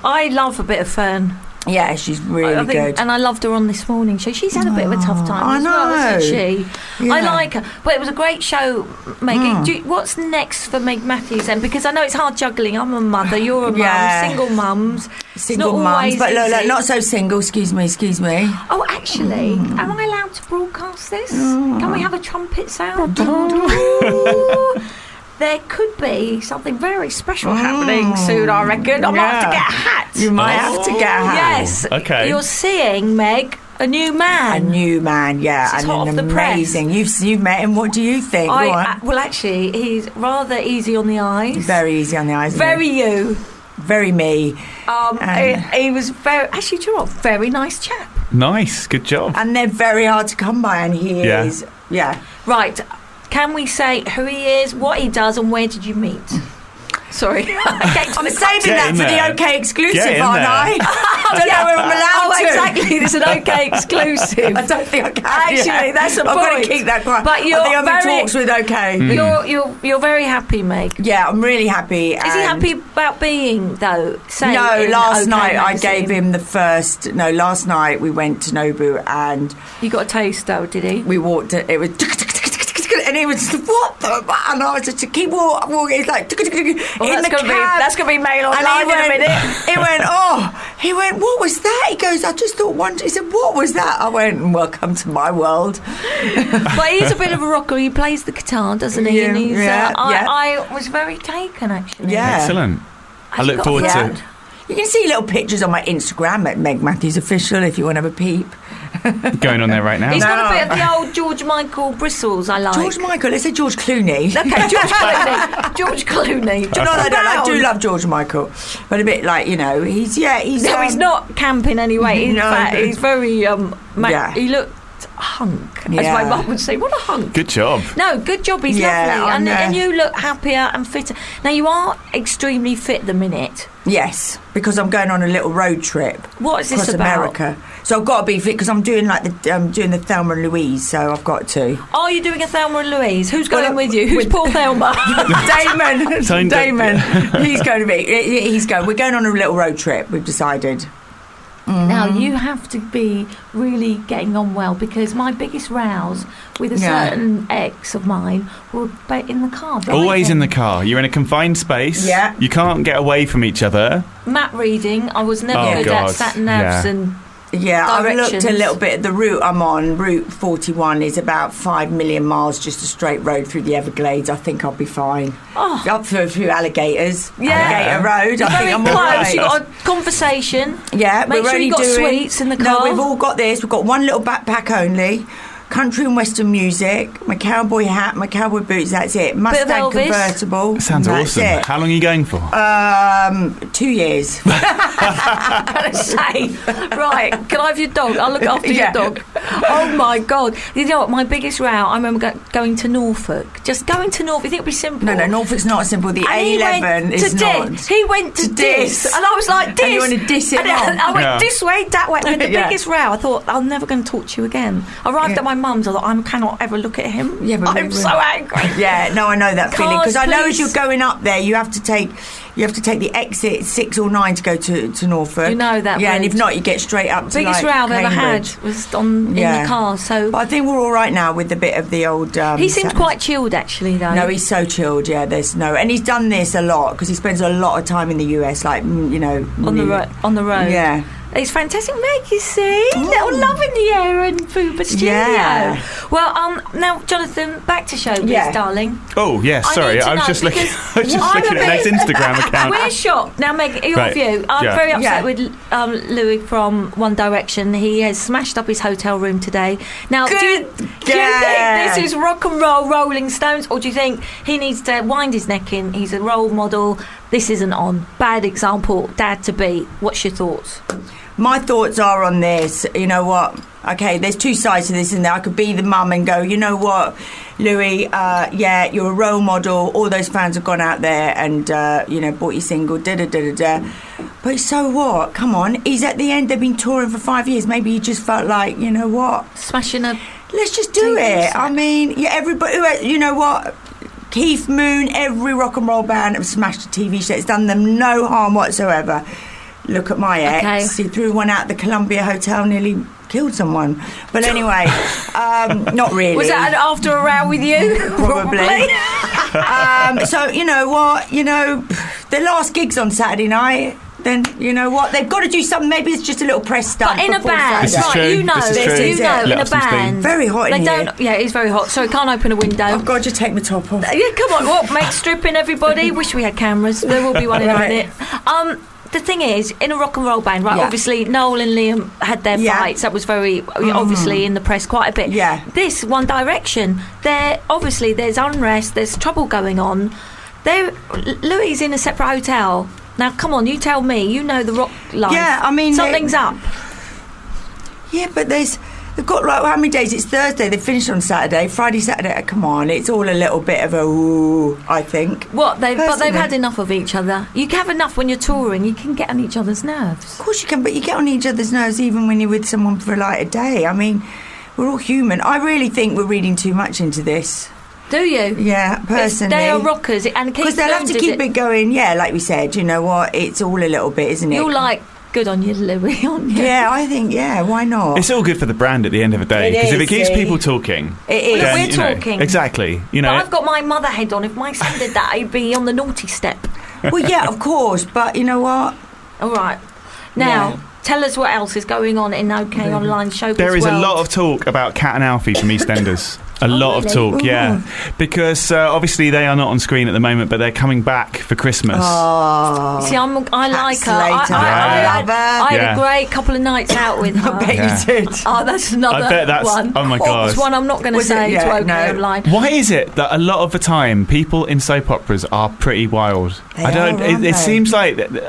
Speaker 3: I love a bit of Fern.
Speaker 7: Yeah, she's really
Speaker 3: I think-
Speaker 7: good.
Speaker 3: And I loved her on this morning show. She's had a bit of a tough time
Speaker 7: I
Speaker 3: as well, hasn't
Speaker 7: know. Hmm.
Speaker 3: she? I
Speaker 7: Yeah.
Speaker 3: like her. But it was a great show, Meg. Do you- what's next for Meg Matthews then? Because I know it's hard juggling. I'm a mother, you're a
Speaker 7: Yeah.
Speaker 3: mum, single mums.
Speaker 7: Single
Speaker 3: it's not
Speaker 7: mums,
Speaker 3: always
Speaker 7: but look, look,
Speaker 3: easy.
Speaker 7: not so single. Excuse me, excuse me.
Speaker 3: Oh, actually, am I allowed to broadcast this? Can
Speaker 7: Ah.
Speaker 3: we have a trumpet sound? <laughs> there could be something very special happening soon, I reckon. I might have to
Speaker 7: Yeah.
Speaker 3: get a hat.
Speaker 7: You might have to get her.
Speaker 3: Yes.
Speaker 4: Okay.
Speaker 3: You're seeing, Meg, a new
Speaker 7: A
Speaker 3: man.
Speaker 7: new man, yeah,
Speaker 3: This is
Speaker 7: and
Speaker 3: hot
Speaker 7: an
Speaker 3: off the press.
Speaker 7: amazing. You've you've met him. What do you think? Go on.
Speaker 3: I, uh, well, actually, he's rather easy on the eyes.
Speaker 7: very easy on the eyes. isn't
Speaker 3: Very
Speaker 7: he?
Speaker 3: you.
Speaker 7: very me.
Speaker 3: Um, he,
Speaker 7: Um.
Speaker 3: he was very, actually, do you know what? Very nice chap.
Speaker 4: Nice, good job.
Speaker 7: And they're very hard to come by, and he
Speaker 4: Yeah.
Speaker 7: is. Yeah.
Speaker 3: Right. Can we say who he is, what he does, and where did you
Speaker 7: <laughs>
Speaker 3: meet? Sorry. <laughs>
Speaker 7: I'm saving
Speaker 4: Get
Speaker 7: that
Speaker 4: in
Speaker 7: for
Speaker 4: there.
Speaker 7: the OK exclusive,
Speaker 4: Get in
Speaker 7: aren't
Speaker 4: there.
Speaker 3: <laughs>
Speaker 7: I? I don't know where I'm allowed
Speaker 3: Oh,
Speaker 7: to.
Speaker 3: exactly. It's an OK exclusive.
Speaker 7: <laughs> I don't think I can.
Speaker 3: Actually, that's a
Speaker 7: I've got
Speaker 3: point.
Speaker 7: to keep that quiet.
Speaker 3: But you're
Speaker 7: I think I'm in
Speaker 3: very- Mm.
Speaker 7: talks with OK.
Speaker 3: You're, you're, you're very happy, Meg.
Speaker 7: Yeah, I'm really happy.
Speaker 3: Is he
Speaker 7: and-
Speaker 3: happy about being, though? Say
Speaker 7: No,
Speaker 3: in
Speaker 7: last
Speaker 3: OK
Speaker 7: night
Speaker 3: magazine?
Speaker 7: I gave him the first. No, last night we went to Nobu and
Speaker 3: You got a taste, though, did he?
Speaker 7: we walked. It it was. <laughs> And he was what the and I was just keep walk- walking. It's like
Speaker 3: Well,
Speaker 7: in
Speaker 3: that's
Speaker 7: the
Speaker 3: gonna
Speaker 7: cab.
Speaker 3: be- that's gonna be mail
Speaker 7: And
Speaker 3: online in a
Speaker 7: <laughs>
Speaker 3: minute.
Speaker 7: He went. Oh, he went. What was that? He goes. I just thought one. He said, "What was that?" I went. Welcome to my world.
Speaker 3: but he's a bit of a rocker. He plays the guitar, doesn't he?
Speaker 7: Yeah,
Speaker 3: and he's,
Speaker 7: yeah,
Speaker 3: uh, I,
Speaker 7: yeah.
Speaker 3: I was very taken, actually.
Speaker 7: Yeah.
Speaker 4: Excellent. I look
Speaker 3: got
Speaker 4: forward
Speaker 3: that.
Speaker 4: to
Speaker 7: You can see little pictures on my Instagram at Meg Matthews Official if you want to have a peep.
Speaker 4: going on there right now.
Speaker 3: He's got a
Speaker 7: No.
Speaker 3: bit of the old George Michael bristles. I like.
Speaker 7: George Michael. Let's say George
Speaker 3: <laughs>
Speaker 7: Clooney.
Speaker 3: okay,
Speaker 7: <laughs>
Speaker 3: George Clooney. George Clooney.
Speaker 7: No, I don't. I do
Speaker 3: Brown.
Speaker 7: love George Michael, but a bit like you know, he's yeah, he's
Speaker 3: No,
Speaker 7: um,
Speaker 3: he's not camping anyway. In
Speaker 7: No.
Speaker 3: fact, he's very. Um, ma-
Speaker 7: Yeah.
Speaker 3: He looked hunk, as my
Speaker 7: Yeah.
Speaker 3: mum would say. What a hunk.
Speaker 4: Good job.
Speaker 3: No, good job. He's
Speaker 7: Yeah,
Speaker 3: lovely,
Speaker 7: I
Speaker 3: and,
Speaker 7: know.
Speaker 3: and you look happier and fitter. Now you are extremely fit the minute.
Speaker 7: Yes, because I'm going on a little road trip
Speaker 3: What is this
Speaker 7: across
Speaker 3: about?
Speaker 7: America, so I've got to be fit because I'm doing like the um, doing the Thelma and Louise, so I've got to.
Speaker 3: Are you doing a Thelma and Louise? Who's
Speaker 7: Well,
Speaker 3: going
Speaker 7: uh,
Speaker 3: with you? Who's
Speaker 7: with-
Speaker 3: Paul
Speaker 7: <laughs>
Speaker 3: Thelma?
Speaker 4: <laughs>
Speaker 7: Damon,
Speaker 4: Signed up.
Speaker 7: Damon, he's going to be. He's going. We're going on a little road trip. We've decided. Mm.
Speaker 3: Now you have to be really getting on well because my biggest rows with a
Speaker 7: Yeah.
Speaker 3: certain ex of mine were ba- in the car. driving.
Speaker 4: Always in the car. You're in a confined space.
Speaker 7: Yeah.
Speaker 4: You can't get away from each other.
Speaker 3: map reading. I was never
Speaker 4: Oh,
Speaker 3: good
Speaker 4: God.
Speaker 3: at sat navs
Speaker 4: Yeah.
Speaker 3: and
Speaker 7: Yeah, I looked a
Speaker 3: Directions.
Speaker 7: little bit. The route I'm on, Route 41, is about five million miles, just a straight road through the Everglades. I think I'll be fine.
Speaker 3: Oh.
Speaker 7: Up through a few alligators,
Speaker 3: Yeah.
Speaker 7: alligator road. I
Speaker 3: very
Speaker 7: think I'm
Speaker 3: close.
Speaker 7: all right.
Speaker 3: You got a conversation. <laughs>
Speaker 7: Yeah,
Speaker 3: Make
Speaker 7: we're
Speaker 3: sure
Speaker 7: only
Speaker 3: you got
Speaker 7: doing,
Speaker 3: sweets in the
Speaker 7: No,
Speaker 3: car.
Speaker 7: we've all got this. We've got one little backpack only. Country and Western music, my cowboy hat, my cowboy boots. That's it. Mustang
Speaker 3: Elvis.
Speaker 7: convertible.
Speaker 4: Sounds
Speaker 7: that's
Speaker 4: awesome.
Speaker 7: It.
Speaker 4: How long are you going for?
Speaker 7: Um, two
Speaker 3: <laughs>
Speaker 7: years.
Speaker 3: I say, right, can I have your dog? I'll look after
Speaker 7: Yeah.
Speaker 3: your dog. Oh my God. You know what? My biggest row, I remember go- going to Norfolk. Just going to Norfolk, you think it'd be simple.
Speaker 7: no, no, Norfolk's not simple. The
Speaker 3: And he went
Speaker 7: A11 is
Speaker 3: to
Speaker 7: not.
Speaker 3: Dis. He went to,
Speaker 7: To
Speaker 3: dis.
Speaker 7: Dis.
Speaker 3: and I was like, dis.
Speaker 7: And you wanna diss it
Speaker 3: And I-
Speaker 7: on.
Speaker 3: <laughs> I went
Speaker 4: Yeah.
Speaker 3: this way, that way. I
Speaker 7: <laughs>
Speaker 3: mean, the
Speaker 7: Yeah.
Speaker 3: biggest row. I thought I'm never going to talk to you again. I arrived
Speaker 7: Yeah.
Speaker 3: at my mum's. I thought I cannot ever look at him.
Speaker 7: Yeah, but we
Speaker 3: I'm
Speaker 7: were-
Speaker 3: so
Speaker 7: <laughs>
Speaker 3: angry.
Speaker 7: Yeah, no, I know that feeling
Speaker 3: Cars,
Speaker 7: because I know
Speaker 3: please.
Speaker 7: as you're going up there, you have to take you have to take the exit six or nine to go to, to Norfolk.
Speaker 3: You know that
Speaker 7: yeah. And
Speaker 3: road.
Speaker 7: if not, you get straight up. to
Speaker 3: biggest
Speaker 7: like,
Speaker 3: row I've ever
Speaker 7: Cambridge.
Speaker 3: had was on in
Speaker 7: Yeah.
Speaker 3: the car. So
Speaker 7: But I think we're all right now with a bit of the old. Um,
Speaker 3: he seemed
Speaker 7: Saturn-
Speaker 3: quite chilled, actually, though.
Speaker 7: No, he's so chilled. Yeah, there's no, and he's done this a lot because he spends a lot of time in the US, like mm, you know,
Speaker 3: on the
Speaker 7: mm,
Speaker 3: ro- on the road.
Speaker 7: Yeah. Oh.
Speaker 3: It It's fantastic. Meg, you see? Little love in the air in Booba Studio.
Speaker 7: Yeah.
Speaker 3: Well, um, now, Jonathan, back to showbiz,
Speaker 7: Yeah.
Speaker 3: darling.
Speaker 4: Oh yeah,
Speaker 3: I
Speaker 4: sorry.
Speaker 3: need to
Speaker 4: I, was
Speaker 3: know
Speaker 4: just looking.
Speaker 3: because
Speaker 4: <laughs> I was just
Speaker 3: I'm a
Speaker 4: looking at Meg's
Speaker 3: bit- <laughs>
Speaker 4: Instagram
Speaker 3: We're
Speaker 4: account.
Speaker 3: shocked. Now, Meg, your
Speaker 4: Right.
Speaker 3: view. I'm
Speaker 4: Yeah.
Speaker 3: very upset
Speaker 7: Yeah.
Speaker 3: with um, Louis from One Direction. He has smashed up his hotel room today. Now, do you,
Speaker 7: Good
Speaker 3: do you think
Speaker 7: guess.
Speaker 3: this is rock and roll Rolling Stones, or do you think he needs to wind his neck in? He's a role model. This isn't on. Bad example, dad to be. What's your thoughts?
Speaker 7: my thoughts are on this. You know what? Okay, there's two sides to this, and I could be the mum and go, you know what, Louis? Uh, yeah, you're a role model. All those fans have gone out there and uh, you know bought your single, da da da da da. But so what? Come on, he's at the end. They've been touring for five years. Maybe he just felt like, you know what?
Speaker 3: Smashing a.
Speaker 7: Let's just do
Speaker 3: Do
Speaker 7: it.
Speaker 3: this.
Speaker 7: I mean, yeah, everybody. who else- You know what? Keith Moon, every rock and roll band have smashed a TV show. It's done them no harm whatsoever. Look at my ex.
Speaker 3: Okay.
Speaker 7: He threw one out the Columbia Hotel, nearly killed someone. But anyway, um, not
Speaker 3: <laughs>
Speaker 7: really.
Speaker 3: Was that an after a row with you?
Speaker 7: <laughs> Probably. <laughs> um, so you know what? You know, the last gigs on Saturday night. Then you know what? They've got to do something. Maybe it's just a little press stunt.
Speaker 3: But in a
Speaker 7: before
Speaker 3: band,
Speaker 4: This is
Speaker 7: Saturday.
Speaker 3: right?
Speaker 4: true,
Speaker 3: You know,
Speaker 4: this is
Speaker 7: true.
Speaker 3: you know,
Speaker 7: Let
Speaker 3: in a
Speaker 4: us be.
Speaker 3: band.
Speaker 7: Very hot
Speaker 3: They
Speaker 7: in
Speaker 3: don't.
Speaker 7: here.
Speaker 3: Yeah, it's very hot. So it can't open a window.
Speaker 7: Oh God, you take my top off.
Speaker 3: Yeah, come on. What make stripping
Speaker 7: <laughs>
Speaker 3: everybody? Wish we had cameras. There will be one in
Speaker 7: Right.
Speaker 3: a minute. Um, the thing is, in a rock and roll band, right?
Speaker 7: Yeah.
Speaker 3: Obviously, Noel and Liam had their
Speaker 7: Yeah. Mm.
Speaker 3: fights. That was very obviously in the press quite a bit.
Speaker 7: Yeah.
Speaker 3: This One Direction, there obviously there's unrest, there's trouble going on. There, Louis is in a separate hotel. Now, come on, you tell me. You know the rock life.
Speaker 7: Yeah, I mean,
Speaker 3: something's
Speaker 7: they-
Speaker 3: up.
Speaker 7: Yeah, but there's they've got like how many days? It's Thursday. They finished on Saturday, Friday, Saturday. Come on, it's all a little bit of a ooh. I think. Of
Speaker 3: What they've but they've
Speaker 7: Personally-
Speaker 3: had enough of each other. You have enough when you're touring. You can get on each other's nerves.
Speaker 7: course you can, but you get on each other's nerves even when you're with someone for like a day. I mean, we're all human. I really think we're reading too much into this.
Speaker 3: Do you?
Speaker 7: Yeah,
Speaker 3: It's-
Speaker 7: personally.
Speaker 3: They are rockers, and
Speaker 7: because they'll have to keep it going. Yeah, like we said, you know what? It's all a little bit, isn't it?
Speaker 3: You're like good on you, Louis, <laughs> aren't you?
Speaker 7: yeah, I think yeah. Why not?
Speaker 4: It's all good for the brand at the end of the day
Speaker 7: It
Speaker 4: because if
Speaker 7: is,
Speaker 4: it keeps
Speaker 7: see.
Speaker 4: people talking,
Speaker 7: It is.
Speaker 3: Well,
Speaker 4: then,
Speaker 3: we're
Speaker 4: you know,
Speaker 3: talking.
Speaker 4: exactly. You
Speaker 3: But
Speaker 4: know,
Speaker 3: I've got my mother head on. If my son did that, he'd be on the naughty step.
Speaker 7: well, yeah, of course. But you know what?
Speaker 3: All right. Now,
Speaker 7: Yeah.
Speaker 3: tell us what else is going on in OK
Speaker 7: Mm-hmm.
Speaker 3: Online Showbiz
Speaker 4: There is a
Speaker 3: world. Oh,
Speaker 4: lot of talk about Cat and Alfie from EastEnders.
Speaker 3: <laughs>
Speaker 4: A lot of
Speaker 3: really?
Speaker 4: talk, yeah, because uh, obvobviously they are not on screen at the moment, but they're coming back for Christmas.
Speaker 7: Oh,
Speaker 3: See, I'm, I like her. I, I,
Speaker 7: Slater.
Speaker 3: I,
Speaker 4: Yeah.
Speaker 3: had,
Speaker 7: Love her.
Speaker 3: I had
Speaker 4: Yeah.
Speaker 3: a great couple of nights out with her.
Speaker 7: <laughs> I bet
Speaker 4: Yeah.
Speaker 7: you did.
Speaker 3: Oh, that's another
Speaker 4: I bet that's-
Speaker 3: one.
Speaker 4: oh my
Speaker 3: Well, It's
Speaker 4: God.
Speaker 3: one I'm not going to
Speaker 7: Was it-
Speaker 3: say to
Speaker 7: yeah,
Speaker 3: OK
Speaker 7: no.
Speaker 3: Online.
Speaker 4: Why is it that a lot of the time people in soap operas are pretty wild?
Speaker 7: They
Speaker 4: I don't.
Speaker 7: are,
Speaker 4: it,
Speaker 7: aren't
Speaker 4: it
Speaker 7: they?
Speaker 4: seems like th- th-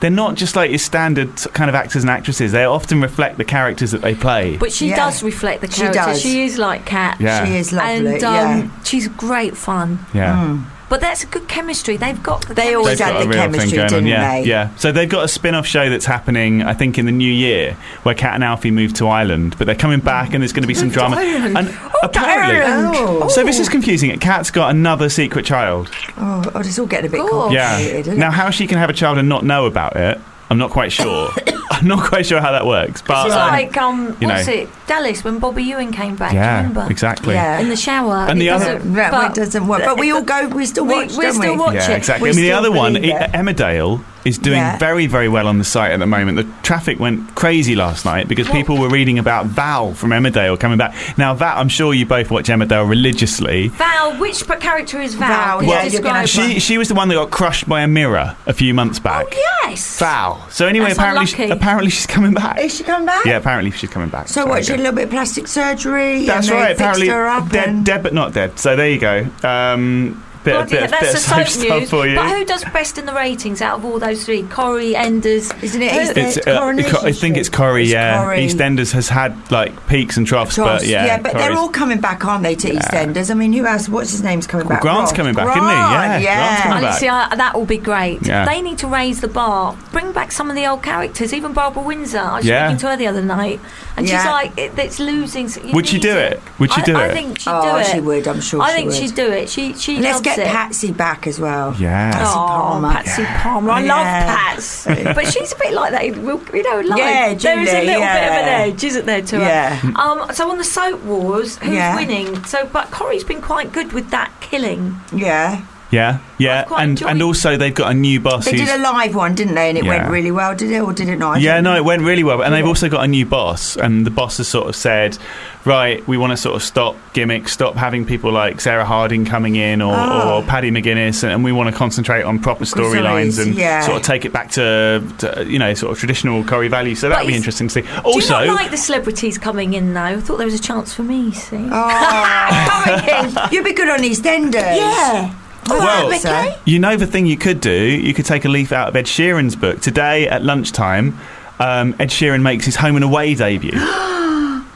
Speaker 4: they're not just like your standard kind of actors and actresses. They often reflect the characters that they play.
Speaker 3: But she
Speaker 7: Yeah.
Speaker 3: does reflect the
Speaker 7: She
Speaker 3: character.
Speaker 7: does.
Speaker 3: She is like Cat.
Speaker 4: Yeah.
Speaker 7: She is lovely.
Speaker 3: And
Speaker 7: yeah.
Speaker 3: um, she's great fun.
Speaker 4: yeah.
Speaker 3: But that's a good chemistry. They've got the
Speaker 7: They
Speaker 3: chemistry.
Speaker 7: always
Speaker 4: They've
Speaker 7: had
Speaker 4: got a
Speaker 7: the
Speaker 4: real
Speaker 7: chemistry,
Speaker 4: thing going on,
Speaker 7: didn't
Speaker 4: yeah,
Speaker 7: they?
Speaker 4: yeah. So they've got a spin-off show that's happening, I think, in the new year, where Cat and Alfie move to Ireland, but they're coming back, and there's going to be some drama.
Speaker 3: Ireland.
Speaker 4: And
Speaker 3: Oh,
Speaker 4: apparently,
Speaker 3: Ireland.
Speaker 7: Oh.
Speaker 4: so this is confusing. Cat's got another secret child.
Speaker 7: Oh, oh, it's all getting a bit
Speaker 3: Cool.
Speaker 4: Yeah.
Speaker 7: complicated. isn't
Speaker 4: Now,
Speaker 7: it?
Speaker 4: how she can have a child and not know about it, I'm not quite
Speaker 7: <coughs>
Speaker 4: sure. I'm not quite sure how that works, but
Speaker 3: It's
Speaker 4: um,
Speaker 3: like um,
Speaker 4: you
Speaker 3: what's
Speaker 4: know.
Speaker 3: it? Dallas when Bobby Ewing came back. do you
Speaker 4: yeah,
Speaker 3: remember?
Speaker 4: exactly.
Speaker 7: Yeah.
Speaker 3: In the shower.
Speaker 4: And
Speaker 3: it
Speaker 4: the other-
Speaker 3: doesn't-
Speaker 7: That
Speaker 3: but
Speaker 7: one doesn't work. But we all go. We still
Speaker 3: We-
Speaker 7: watch.
Speaker 3: we
Speaker 7: don't
Speaker 3: still
Speaker 7: we?
Speaker 3: watch.
Speaker 4: Yeah,
Speaker 3: it.
Speaker 4: exactly.
Speaker 7: We
Speaker 4: I mean, the
Speaker 7: still
Speaker 4: other one,
Speaker 7: believe
Speaker 4: E-
Speaker 7: it.
Speaker 4: Emmerdale, is doing
Speaker 7: Yeah.
Speaker 4: very, very well on the site at the moment. The traffic went crazy last night because people were reading about Val from Emmerdale coming back. Now, Val, I'm sure you both watch Emmerdale religiously.
Speaker 3: Val, which p- character is Val?
Speaker 7: Val,
Speaker 3: Could you
Speaker 7: yeah, you're gonna
Speaker 3: describe
Speaker 7: have
Speaker 3: her?
Speaker 4: She, she was the one that got crushed by a mirror a few months
Speaker 7: Oh,
Speaker 4: back.
Speaker 3: Yes.
Speaker 4: Val. So anyway,
Speaker 3: That's
Speaker 4: apparently, she-
Speaker 3: unlucky.
Speaker 4: apparently she's coming back.
Speaker 7: Is she coming back?
Speaker 4: Yeah, apparently she's coming back.
Speaker 7: So
Speaker 4: There
Speaker 7: what?
Speaker 4: you
Speaker 7: She
Speaker 4: go.
Speaker 7: had a little bit of plastic surgery.
Speaker 4: That's
Speaker 7: and they
Speaker 4: right.
Speaker 7: fixed
Speaker 4: Apparently,
Speaker 7: her up
Speaker 4: dead,
Speaker 7: and-
Speaker 4: dead but not dead. So there you go. Um, bit,
Speaker 3: Bloody
Speaker 4: bit,
Speaker 3: hell, that's
Speaker 4: bit
Speaker 3: the
Speaker 4: of soap stuff
Speaker 3: news.
Speaker 4: for you.
Speaker 3: But who does best in the ratings out of all those three? Corey, Enders,
Speaker 7: Isn't it
Speaker 3: Who-
Speaker 7: Easter?
Speaker 4: It's,
Speaker 7: It's
Speaker 4: uh,
Speaker 7: Coronation
Speaker 4: I think it's Corrie,
Speaker 7: Street.
Speaker 4: yeah.
Speaker 7: It's Corrie.
Speaker 4: EastEnders has had like peaks and troughs,
Speaker 7: Cross.
Speaker 4: but yeah.
Speaker 7: but
Speaker 4: Corrie's-
Speaker 7: they're all coming back, aren't they? To EastEnders. I mean, who else? What's his name's coming back?
Speaker 4: Grant's
Speaker 7: Rob.
Speaker 4: coming back,
Speaker 7: Grant,
Speaker 4: isn't he? Yeah,
Speaker 7: Yeah.
Speaker 4: Grant's coming back.
Speaker 3: Honestly, I, that will be great.
Speaker 4: Yeah.
Speaker 3: They need to raise the bar, bring back some of the old characters, even Barbara Windsor. I was
Speaker 4: Yeah.
Speaker 3: speaking to her the other night, and she's
Speaker 7: Yeah.
Speaker 3: like, it, "It's losing." so you
Speaker 4: Would she
Speaker 3: need
Speaker 4: do it? Would she
Speaker 3: I,
Speaker 4: do
Speaker 3: I
Speaker 4: it?
Speaker 3: think she'd
Speaker 7: Oh,
Speaker 3: do it.
Speaker 7: she would, I'm sure
Speaker 3: I
Speaker 7: she
Speaker 3: think
Speaker 7: would.
Speaker 3: she'd do it. She she
Speaker 7: Let's
Speaker 3: loves
Speaker 7: get
Speaker 3: it.
Speaker 7: Patsy back as well.
Speaker 4: Yeah.
Speaker 3: Oh,
Speaker 7: Patsy Palmer.
Speaker 3: Patsy Palmer. I
Speaker 7: Yeah. <laughs>
Speaker 3: love Pats. but she's a bit like that. in Wil- You know, like
Speaker 7: Yeah,
Speaker 3: there is a
Speaker 7: Julie,
Speaker 3: little bit of
Speaker 7: yeah.
Speaker 3: an edge, isn't there, to
Speaker 7: Yeah.
Speaker 3: her? Um, so on the soap wars, who's
Speaker 7: Yeah.
Speaker 3: winning? So, but Corrie's been quite good with that killing.
Speaker 7: Yeah.
Speaker 4: Yeah, yeah,
Speaker 3: I've quite
Speaker 4: and
Speaker 3: enjoyed-
Speaker 4: and also they've got a new boss.
Speaker 7: They
Speaker 4: who's-
Speaker 7: did a live one, didn't they? And it
Speaker 4: Yeah.
Speaker 7: went really well, did it? Or did it not? I
Speaker 4: yeah,
Speaker 7: don't
Speaker 4: no,
Speaker 7: know.
Speaker 4: it went really well. And they've
Speaker 7: Yeah.
Speaker 4: also got a new boss, and the boss has sort of said, right, we want to sort of stop gimmicks, stop having people like Sarah Harding coming in or,
Speaker 7: Ah.
Speaker 4: or Paddy McGuinness, and, and we want to concentrate on proper
Speaker 7: Stories,
Speaker 4: storylines and
Speaker 7: yeah.
Speaker 4: sort of take it back to, to, you know, sort of traditional Corey values. So that'll be
Speaker 3: it's-
Speaker 4: interesting to see.
Speaker 3: Do
Speaker 4: Also,
Speaker 3: you not like the celebrities coming in though? I thought there was a chance for me. See.
Speaker 7: <laughs> Oh,
Speaker 3: Coming in.
Speaker 7: you'd be good on EastEnders.
Speaker 3: Yeah.
Speaker 7: I
Speaker 4: Well-
Speaker 7: hope so.
Speaker 4: You know the thing you could do? You could take a leaf out of Ed Sheeran's book. Today at lunchtime, um, Ed Sheeran makes his home and
Speaker 3: <gasps>
Speaker 4: away debut.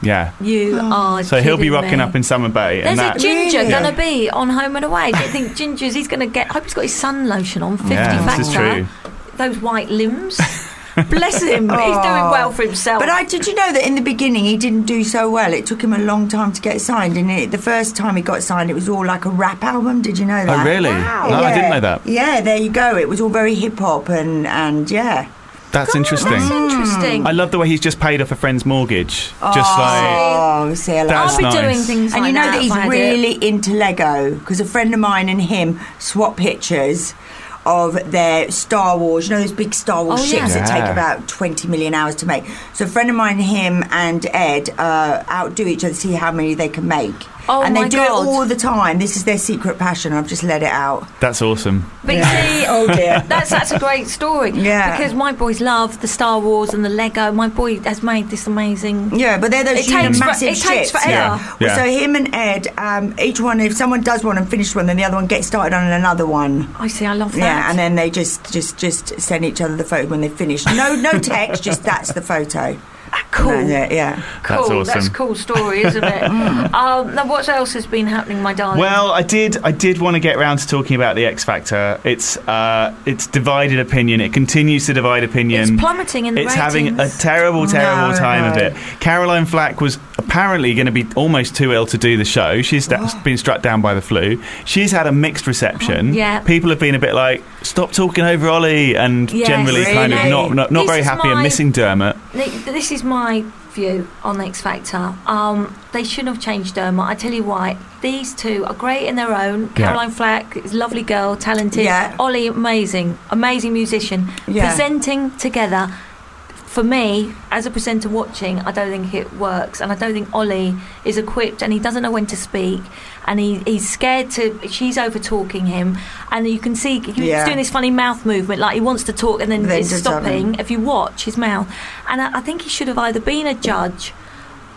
Speaker 4: yeah.
Speaker 3: You
Speaker 7: Oh.
Speaker 3: are.
Speaker 4: So he'll be
Speaker 3: kidding
Speaker 4: rocking
Speaker 3: me.
Speaker 4: up in Summer Bay.
Speaker 3: There's
Speaker 4: and
Speaker 3: a
Speaker 4: that,
Speaker 3: ginger
Speaker 7: Really?
Speaker 3: gonna be on Home and Away. Do you think Ginger's? He's gonna get. I hope he's got his sun lotion on. Fifty
Speaker 4: yeah,
Speaker 3: factor.
Speaker 4: this is true.
Speaker 3: Those white
Speaker 4: <laughs>
Speaker 3: limbs. Bless him. He's doing
Speaker 7: Oh.
Speaker 3: well for himself.
Speaker 7: But I did you know that in the beginning he didn't do so well. It took him a long time to get signed, and it, the first time he got signed, it was all like a rap album. Did you know that?
Speaker 4: Oh, really?
Speaker 7: Wow.
Speaker 4: No, I
Speaker 7: Yeah.
Speaker 4: didn't know that.
Speaker 7: Yeah, there you go. It was all very hip hop and and yeah.
Speaker 4: That's interesting.
Speaker 3: That's interesting.
Speaker 4: I love the way he's just paid off a friend's mortgage. Just like
Speaker 7: Oh, see, I like
Speaker 4: That's
Speaker 3: I'll be
Speaker 4: nice.
Speaker 3: doing things
Speaker 7: and
Speaker 3: like
Speaker 7: you know
Speaker 3: that,
Speaker 7: that
Speaker 3: if I
Speaker 7: he's
Speaker 3: had it.
Speaker 7: really into Lego because a friend of mine and him swap pictures of their Star Wars. You know those big Star Wars
Speaker 3: Oh, yeah.
Speaker 7: ships that
Speaker 4: Yeah.
Speaker 7: take about twenty million hours to make. So a friend of mine, him and Ed, uh, outdo each other to see how many they can make.
Speaker 3: Oh,
Speaker 7: and they
Speaker 3: my
Speaker 7: do
Speaker 3: God.
Speaker 7: it all the time. This is their secret passion. I've just let it out.
Speaker 4: that's awesome.
Speaker 3: But you see,
Speaker 7: <laughs> Oh dear.
Speaker 3: That's that's a great story.
Speaker 7: Yeah.
Speaker 3: Because my boys love the Star Wars and the Lego. My boy has made this amazing.
Speaker 7: Yeah, but they're those
Speaker 3: It
Speaker 7: huge
Speaker 3: takes for-
Speaker 7: massive
Speaker 3: it takes
Speaker 7: ships.
Speaker 3: forever.
Speaker 4: Yeah. Yeah.
Speaker 7: Well, so him and Ed, um, each one, if someone does one and finishes one, then the other one gets started on another one.
Speaker 3: I see. I love that.
Speaker 7: Yeah, and then they just just just send each other the photo when they finish.
Speaker 3: <laughs>
Speaker 7: No, no text, just that's the photo.
Speaker 3: Ah, cool.
Speaker 7: No, yeah, yeah.
Speaker 3: Cool.
Speaker 4: That's awesome.
Speaker 3: a cool story, isn't
Speaker 4: <laughs>
Speaker 3: it? um, now, what else has been happening, my darling?
Speaker 4: Well, I did. I did want to get round to talking about the X Factor. It's uh, it's divided opinion. It continues to divide opinion.
Speaker 3: It's plummeting in the
Speaker 4: It's having a
Speaker 3: ratings.
Speaker 4: terrible, terrible
Speaker 7: No,
Speaker 4: time of
Speaker 7: no.
Speaker 4: it. Caroline Flack was apparently going to be almost too ill to do the show. She's da-
Speaker 3: Oh.
Speaker 4: been struck down by the flu. She's had a mixed reception.
Speaker 3: Yeah.
Speaker 4: people have been a bit like, "Stop talking over Ollie," and
Speaker 3: Yes,
Speaker 4: generally kind of
Speaker 7: really.
Speaker 4: not not, not
Speaker 3: This
Speaker 4: very
Speaker 3: is
Speaker 4: happy and
Speaker 3: my-
Speaker 4: missing Dermot.
Speaker 3: Nick, this is my view on X Factor. Um, they shouldn't have changed Dermot. I tell you why. These two are great in their own.
Speaker 4: Yeah.
Speaker 3: Caroline Flack is a lovely girl, talented.
Speaker 7: Yeah.
Speaker 3: Ollie, amazing, amazing musician.
Speaker 7: Yeah.
Speaker 3: Presenting together, for me, as a presenter watching, I don't think it works. And I don't think Ollie is equipped and he doesn't know when to speak. And he, he's scared to, she's over talking him. And you can see he's
Speaker 7: Yeah.
Speaker 3: doing this funny mouth movement, like he wants to talk and then
Speaker 7: They
Speaker 3: it's
Speaker 7: just
Speaker 3: stopping
Speaker 7: haven't.
Speaker 3: if you watch his mouth. And I, I think he should have either been a judge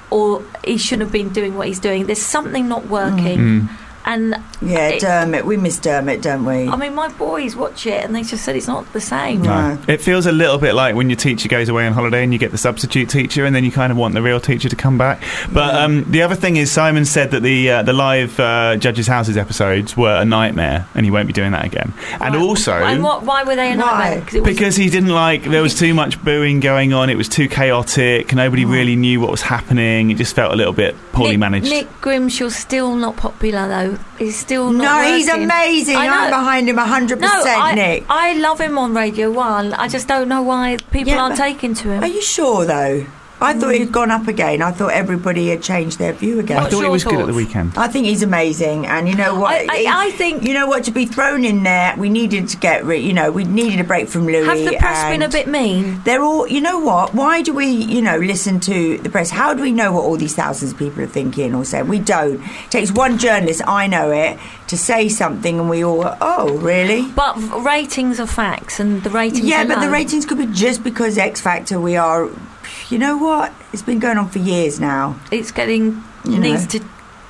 Speaker 3: or he shouldn't have been doing what he's doing. There's something not working. And
Speaker 7: Yeah,
Speaker 3: it-
Speaker 7: Dermot. We miss Dermot, don't we?
Speaker 3: I mean, my boys watch it and they just said it's not the same.
Speaker 7: No.
Speaker 4: It feels a little bit like when your teacher goes away on holiday and you get the substitute teacher, and then you kind of want the real teacher to come back. But um, the other thing is, Simon said that the uh, the live uh, Judges Houses episodes were a nightmare, and he won't be doing that again. And also.
Speaker 3: and what, why were they a nightmare?
Speaker 7: Why?
Speaker 3: it was-
Speaker 4: because he didn't like there was too much booing going on it was too chaotic nobody really knew what was happening it just felt a little bit poorly
Speaker 3: Mm. Nick,
Speaker 4: managed
Speaker 3: Nick Grimshaw's still not popular though. He's still
Speaker 7: no,
Speaker 3: not
Speaker 7: he's
Speaker 3: working.
Speaker 7: amazing.
Speaker 3: I
Speaker 7: I'm
Speaker 3: know.
Speaker 7: behind him 100%,
Speaker 3: No, I,
Speaker 7: Nick.
Speaker 3: I love him on Radio One. I just don't know why people
Speaker 7: Yeah,
Speaker 3: aren't
Speaker 7: but-
Speaker 3: taking to him.
Speaker 7: Are you sure, though? I thought
Speaker 3: Mm.
Speaker 7: he'd gone up again. I thought everybody had changed their view again.
Speaker 4: i
Speaker 3: What's
Speaker 4: thought he
Speaker 3: your
Speaker 4: was good at the
Speaker 3: thoughts?
Speaker 4: weekend
Speaker 7: I think he's amazing, and you know what?
Speaker 3: I- I-
Speaker 7: He-
Speaker 3: I think-
Speaker 7: you know what to be thrown in there. We needed to get, re- you know, we needed a break from Louis.
Speaker 3: Have the press been a
Speaker 7: and-
Speaker 3: bit mean?
Speaker 7: They're all, you know what? Why do we, you know, listen to the press? How do we know what all these thousands of people are thinking or saying? We don't. It takes one journalist, I know it, to say something and we all, oh, really?
Speaker 3: But v- ratings are facts, and the ratings.
Speaker 7: Yeah,
Speaker 3: are
Speaker 7: but the
Speaker 3: low.
Speaker 7: ratings could be just because X Factor, we are, you know what? It's been going on for years now.
Speaker 3: It's getting
Speaker 7: You
Speaker 3: needs
Speaker 7: know.
Speaker 3: to.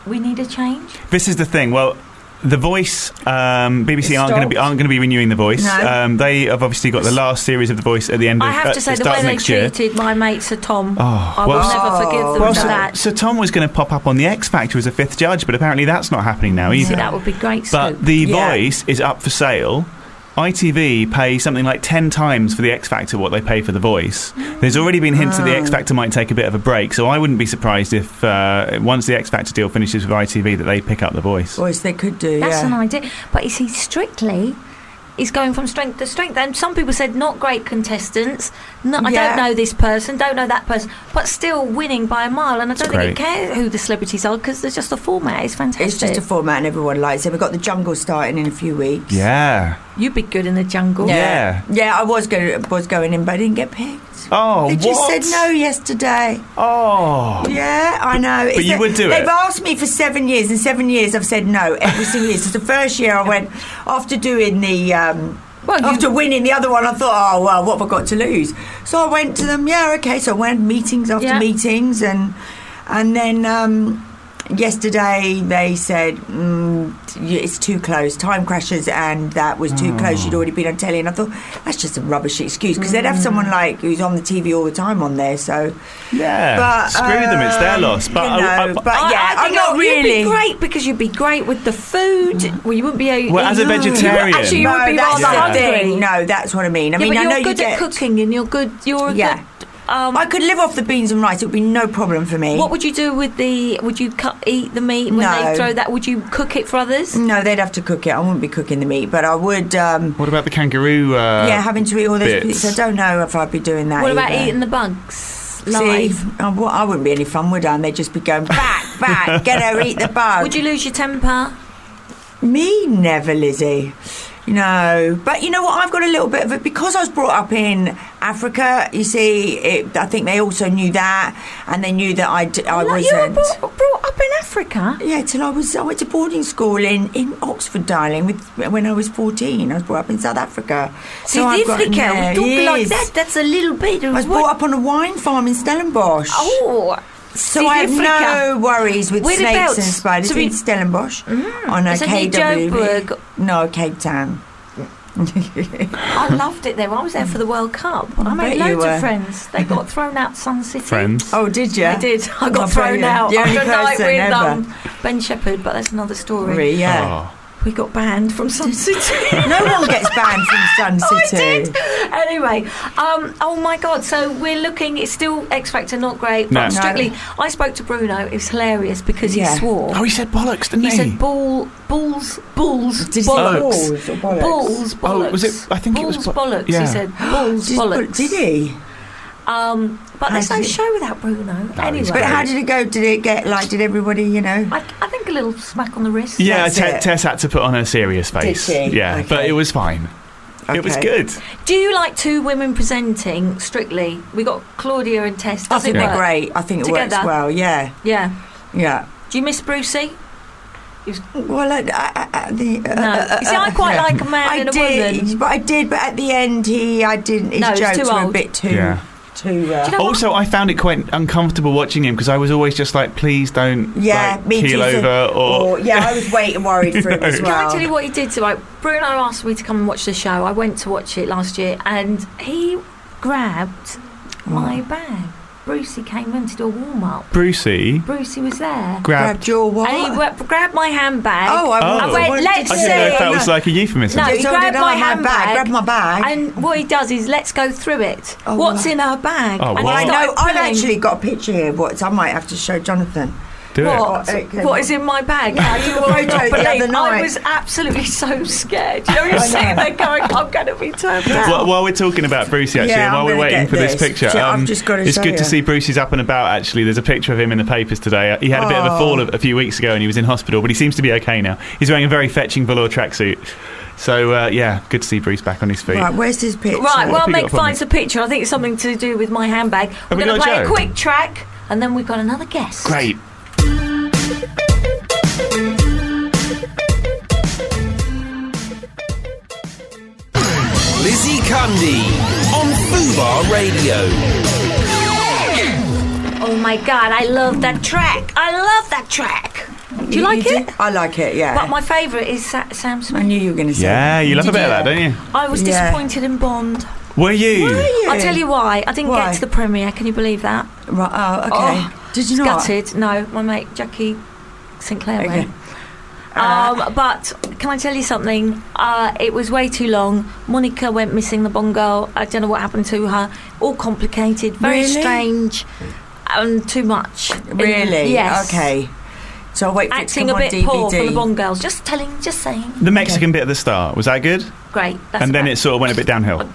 Speaker 3: We need a change.
Speaker 4: this is the thing well the voice um, bbc
Speaker 7: It
Speaker 4: aren't going to be
Speaker 7: stopped.
Speaker 4: aren't going to be renewing the voice
Speaker 7: No.
Speaker 4: um, they have obviously got the last series of the voice at the end of
Speaker 3: I have
Speaker 4: uh,
Speaker 3: to say, the
Speaker 4: start
Speaker 3: way
Speaker 4: of
Speaker 3: they
Speaker 4: next year Oh,
Speaker 3: treated my mate Sir Tom, I will
Speaker 4: well-
Speaker 3: never forgive them
Speaker 7: Oh, Well,
Speaker 3: for
Speaker 4: so,
Speaker 3: that.
Speaker 4: so Tom was going to pop up on the X Factor as a fifth judge, but apparently that's not happening now either.
Speaker 3: See, that would be great.
Speaker 4: But
Speaker 3: Scoop.
Speaker 4: The
Speaker 7: Yeah.
Speaker 4: Voice is up for sale. ITV pay something like 10 times for the X Factor what they pay for the Voice. There's already been hints that the
Speaker 7: Ah.
Speaker 4: X Factor might take a bit of a break, so I wouldn't be surprised if uh, once the X Factor deal finishes with ITV that they pick up the Voice.
Speaker 7: Or as they could do,
Speaker 3: That's
Speaker 7: yeah.
Speaker 3: an idea. But you see, strictly, is going from strength to strength. And some people said not great contestants. No, I
Speaker 7: Yeah.
Speaker 3: don't know this person, don't know that person, but still winning by a mile. And I don't
Speaker 4: great.
Speaker 3: think it cares who the celebrities are because there's just the format. It's fantastic.
Speaker 7: It's just a format and everyone likes it. We've got the jungle starting in a few weeks.
Speaker 4: Yeah.
Speaker 3: You'd be good in the jungle.
Speaker 4: Yeah.
Speaker 7: Yeah, I was going was going in, but I didn't get picked.
Speaker 4: Oh,
Speaker 7: they just
Speaker 4: what?
Speaker 7: said no yesterday.
Speaker 4: Oh.
Speaker 7: Yeah, I know. It's
Speaker 4: you
Speaker 7: the-
Speaker 4: would do
Speaker 7: they've
Speaker 4: it?
Speaker 7: asked me for seven years, and seven years I've said no every single year. Since the first year I went after doing the. Um,
Speaker 3: Well, you-
Speaker 7: after winning the other one, I thought, oh well, what have I got to lose? So I went to them. Yeah, okay. So I went meetings after
Speaker 3: Yeah.
Speaker 7: meetings, and and then um, yesterday they said mm, t- it's too close. Time crashes, and that was too
Speaker 4: Oh.
Speaker 7: close. You'd already been on telly, and I thought that's just a rubbish excuse because they'd have
Speaker 3: Mm.
Speaker 7: someone like who's on the TV all the time on there. So
Speaker 4: Yeah.
Speaker 7: but,
Speaker 4: Screw them, it's their
Speaker 7: um,
Speaker 4: loss. But, uh,
Speaker 7: you
Speaker 4: I, I-
Speaker 7: know, but yeah,
Speaker 3: I
Speaker 7: I am
Speaker 3: think
Speaker 7: not
Speaker 3: you'd
Speaker 7: really.
Speaker 3: be great because you'd be great with the food. Well, you wouldn't be. a-
Speaker 4: Well, as a
Speaker 3: you would-
Speaker 4: vegetarian-
Speaker 3: actually, you
Speaker 7: No,
Speaker 3: would be
Speaker 7: that's
Speaker 3: rather
Speaker 7: the
Speaker 3: hungry.
Speaker 7: thing. No, that's what I mean. I
Speaker 3: yeah,
Speaker 7: mean,
Speaker 3: but
Speaker 7: I
Speaker 3: you're
Speaker 7: know you
Speaker 3: good
Speaker 7: get.
Speaker 3: at cooking, and you're good. You're a
Speaker 7: Yeah.
Speaker 3: good. Um,
Speaker 7: I could live off the beans and rice; it would be no problem for me.
Speaker 3: What would you do with the? Would you cut, eat the meat when
Speaker 7: No.
Speaker 3: they throw that? Would you cook it for others?
Speaker 7: no, they'd have to cook it. I wouldn't be cooking the meat, but I would. Um,
Speaker 4: what about the kangaroo? Uh,
Speaker 7: yeah, having to eat all those
Speaker 4: bits.
Speaker 7: bits. I don't know if I'd be doing that.
Speaker 3: What about
Speaker 7: either.
Speaker 3: eating the bugs
Speaker 7: See,
Speaker 3: live?
Speaker 7: I, w- I wouldn't be any fun, would I? And they'd just be going back, back, get her, eat the bug.
Speaker 3: Would you lose your temper?
Speaker 7: Me never, Lizzie. No, but you know what? I've got a little bit of it because I was brought up in Africa. You see, it, I think they also knew that, and they knew that I, d- I
Speaker 3: Like, you were
Speaker 7: wasn't.
Speaker 3: brought, brought up in Africa.
Speaker 7: Yeah, till I was I went to boarding school in, in Oxford, darling. With when I was fourteen, I was brought up in South Africa.
Speaker 3: South
Speaker 7: I've got-
Speaker 3: Africa,
Speaker 7: no,
Speaker 3: we talk like
Speaker 7: yes.
Speaker 3: that. That's a little bit. Of
Speaker 7: I was
Speaker 3: what-
Speaker 7: brought up on a wine farm in Stellenbosch.
Speaker 3: Oh,
Speaker 7: So
Speaker 3: South
Speaker 7: I have
Speaker 3: Africa.
Speaker 7: no worries with
Speaker 3: Whereabouts?
Speaker 7: snakes and spiders
Speaker 3: So we- Mm.
Speaker 7: in Stellenbosch on a
Speaker 3: Is it near
Speaker 7: KW.
Speaker 3: Joburg?
Speaker 7: No, Cape Town.
Speaker 3: I loved it there. I was there for the World Cup. I,
Speaker 7: I bet
Speaker 3: made
Speaker 7: you
Speaker 3: loads
Speaker 7: were.
Speaker 3: of friends. They got thrown out Sun City.
Speaker 8: friends.
Speaker 7: Oh, did you?
Speaker 3: I did. I got
Speaker 7: Oh,
Speaker 3: thrown
Speaker 7: brilliant.
Speaker 3: out
Speaker 7: The only
Speaker 3: after a night
Speaker 7: person
Speaker 3: with
Speaker 7: ever.
Speaker 3: um, Ben Shepherd, but that's another story.
Speaker 7: Really,
Speaker 4: Oh.
Speaker 7: yeah.
Speaker 3: We got banned from Sun City.
Speaker 7: No one gets banned from Sun City.
Speaker 3: <laughs> I did. Anyway, um, oh my God! So we're looking. It's still X Factor, not great.
Speaker 4: No.
Speaker 3: But
Speaker 4: No.
Speaker 3: strictly, I spoke to Bruno. It was hilarious because
Speaker 7: Yeah.
Speaker 3: he swore.
Speaker 4: Oh, he said bollocks, didn't
Speaker 3: he
Speaker 4: he?
Speaker 3: said ball, balls, balls,
Speaker 7: Did he say
Speaker 3: bollocks,
Speaker 7: balls or bollocks?
Speaker 3: balls, bollocks.
Speaker 4: Oh, was it- I think it
Speaker 3: balls,
Speaker 4: was bo-
Speaker 3: bollocks.
Speaker 4: yeah.
Speaker 3: He said balls,
Speaker 7: Did,
Speaker 3: bollocks.
Speaker 7: did he?
Speaker 3: Um, but there's
Speaker 7: How
Speaker 3: no
Speaker 7: did it-
Speaker 3: show without Bruno. anyway,
Speaker 8: he's
Speaker 7: But
Speaker 8: great.
Speaker 7: how did it go? Did it get like? Did everybody, you know?
Speaker 3: I, I think a little smack on the wrist.
Speaker 4: yeah,
Speaker 7: That's
Speaker 4: Te-
Speaker 7: it.
Speaker 4: Tess had to put on her serious face.
Speaker 7: she?
Speaker 4: Yeah,
Speaker 7: Okay.
Speaker 4: but it was fine. It was
Speaker 7: Okay.
Speaker 4: good.
Speaker 3: Do you like two women presenting strictly? We got Claudia and Tess.
Speaker 7: I
Speaker 3: Does
Speaker 7: think
Speaker 3: it
Speaker 7: they're
Speaker 3: work?
Speaker 7: great. I think it works
Speaker 3: Together.
Speaker 7: well. Yeah,
Speaker 3: Yeah.
Speaker 7: yeah.
Speaker 3: Do you miss Brucey?
Speaker 7: Well, I, I, I, the, uh,
Speaker 3: No.
Speaker 7: uh,
Speaker 3: You see,
Speaker 7: uh,
Speaker 3: I quite
Speaker 7: yeah.
Speaker 3: like a man
Speaker 7: I
Speaker 3: and a
Speaker 7: did,
Speaker 3: woman.
Speaker 7: but I did. But at the end, he, I didn't. His
Speaker 3: No, he's
Speaker 7: jokes
Speaker 3: too
Speaker 7: were a
Speaker 3: old.
Speaker 7: bit
Speaker 4: <laughs>
Speaker 7: too,
Speaker 4: Yeah.
Speaker 7: too. Uh,
Speaker 3: Do you know what?
Speaker 4: Also, I found it quite uncomfortable watching him because I was always just like, please don't
Speaker 7: uh, yeah,
Speaker 4: like,
Speaker 7: me
Speaker 4: keel
Speaker 7: too. so-
Speaker 4: over or,
Speaker 7: yeah, I was waiting, worried for
Speaker 4: <laughs>
Speaker 7: him as
Speaker 3: Can
Speaker 7: well.
Speaker 3: I tell you what he did? So, like, Bruno asked me to come and watch the show. I went to watch it last year, and he grabbed my bag. Brucey came in to do a warm up.
Speaker 8: Brucey
Speaker 3: Brucey was there.
Speaker 8: grabbed.
Speaker 7: Grabbed your what?
Speaker 3: And he wa- grabbed my handbag.
Speaker 7: oh, I,
Speaker 4: Oh.
Speaker 7: wanted-
Speaker 4: I
Speaker 3: went,
Speaker 7: wanted
Speaker 3: "Let's
Speaker 7: to
Speaker 4: I
Speaker 3: see."
Speaker 4: didn't know if
Speaker 7: see.
Speaker 4: that was like a euphemism.
Speaker 3: No, he
Speaker 7: So did
Speaker 3: grabbed
Speaker 7: I,
Speaker 3: my
Speaker 7: my bag,
Speaker 3: handbag.
Speaker 7: grabbed my bag.
Speaker 3: And what he does is, let's go through it.
Speaker 7: Oh,
Speaker 3: What's
Speaker 7: wow.
Speaker 3: in her bag?
Speaker 8: Oh,
Speaker 3: And he
Speaker 8: wow.
Speaker 7: I
Speaker 8: Well,
Speaker 7: know.
Speaker 3: started
Speaker 7: I've
Speaker 3: pulling
Speaker 7: actually got a picture here. What I might have to show Jonathan.
Speaker 8: Do it.
Speaker 3: What?
Speaker 7: Okay.
Speaker 3: What is in my bag? Now, you will
Speaker 7: I
Speaker 3: not
Speaker 7: took the
Speaker 3: believe.
Speaker 7: other
Speaker 3: I
Speaker 7: night.
Speaker 3: was absolutely so scared. You know, you're sitting there going, I'm going to be turned down.
Speaker 4: While, while we're talking about Brucey, actually, and
Speaker 7: Yeah, I'm
Speaker 4: while we're
Speaker 7: gonna
Speaker 4: waiting
Speaker 7: get
Speaker 4: for this,
Speaker 7: this.
Speaker 4: picture, um,
Speaker 7: So I've just gotta
Speaker 4: it's
Speaker 7: show
Speaker 4: good to
Speaker 7: you.
Speaker 4: see Brucey's up and about. Actually, there's a picture of him in the papers today. He had a bit of a
Speaker 7: Oh.
Speaker 4: fall a, a few weeks ago, and he was in hospital, but he seems to be okay now. He's wearing a very fetching velour tracksuit. So uh, yeah, good to see Bruce back on his feet.
Speaker 7: Right, where's this picture?
Speaker 3: Right, well,
Speaker 4: have we got
Speaker 3: Meg
Speaker 4: from
Speaker 3: finds a picture. I think it's something to do with my handbag. We're
Speaker 4: we
Speaker 3: going to
Speaker 4: got a
Speaker 3: play a
Speaker 4: joke?
Speaker 3: quick track, and then we've got another guest.
Speaker 4: Great.
Speaker 2: Lizzie Candy on Fubar Radio.
Speaker 3: Oh my god, I love that track. I love that track. Do you like it?
Speaker 7: I like it. Yeah.
Speaker 3: But my favourite is Sa- Sam
Speaker 7: I
Speaker 3: Smith.
Speaker 7: knew you were going to say.
Speaker 4: Yeah, you love a
Speaker 7: Did
Speaker 4: bit of
Speaker 7: you?
Speaker 4: that, don't you?
Speaker 3: I was
Speaker 7: Yeah.
Speaker 3: disappointed in Bond.
Speaker 4: Were you?
Speaker 3: I'll tell you why. I didn't
Speaker 7: Why?
Speaker 3: get to the premiere. Can you believe that?
Speaker 7: Right. Oh, okay.
Speaker 3: Oh,
Speaker 7: Did you not?
Speaker 3: Gutted. No, my mate Jackie Sinclair
Speaker 7: Okay. Uh,
Speaker 3: went. Um, but can I tell you something? Uh, it was way too long. Monica went missing, the bongo. I don't know what happened to her. All complicated, very
Speaker 7: Really?
Speaker 3: strange, and too much.
Speaker 7: Really?
Speaker 3: yes.
Speaker 7: Okay. So I'll wait for
Speaker 3: Acting
Speaker 7: it
Speaker 3: a
Speaker 7: to come
Speaker 3: bit
Speaker 7: on DVD.
Speaker 3: poor for the Bond girls. Just telling, just saying.
Speaker 4: The Mexican bit at the start was that good?
Speaker 3: Great. That's
Speaker 4: and then
Speaker 3: about-
Speaker 4: it sort of went a bit downhill.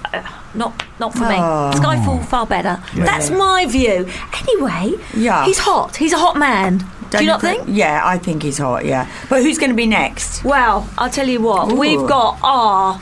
Speaker 3: not not for me.
Speaker 7: Oh.
Speaker 3: Skyfall far better. That's
Speaker 7: Really? Ah.
Speaker 3: my view. Anyway,
Speaker 7: Yeah.
Speaker 3: he's hot. He's a hot man. Do you
Speaker 7: Daniel
Speaker 3: not
Speaker 7: Craig-
Speaker 3: think?
Speaker 7: Yeah, I think he's hot. Yeah, but who's going to be next?
Speaker 3: Well, I'll tell you what.
Speaker 7: Ooh.
Speaker 3: We've got our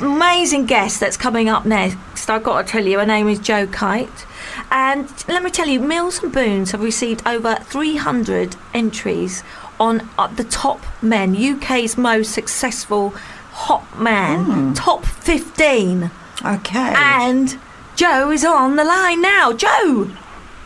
Speaker 3: amazing guest that's coming up next. I've got to tell you, her name is Joe Kite. And let me tell you, Mills and Boons have received over 300 entries on uh, the top men, UK's most successful hot man, top 15.
Speaker 7: Okay.
Speaker 3: And Joe is on the line now. Joe,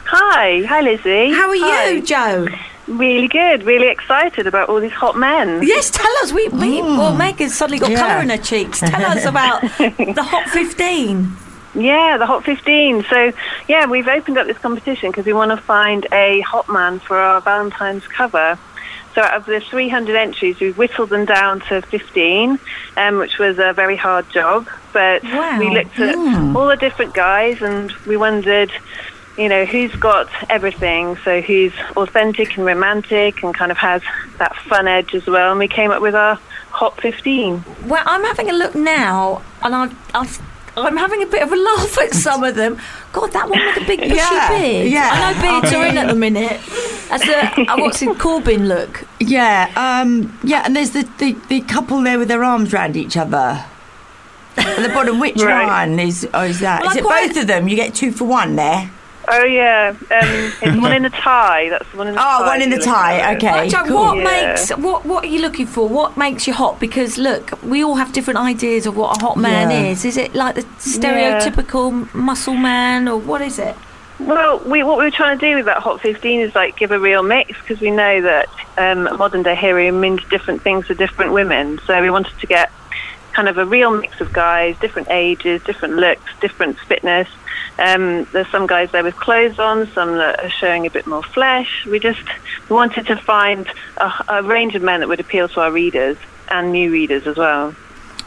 Speaker 8: Hi, hi Lizzie.
Speaker 3: how are
Speaker 8: Hi.
Speaker 3: you, Joe?
Speaker 8: Really good, really excited about all these hot men.
Speaker 3: Yes, tell us. We, we well, Meg has suddenly got
Speaker 7: Yeah.
Speaker 3: colour in her cheeks. Tell us about the Hot 15.
Speaker 8: Yeah, the Hot 15. So, yeah, we've opened up this competition because we want to find a hot man for our Valentine's cover. So, out of the 300 entries, we've whittled them down to 15, um, which was a very hard job. But
Speaker 3: Wow.
Speaker 8: we looked at all the different guys and we wondered, you know, who's got everything. So, who's authentic and romantic and kind of has that fun edge as well. And we came up with our Hot 15.
Speaker 3: Well, I'm having a look now, and I, I, I'm having a bit of a laugh at some of them. God, that one with the big bushy
Speaker 7: Yeah,
Speaker 3: beard.
Speaker 7: yeah.
Speaker 3: I know beards are
Speaker 7: <laughs>
Speaker 3: in at the minute. That's a, uh, what's it, Corbyn look.
Speaker 7: yeah, um, yeah, and there's the, the, the couple there with their arms round each other. At the bottom, which
Speaker 8: <laughs> Right.
Speaker 7: one is? Oh, is that? Is
Speaker 3: Well, I
Speaker 7: it
Speaker 3: quite-
Speaker 7: both of them? You get two for one there.
Speaker 8: Oh yeah, um, it's one in a tie. That's the one in the tie.
Speaker 7: <laughs> Oh, one in the
Speaker 8: if you look at
Speaker 7: tie.
Speaker 8: it.
Speaker 7: Okay,
Speaker 3: Right, Joe,
Speaker 7: cool.
Speaker 3: what
Speaker 8: Yeah.
Speaker 3: makes what what are you looking for? What makes you hot? Because look, we all have different ideas of what a hot man
Speaker 7: Yeah.
Speaker 3: is. Is it like the stereotypical muscle man, or what is it?
Speaker 8: Well, we, what we were trying to do with that hot fifteen is like give a real mix because we know that um, modern day hero means different things to different women. So we wanted to get kind of a real mix of guys, different ages, different looks, different fitness. Um, there's some guys there with clothes on, some that are showing a bit more flesh. We just we wanted to find a, a range of men that would appeal to our readers and new readers as well.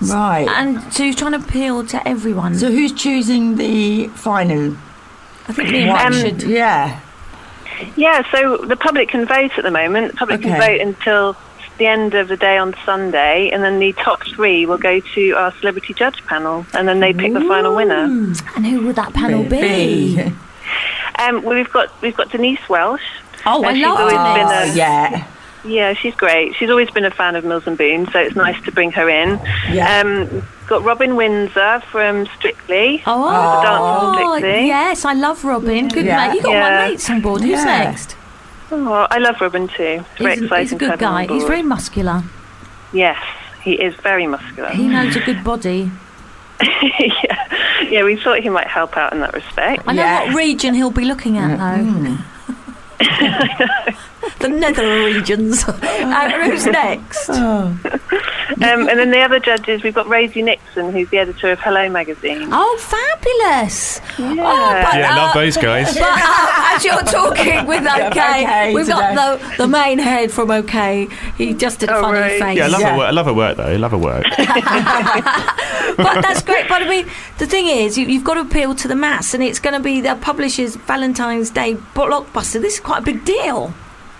Speaker 7: Right.
Speaker 3: And so you're trying to appeal to everyone.
Speaker 7: so who's choosing the final
Speaker 3: I um, think me and
Speaker 7: one?
Speaker 3: Matt should.
Speaker 7: yeah.
Speaker 8: Yeah, so the public can vote at the moment. The public can
Speaker 7: Okay.
Speaker 8: vote until the end of the day on Sunday, and then the top three will go to our celebrity judge panel, and then they pick the final winner.
Speaker 3: And who would that panel be?
Speaker 7: <laughs> B.
Speaker 8: Um, well, we've got we've got Denise Welsh.
Speaker 3: Oh, I
Speaker 8: And she's
Speaker 3: love
Speaker 8: always
Speaker 3: Denise.
Speaker 8: been a-
Speaker 7: Oh, yeah.
Speaker 8: Yeah, she's great. She's always been a fan of Mills and Boone, so it's nice to bring her in.
Speaker 7: Yeah.
Speaker 8: Um, got Robin Windsor from Strictly.
Speaker 3: Oh,
Speaker 8: The dance on Dixie.
Speaker 3: yes, I love Robin. Good
Speaker 7: Yeah.
Speaker 3: mate. You got
Speaker 8: Yeah.
Speaker 3: my mates on board. Who's
Speaker 7: Yeah.
Speaker 3: next?
Speaker 8: Oh, I love Robin too. It's very
Speaker 3: He's, a-
Speaker 8: exciting
Speaker 3: he's a
Speaker 8: to
Speaker 3: good
Speaker 8: have him on
Speaker 3: guy. He's
Speaker 8: board.
Speaker 3: very muscular.
Speaker 8: Yes, he is very muscular.
Speaker 3: He knows a good body.
Speaker 8: <laughs> yeah. yeah, we thought he might help out in that respect.
Speaker 3: I know
Speaker 7: Yeah.
Speaker 3: what region he'll be looking at
Speaker 8: Mm.
Speaker 3: though. <laughs>
Speaker 8: <laughs>
Speaker 3: the nether
Speaker 8: <laughs>
Speaker 3: regions. uh, who's next?
Speaker 8: Um, and then the other judges, we've got Rosie Nixon, who's the editor of Hello magazine.
Speaker 3: Oh, fabulous! Oh,
Speaker 8: Yeah.
Speaker 3: but,
Speaker 4: Yeah,
Speaker 3: uh,
Speaker 4: love those
Speaker 7: <laughs>
Speaker 4: guys.
Speaker 3: But uh, as you're talking
Speaker 8: <laughs>
Speaker 3: with OK,
Speaker 7: OK
Speaker 3: we've got the, the main head from OK. He just did a
Speaker 8: Oh,
Speaker 3: funny
Speaker 8: right.
Speaker 3: face.
Speaker 4: Yeah, I love
Speaker 7: Yeah.
Speaker 4: her work. I love her work though. I love her work.
Speaker 3: but that's great. But I mean, the thing is, you, you've got to appeal to the mass, and it's going to be the publisher's Valentine's Day blockbuster. This is quite a big deal.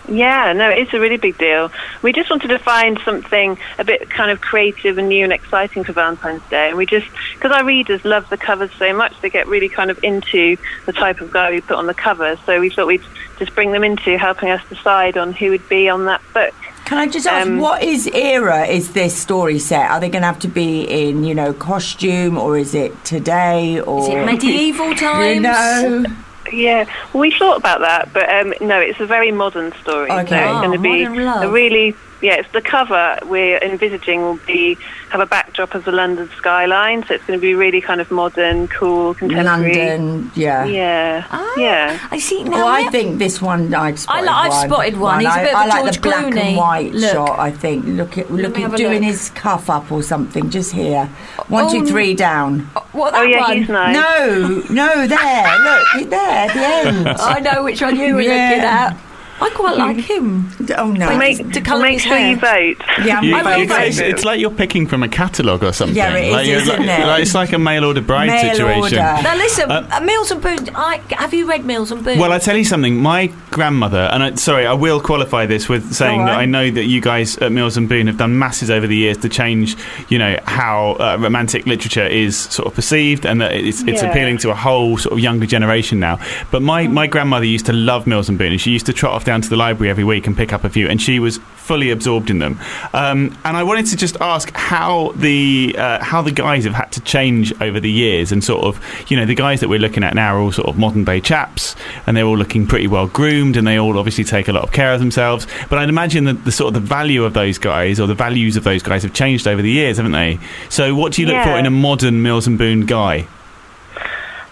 Speaker 8: Yeah, no, it's a really big deal. We just wanted to find something a bit kind of creative and new and exciting for Valentine's Day. And we just, because our readers love the covers so much, they get really kind of into the type of guy we put on the cover. So we thought we'd just bring them into helping us decide on who would be on that book.
Speaker 7: Can I just ask,
Speaker 8: Um,
Speaker 7: what is era is this story set? Are they going to have to be in, you know, costume or is it today or
Speaker 3: Is
Speaker 8: Oh.
Speaker 3: it medieval times?
Speaker 7: You know,
Speaker 8: Yeah, well, we thought about that, but um, no, it's a very modern story.
Speaker 7: Okay.
Speaker 8: So it's
Speaker 3: Oh,
Speaker 8: going to be
Speaker 3: modern love.
Speaker 8: a really yeah. It's the cover we're envisaging will be have a backdrop of the London skyline, so it's going to be really kind of modern, cool, contemporary.
Speaker 7: London, yeah.
Speaker 8: Yeah,
Speaker 3: Ah,
Speaker 8: yeah.
Speaker 3: I see. Now
Speaker 8: Oh,
Speaker 7: Well,
Speaker 3: we-
Speaker 7: I think this one I've
Speaker 3: I
Speaker 7: spotted.
Speaker 3: li- I've
Speaker 7: one.
Speaker 3: spotted one. He's a
Speaker 7: I-
Speaker 3: bit of
Speaker 7: I
Speaker 3: a
Speaker 7: like the
Speaker 3: George
Speaker 7: black
Speaker 3: Clooney
Speaker 7: and white
Speaker 3: look.
Speaker 7: shot. I think look at
Speaker 3: me
Speaker 7: looking
Speaker 3: have a
Speaker 7: doing
Speaker 3: look.
Speaker 7: his cuff up or something just here. One,
Speaker 3: Oh,
Speaker 7: two, three
Speaker 3: n-
Speaker 7: down.
Speaker 3: what that
Speaker 8: Oh yeah,
Speaker 3: one?
Speaker 8: he's nice.
Speaker 7: No, no, there. Look, there at the
Speaker 3: <laughs>
Speaker 7: end.
Speaker 3: I know which one you were
Speaker 7: Yeah.
Speaker 3: looking at. I quite like him.
Speaker 7: Oh no!
Speaker 3: Wait,
Speaker 8: Mm-hmm. Make,
Speaker 3: To colour
Speaker 8: make
Speaker 3: his
Speaker 8: sure
Speaker 3: hair.
Speaker 8: you vote.
Speaker 7: yeah,
Speaker 4: You-
Speaker 3: I will
Speaker 4: you-
Speaker 3: vote.
Speaker 4: it's, it's like you're picking from a catalogue or something.
Speaker 7: Yeah, it is,
Speaker 4: like you're-
Speaker 7: isn't
Speaker 4: like-
Speaker 7: it?
Speaker 4: like- it's like a mail order bride
Speaker 7: Mail
Speaker 4: situation.
Speaker 7: order.
Speaker 3: Now listen, uh, Mills and Boone. I, have you read Mills and Boone?
Speaker 4: Well, I tell you something. My grandmother, and I, sorry, I will qualify this with saying
Speaker 7: Go
Speaker 4: that
Speaker 7: on.
Speaker 4: I know that you guys at Mills and Boone have done masses over the years to change, you know, how uh, romantic literature is sort of perceived, and that it's, it's
Speaker 8: Yeah.
Speaker 4: appealing to a whole sort of younger generation now. But my, my grandmother used to love Mills and Boone, and she used to trot off down to the library every week and pick up a few, and she was fully absorbed in them. Um, and I wanted to just ask how the uh, how the guys have had to change over the years, and sort of, you know, the guys that we're looking at now are all sort of modern day chaps, and they're all looking pretty well groomed, and they all obviously take a lot of care of themselves. But I'd imagine that the sort of the value of those guys or the values of those guys have changed over the years, haven't they? So, what do you look for
Speaker 8: Yeah.
Speaker 4: in a modern Mills and Boone guy?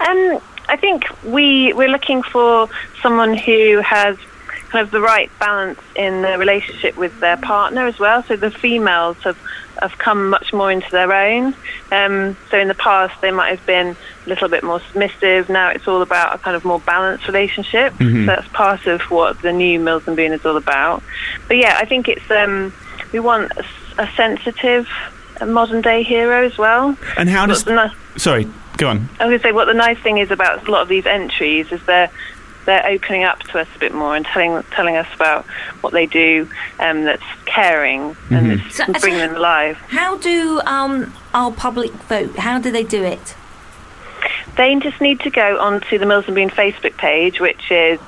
Speaker 8: Um, I think we we're looking for someone who has kind of the right balance in their relationship with their partner as well. So the females have have come much more into their own. Um, so in the past they might have been a little bit more submissive. Now it's all about a kind of more balanced relationship.
Speaker 4: Mm-hmm.
Speaker 8: So that's part of what the new Mills and Boone is all about. But yeah, I think it's um, we want a, s- a sensitive modern day hero as well.
Speaker 4: And how
Speaker 8: But
Speaker 4: does?
Speaker 8: the ni-
Speaker 4: Sorry, go on.
Speaker 8: I was going to say what the nice thing is about a lot of these entries is they're they're opening up to us a bit more and telling telling us about what they do um, that's caring and
Speaker 7: Mm-hmm.
Speaker 8: that's
Speaker 3: So-
Speaker 8: will bring them alive.
Speaker 3: how do um, our public vote? How do they do it?
Speaker 8: They just need to go onto the Mills and Boone Facebook page, which is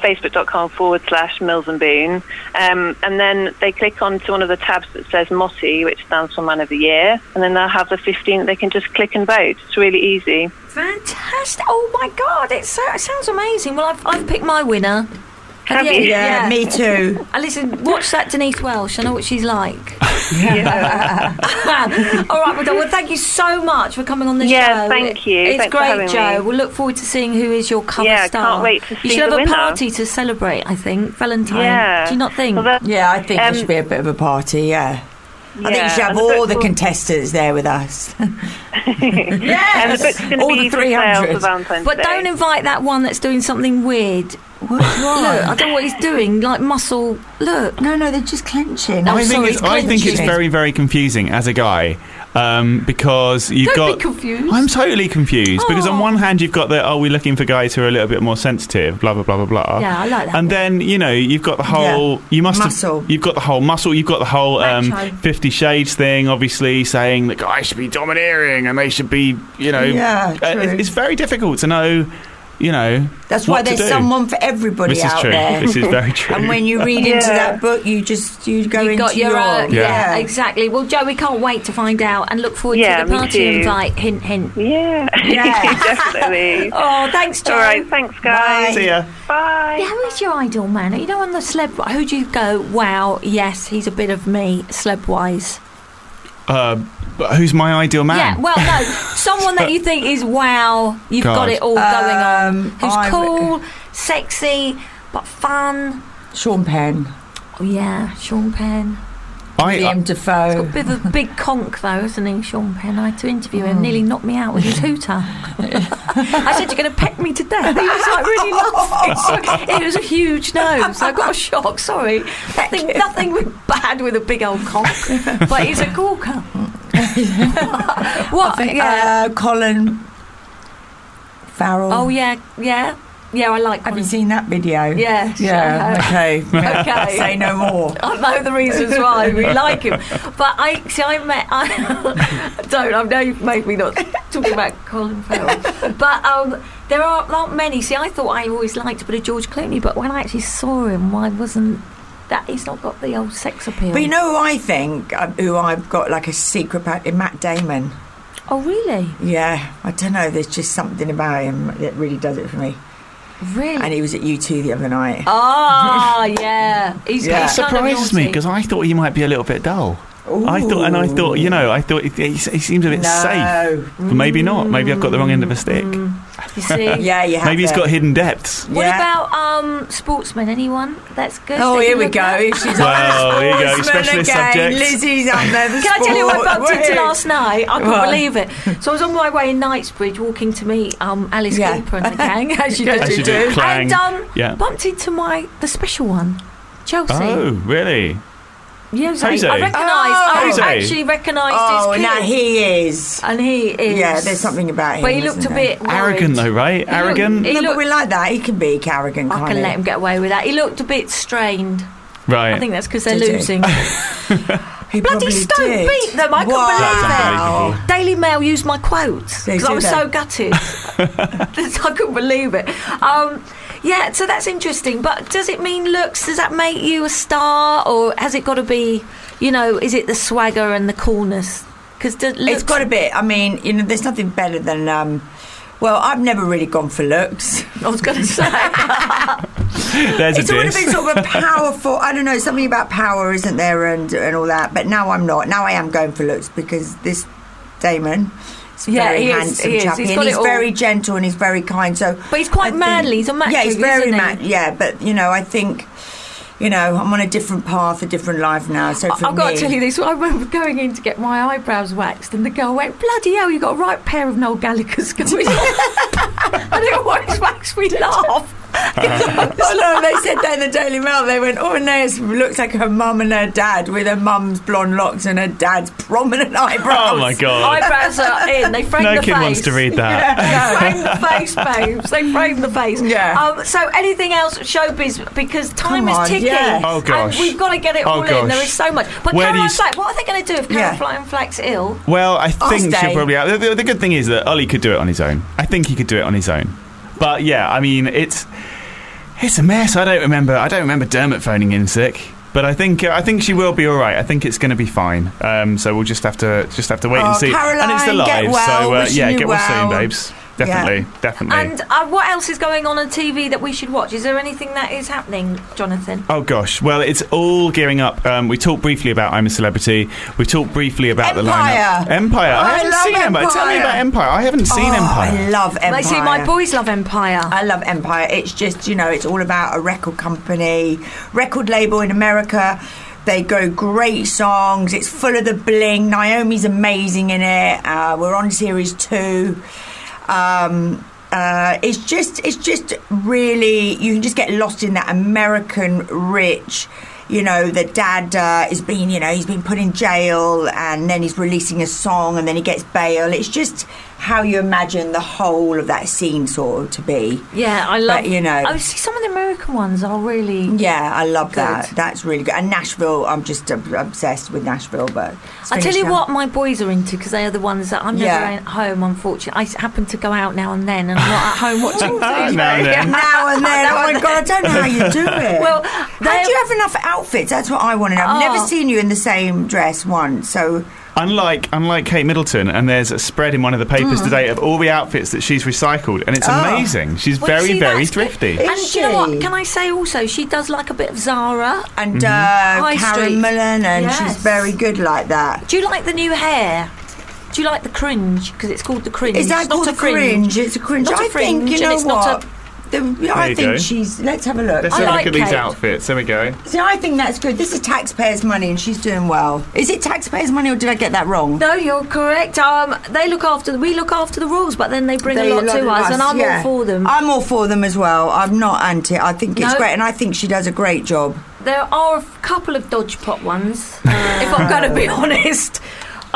Speaker 8: facebook.com forward slash Mills and Boone, um, and then they click onto one of the tabs that says MOTI, which stands for Man of the Year, and then they'll have the 15 they can just click and vote. It's really easy.
Speaker 3: Fantastic! Oh my God, it, so, it sounds amazing. Well, I've, I've picked my winner.
Speaker 8: Have you?
Speaker 7: yeah, me too.
Speaker 3: I listen. Watch that Denise Welsh. I know what she's
Speaker 8: <laughs>
Speaker 3: like. <laughs> All right, well, done. well, thank you so much for coming on the
Speaker 8: Yeah,
Speaker 3: show.
Speaker 8: thank you.
Speaker 3: It's
Speaker 8: Thanks for
Speaker 3: great,
Speaker 8: having
Speaker 3: Joe.
Speaker 8: me.
Speaker 3: We'll look forward to seeing who is your cover
Speaker 8: Yeah, I
Speaker 3: star.
Speaker 8: can't wait to
Speaker 3: You
Speaker 8: see
Speaker 3: should
Speaker 8: the
Speaker 3: have a
Speaker 8: winner.
Speaker 3: party to celebrate. I think Valentine.
Speaker 8: Yeah.
Speaker 3: Do you not think?
Speaker 8: Well, that-
Speaker 7: Yeah, I think
Speaker 8: Um,
Speaker 7: there should be a bit of a party. Yeah, I think you
Speaker 8: Yeah,
Speaker 7: should have
Speaker 8: and the
Speaker 7: all
Speaker 8: book
Speaker 7: the
Speaker 8: will-
Speaker 7: contestants there with us. <laughs>
Speaker 8: And the book's going to
Speaker 7: All
Speaker 8: be
Speaker 7: the
Speaker 8: for sale
Speaker 7: 300.
Speaker 8: for Valentine's
Speaker 3: but
Speaker 8: Day.
Speaker 3: don't invite that one that's doing something weird.
Speaker 7: What's
Speaker 3: Look,
Speaker 7: wrong?
Speaker 3: I don't know what he's doing. Like muscle. Look.
Speaker 8: Uh-huh.
Speaker 7: No, no, they're just clenching.
Speaker 3: Oh,
Speaker 4: I think
Speaker 3: sorry,
Speaker 4: it's, I think it's
Speaker 3: clenching.
Speaker 4: very very confusing as a guy um, because you've
Speaker 3: Don't be
Speaker 4: got
Speaker 3: confused.
Speaker 4: I'm totally confused because on
Speaker 3: Aw.
Speaker 4: one hand you've got the oh we're looking for guys who are a little bit more sensitive blah blah blah blah blah
Speaker 3: Yeah, I like that
Speaker 4: and then you know you've got the whole you must
Speaker 7: Muscle.
Speaker 4: have you've got the whole muscle you've got the whole um,
Speaker 3: Macho.
Speaker 4: Fifty Shades thing obviously saying that guys should be domineering and they should be you know
Speaker 7: Yeah,
Speaker 4: uh,
Speaker 7: true.
Speaker 4: it's, it's very difficult to know you know
Speaker 7: That's why
Speaker 4: what to
Speaker 7: there's
Speaker 4: do.
Speaker 7: someone for everybody
Speaker 4: this is
Speaker 7: out
Speaker 4: true
Speaker 7: there.
Speaker 4: this is very true
Speaker 7: <laughs> and when you read into
Speaker 8: Yeah.
Speaker 7: that book, you just you go
Speaker 3: You
Speaker 7: into
Speaker 3: got your, own.
Speaker 4: Yeah.
Speaker 3: Yeah. exactly. Well, Joe, we can't wait to find out and look forward
Speaker 8: Yeah,
Speaker 3: to the
Speaker 8: me
Speaker 3: party
Speaker 8: too.
Speaker 3: invite. Hint, hint.
Speaker 8: Yeah, <laughs>
Speaker 7: Yeah.
Speaker 8: definitely.
Speaker 3: Oh, thanks, Joe.
Speaker 8: All right, thanks, guys.
Speaker 4: see ya
Speaker 8: Bye.
Speaker 3: Yeah, who is your idol man? You know, on the celeb, who do you go? Wow, yes, he's a bit of me, celeb wise.
Speaker 4: uh, but who's my ideal man
Speaker 3: Yeah, well,
Speaker 4: <laughs>
Speaker 3: no, someone that you think is wow, you've
Speaker 4: God.
Speaker 3: got it all going
Speaker 8: Uh,
Speaker 3: on.
Speaker 7: Um,
Speaker 3: Who's
Speaker 7: I'm-
Speaker 3: cool, sexy, but fun.
Speaker 7: Sean Penn,
Speaker 3: Oh yeah, Sean Penn.
Speaker 4: I- I,
Speaker 7: Liam Defoe.
Speaker 3: Bit of a big conk though, isn't he, Sean Penn? I had to interview him,
Speaker 7: Hmm.
Speaker 3: nearly knocked me out with his hooter.
Speaker 7: <laughs>
Speaker 3: I said, "You're going to peck me to death." He was like
Speaker 7: <laughs>
Speaker 3: really laughing. It was a huge nose. I got a shock. Sorry, nothing, nothing bad with a big old conk, but he's a
Speaker 7: <laughs>
Speaker 3: corker. what? yeah.
Speaker 7: Uh, Colin Farrell.
Speaker 3: oh yeah, yeah, yeah. I like.
Speaker 7: Have
Speaker 3: Colin.
Speaker 7: you seen that video?
Speaker 3: Yes, I
Speaker 7: Yeah. Okay.
Speaker 3: <laughs> Okay.
Speaker 7: <laughs>
Speaker 4: <laughs>
Speaker 7: Say no more.
Speaker 3: <laughs> I know the reasons why we like him, but I see. I met. I <laughs> don't. I know you make me not talking about Colin Farrell, but um, there are not many. See, I thought I always liked a bit of George Clooney, but when I actually saw him, why wasn't that? He's not got the old sex appeal.
Speaker 7: But you know who I think? uh, Who I've got like a secret about? Matt Damon.
Speaker 3: oh, really?
Speaker 7: Yeah, I don't know. There's just something about him that really does it for me.
Speaker 3: Really?
Speaker 7: And he was at U2 the other night.
Speaker 3: Ah, yeah. He's
Speaker 7: Yeah.
Speaker 3: he's
Speaker 4: That
Speaker 3: kind of
Speaker 4: surprises uh, me
Speaker 3: naughty.
Speaker 4: because I thought he might be a little bit dull. I thought, and I thought, you know, I thought it, it, it seems a bit safe, but maybe not. Maybe I've got the wrong end of a stick.
Speaker 3: You see?
Speaker 7: <laughs> Yeah, you have
Speaker 4: Maybe it's
Speaker 7: it.
Speaker 4: got hidden depths.
Speaker 3: What
Speaker 7: Yeah.
Speaker 3: about um, sportsmen? Anyone? That's good.
Speaker 7: Oh,
Speaker 3: that you
Speaker 7: here we
Speaker 3: look
Speaker 7: go.
Speaker 3: at?
Speaker 7: She's
Speaker 4: Well, here you go,
Speaker 7: on
Speaker 4: specialist
Speaker 7: again.
Speaker 4: subject.
Speaker 7: Lizzie's on there. the
Speaker 3: Can I tell you what I
Speaker 7: sport.
Speaker 3: bumped into
Speaker 7: Woo.
Speaker 3: last night? I couldn't
Speaker 7: What?
Speaker 3: believe it. So I was on my way in Knightsbridge walking to meet um, Alice
Speaker 7: Yeah.
Speaker 3: Cooper and the gang, <laughs> as you do.
Speaker 4: As you do,
Speaker 3: And
Speaker 4: clang.
Speaker 3: um,
Speaker 4: Yeah.
Speaker 3: bumped into my the special one, Chelsea.
Speaker 4: Oh, really?
Speaker 3: Jose.
Speaker 4: Jose.
Speaker 3: I recognised.
Speaker 7: Oh.
Speaker 3: I
Speaker 4: Jose.
Speaker 3: actually recognised
Speaker 7: Oh,
Speaker 3: his kid.
Speaker 7: now he is.
Speaker 3: and he is.
Speaker 7: Yeah, there's something about him.
Speaker 3: But he looked a
Speaker 7: isn't
Speaker 3: bit worried.
Speaker 4: Arrogant though, right?
Speaker 3: looked-
Speaker 4: Arrogant,
Speaker 3: he
Speaker 7: there? No,
Speaker 3: looked-
Speaker 7: but we like that. He can be arrogant,
Speaker 3: I
Speaker 7: can't
Speaker 3: can
Speaker 7: he?
Speaker 3: let him get away with that. He looked a bit strained.
Speaker 4: right?
Speaker 3: I think that's because they're
Speaker 7: Did he?
Speaker 3: losing.
Speaker 7: He
Speaker 3: Bloody
Speaker 7: probably
Speaker 3: Stoke
Speaker 7: did.
Speaker 3: beat them. I couldn't
Speaker 7: wow.
Speaker 3: believe it.
Speaker 4: That's unbelievable.
Speaker 3: Daily Mail used my quotes
Speaker 7: They
Speaker 3: because I
Speaker 7: did
Speaker 3: was
Speaker 7: that.
Speaker 3: so gutted.
Speaker 7: <laughs>
Speaker 3: <laughs> I couldn't believe it. Um, yeah, so that's interesting. But does it mean looks? Does that make you a star, or has it got to be, you know, is it the swagger and the coolness? Because
Speaker 7: It's got a bit. I mean, you know, there's nothing better than. Um, well, I've never really gone for looks.
Speaker 3: I was <laughs> going to say.
Speaker 4: There's
Speaker 7: It's
Speaker 4: a
Speaker 7: always
Speaker 3: <laughs>
Speaker 4: diss.
Speaker 7: been sort of a "Oh, powerful. I don't know, something about power, isn't there, and and all that. But now I'm not. Now I am going for looks because this Damon. is
Speaker 3: Yeah,
Speaker 7: very
Speaker 3: he is,
Speaker 7: handsome
Speaker 3: he is.
Speaker 7: chappy,
Speaker 3: He's
Speaker 7: and
Speaker 3: got it
Speaker 7: he's
Speaker 3: all.
Speaker 7: very gentle and he's very kind. So,
Speaker 3: But he's quite
Speaker 7: I think-
Speaker 3: manly. He's a macho,
Speaker 7: Yeah, he's very
Speaker 3: isn't he?
Speaker 7: manly. Yeah, but you know, I think, you know, I'm on a different path, a different life now. So for
Speaker 3: I've got
Speaker 7: me-
Speaker 3: to tell
Speaker 7: <laughs>
Speaker 3: you this. I remember going in to get my eyebrows waxed, and the girl went, "Bloody hell, you got a right pair of Noel Gallagher's <laughs> going on." and it always
Speaker 7: <laughs>
Speaker 3: makes me laugh. <laughs>
Speaker 7: oh no, they said that in the Daily Mail. They went, oh no, it looks like her mum and her dad with her mum's blonde locks and her dad's prominent eyebrows.
Speaker 4: Oh my god!
Speaker 3: eyebrows are in. They frame
Speaker 4: No
Speaker 3: the
Speaker 4: kid
Speaker 3: face.
Speaker 4: wants to read that.
Speaker 3: They frame the face, babes. They frame the face.
Speaker 7: Yeah.
Speaker 3: Um, so anything else showbiz because time
Speaker 7: Come
Speaker 3: is
Speaker 7: on,
Speaker 3: ticking.
Speaker 7: yeah.
Speaker 4: Oh, gosh.
Speaker 3: And we've got to get it
Speaker 4: Oh,
Speaker 3: all in. There
Speaker 4: gosh.
Speaker 3: is so much. But
Speaker 4: Where do you
Speaker 3: Caroline
Speaker 4: s-
Speaker 3: Flack, what are they going to do if
Speaker 7: Yeah.
Speaker 3: Caroline Flack's ill?
Speaker 4: Well, I think she'll
Speaker 7: stay.
Speaker 4: probably. Out. The, the good thing is that Ollie could do it on his own. I think he could do it on his own. But yeah, I mean, it's it's a mess. I don't remember. I don't remember Dermot phoning in sick. But I think uh, I think she will be all right. I think it's going to be fine. Um, so we'll just have to just have to wait
Speaker 7: Oh,
Speaker 4: and see. and it's the
Speaker 7: Caroline, get
Speaker 4: live,
Speaker 7: well,
Speaker 4: so uh,
Speaker 7: wishing
Speaker 4: yeah,
Speaker 7: you
Speaker 4: get well soon,
Speaker 7: well.
Speaker 4: babes. Definitely, definitely.
Speaker 3: And uh, what else is going on on TV that we should watch? Is there anything that is happening, Jonathan?
Speaker 4: Oh gosh! Well, it's all gearing up. Um, we talked briefly about I'm a Celebrity. We talked briefly about
Speaker 7: Empire.
Speaker 4: the lineup. Empire.
Speaker 7: Oh,
Speaker 4: I
Speaker 7: I
Speaker 4: haven't
Speaker 7: love
Speaker 4: seen Empire. Tell me
Speaker 7: Empire.
Speaker 4: about Empire. I haven't seen
Speaker 7: Oh,
Speaker 4: Empire.
Speaker 7: I love Empire.
Speaker 3: They see my boys love Empire.
Speaker 7: I love Empire. It's just, you know, it's all about a record company, record label in America. They go great songs. It's full of the bling. Naomi's amazing in it. Uh, we're on series two. Um, uh, it's just, it's just really. You can just get lost in that American rich. You know, the dad uh, is being, you know, he's been put in jail, and then he's releasing a song, and then he gets bail. It's just how you imagine the whole of that scene sort of to be.
Speaker 3: yeah, I love.
Speaker 7: But, you know-
Speaker 3: oh, see, some of the American ones are really.
Speaker 7: Yeah, I love
Speaker 3: Good.
Speaker 7: that. That's really good. And Nashville, I'm just ob- obsessed with Nashville. But it's
Speaker 3: I tell
Speaker 7: finished
Speaker 3: you
Speaker 7: now.
Speaker 3: what, my boys are into because they are the ones that I'm never
Speaker 7: Yeah.
Speaker 3: at home. Unfortunately, I s- happen to go out now and then, and I'm not at home
Speaker 7: <laughs>
Speaker 3: watching.
Speaker 4: Ah, Now
Speaker 3: TV.
Speaker 4: and then.
Speaker 7: Now
Speaker 3: <laughs>
Speaker 7: and then, oh my god, I don't know how you do it.
Speaker 3: Well,
Speaker 7: how
Speaker 3: they're-
Speaker 7: do you have enough outfits? That's what I want to know. I've
Speaker 3: Oh.
Speaker 7: never seen you in the same dress once. So
Speaker 4: Unlike unlike Kate Middleton, and there's a spread in one of the papers
Speaker 3: Mm.
Speaker 4: today of all the outfits that she's recycled, and it's amazing. She's
Speaker 3: Ah. Well, you
Speaker 4: very
Speaker 3: see,
Speaker 4: very
Speaker 3: that's good.
Speaker 4: thrifty.
Speaker 7: Is
Speaker 3: and do you know what?
Speaker 7: she?
Speaker 3: Can I say also, she does like a bit of Zara.
Speaker 7: and
Speaker 3: Mm-hmm. High
Speaker 7: uh, Karen
Speaker 3: Street.
Speaker 7: Mullen, and
Speaker 3: Yes.
Speaker 7: she's very good like that.
Speaker 3: Do you like the new hair? Do you like the cringe? Because it's called the cringe.
Speaker 7: Is that
Speaker 3: It's not
Speaker 7: called
Speaker 3: a
Speaker 7: a cringe? It's a cringe.
Speaker 3: Not a
Speaker 7: I think
Speaker 3: fringe,
Speaker 7: you
Speaker 3: and
Speaker 7: know
Speaker 3: it's
Speaker 7: what.
Speaker 3: not a-
Speaker 7: The- I
Speaker 4: you
Speaker 7: think
Speaker 4: go.
Speaker 7: she's. Let's have a look.
Speaker 4: Let's
Speaker 3: I
Speaker 4: have
Speaker 3: like
Speaker 4: a look at these
Speaker 3: Kate.
Speaker 4: outfits. There we go.
Speaker 7: See, I think that's good. This is taxpayers' money, and she's doing well. Is it taxpayers' money, or did I get that wrong?
Speaker 3: No, you're correct. Um, they look after we look after the rules, but then they bring
Speaker 7: They-
Speaker 3: a lot,
Speaker 7: of
Speaker 3: to us, and I'm
Speaker 7: yeah.
Speaker 3: all for them.
Speaker 7: I'm all for them as well. I'm not anti. I think it's
Speaker 3: No.
Speaker 7: great, and I think she does a great job.
Speaker 3: There are a couple of dodge pop ones, <laughs> if I'm going to be
Speaker 7: Oh.
Speaker 3: honest.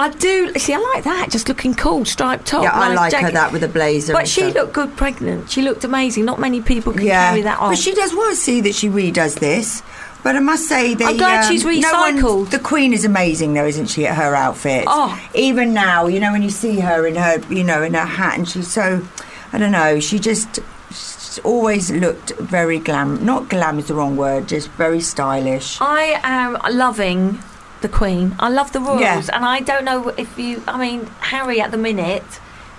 Speaker 3: I do see. I like that. Just looking cool, striped top.
Speaker 7: yeah, I
Speaker 3: Oh, nice
Speaker 7: like her
Speaker 3: jacket.
Speaker 7: that with a blazer.
Speaker 3: But
Speaker 7: and
Speaker 3: she
Speaker 7: stuff.
Speaker 3: looked good pregnant. She looked amazing. Not many people can carry that on.
Speaker 7: But she does well see that she redoes this. But I must say um, that
Speaker 3: I'm glad she's recycled.
Speaker 7: the Queen is amazing, though, isn't she? At her outfit.
Speaker 3: Oh.
Speaker 7: even now, you know, when you see her in her, you know, in her hat, and she's so, I don't know, she just she's always looked very glam. Not glam is the wrong word, just very stylish.
Speaker 3: I am loving the Queen. I love the royals,
Speaker 7: Yeah.
Speaker 3: and I don't know if you. I mean, Harry at the minute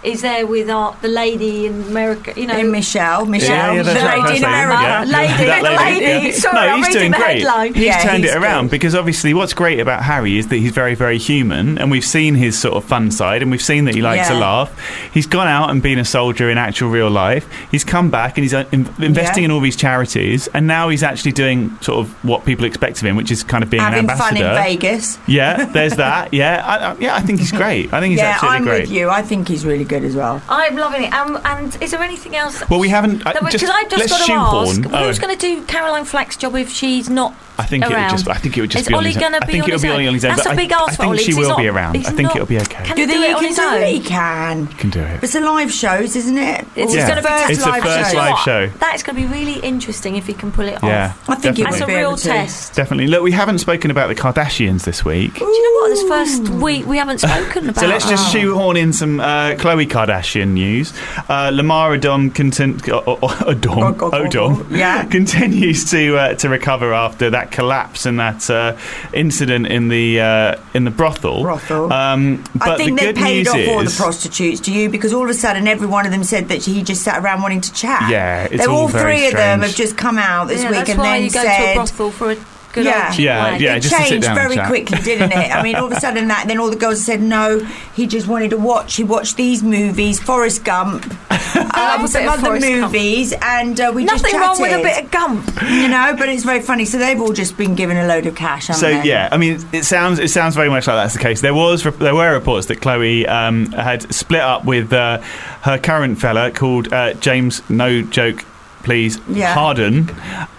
Speaker 3: is there with our, the lady in America, you know.
Speaker 7: In Michelle, Michelle,
Speaker 4: Yeah, yeah, that's
Speaker 7: the
Speaker 4: right,
Speaker 7: lady
Speaker 4: first
Speaker 7: in
Speaker 4: lady,
Speaker 7: America.
Speaker 4: yeah.
Speaker 3: Lady,
Speaker 4: That
Speaker 3: the
Speaker 4: lady,
Speaker 3: lady.
Speaker 4: yeah.
Speaker 3: Sorry,
Speaker 4: no,
Speaker 3: I'm
Speaker 4: he's
Speaker 3: reading
Speaker 4: doing
Speaker 3: the
Speaker 4: great.
Speaker 3: headline.
Speaker 4: He's
Speaker 7: Yeah,
Speaker 4: turned
Speaker 7: he's
Speaker 4: it around
Speaker 7: good.
Speaker 4: because obviously what's great about Harry is that he's very, very human, and we've seen his sort of fun side, and we've seen that he likes to
Speaker 7: Yeah.
Speaker 4: laugh. He's gone out and been a soldier in actual real life. He's come back and he's uh, in- investing
Speaker 7: Yeah.
Speaker 4: in all these charities, and now he's actually doing sort of what people expect of him, which is kind of being
Speaker 7: Having
Speaker 4: an
Speaker 7: fun
Speaker 4: ambassador.
Speaker 7: in Vegas.
Speaker 4: Yeah, there's that. Yeah, I, I, yeah, I think he's great. I think he's
Speaker 7: yeah,
Speaker 4: absolutely
Speaker 7: I'm
Speaker 4: great.
Speaker 7: with you. I think he's really good as well.
Speaker 3: I'm loving it. Um, and is there anything else?
Speaker 4: Well, we haven't- I-
Speaker 3: No, but-
Speaker 4: just-
Speaker 3: 'cause I've
Speaker 4: let's
Speaker 3: just got to
Speaker 4: shoehorn-
Speaker 3: ask,
Speaker 4: oh.
Speaker 3: who's going to do Caroline Flack's job if she's not
Speaker 4: I think it would
Speaker 3: around?
Speaker 4: just. I think it would just
Speaker 3: is
Speaker 4: be on
Speaker 3: Ollie
Speaker 4: his own.
Speaker 3: gonna
Speaker 4: I think
Speaker 3: be
Speaker 4: it'll
Speaker 3: on his
Speaker 4: be
Speaker 3: own?
Speaker 4: Ollie on his own.
Speaker 3: That's
Speaker 4: but
Speaker 3: a big
Speaker 4: I,
Speaker 3: ask
Speaker 4: I
Speaker 3: for
Speaker 4: think
Speaker 3: Ollie.
Speaker 4: she
Speaker 3: he's
Speaker 4: will
Speaker 3: not,
Speaker 4: be around. I
Speaker 3: he's
Speaker 4: think
Speaker 3: not-
Speaker 4: it'll be okay.
Speaker 3: Can he
Speaker 7: Do you
Speaker 3: do
Speaker 7: think
Speaker 3: it on
Speaker 7: he
Speaker 3: his
Speaker 7: can do it? He
Speaker 3: own?
Speaker 7: can.
Speaker 4: can do it.
Speaker 7: It's a live show, isn't it?
Speaker 3: It's
Speaker 4: Yeah.
Speaker 3: going to be
Speaker 4: It's the
Speaker 3: live
Speaker 4: first
Speaker 3: show.
Speaker 4: live show.
Speaker 3: That's going to be really interesting if he can pull it
Speaker 4: Yeah,
Speaker 3: off.
Speaker 7: I think
Speaker 4: definitely.
Speaker 7: it
Speaker 3: That's
Speaker 7: would
Speaker 3: a
Speaker 7: be
Speaker 3: real
Speaker 7: able to.
Speaker 3: test.
Speaker 4: Definitely. Look, we haven't spoken about the Kardashians this week.
Speaker 3: Do you know what? This first week we haven't spoken about.
Speaker 4: Mm. So let's just shoehorn in some uh, Khloe Kardashian news. Uh, Lamar Odom, content- o- o- o- Odom,
Speaker 7: Go, go, go,
Speaker 4: uh, Odom
Speaker 7: go. Yeah.
Speaker 4: <laughs> continues to uh, to recover after that collapse and that uh, incident in the uh, in the brothel.
Speaker 7: Brothel.
Speaker 4: Um, but
Speaker 7: I think
Speaker 4: the
Speaker 7: they
Speaker 4: good
Speaker 7: paid
Speaker 4: news
Speaker 7: off all the
Speaker 4: is-
Speaker 7: prostitutes to you because all of a sudden every one of them said that he just sat around wanting to chat.
Speaker 4: Yeah, it's
Speaker 7: they
Speaker 4: all
Speaker 7: all
Speaker 4: very
Speaker 7: three of them
Speaker 4: strange.
Speaker 7: have just come out this
Speaker 3: yeah,
Speaker 7: week
Speaker 3: that's
Speaker 7: and
Speaker 3: why
Speaker 7: then
Speaker 3: you go to
Speaker 7: said.
Speaker 3: a brothel for a good
Speaker 7: Yeah.
Speaker 3: old
Speaker 4: Yeah,
Speaker 3: wag.
Speaker 4: yeah,
Speaker 7: it
Speaker 4: just to sit
Speaker 7: changed
Speaker 4: down and
Speaker 7: very
Speaker 4: chat.
Speaker 7: quickly, didn't it? I mean, all of
Speaker 4: <laughs>
Speaker 7: a sudden that, and then all the girls said no. He just wanted to watch. He watched these movies, Forrest Gump,
Speaker 4: <laughs>
Speaker 7: um,
Speaker 3: bit
Speaker 7: some
Speaker 3: of
Speaker 7: other
Speaker 3: Forrest Gump.
Speaker 7: movies, and uh, we just
Speaker 3: Nothing
Speaker 7: chatted.
Speaker 3: wrong with a bit of gump.
Speaker 7: you know. But it's very funny. So they've all just been given a load of cash. Haven't
Speaker 4: So
Speaker 7: they?
Speaker 4: yeah, I mean, it sounds it sounds very much like that's the case. There was there were reports that Chloe um, had split up with uh, her current fella called uh, James. No joke. Please
Speaker 7: Yeah.
Speaker 4: pardon,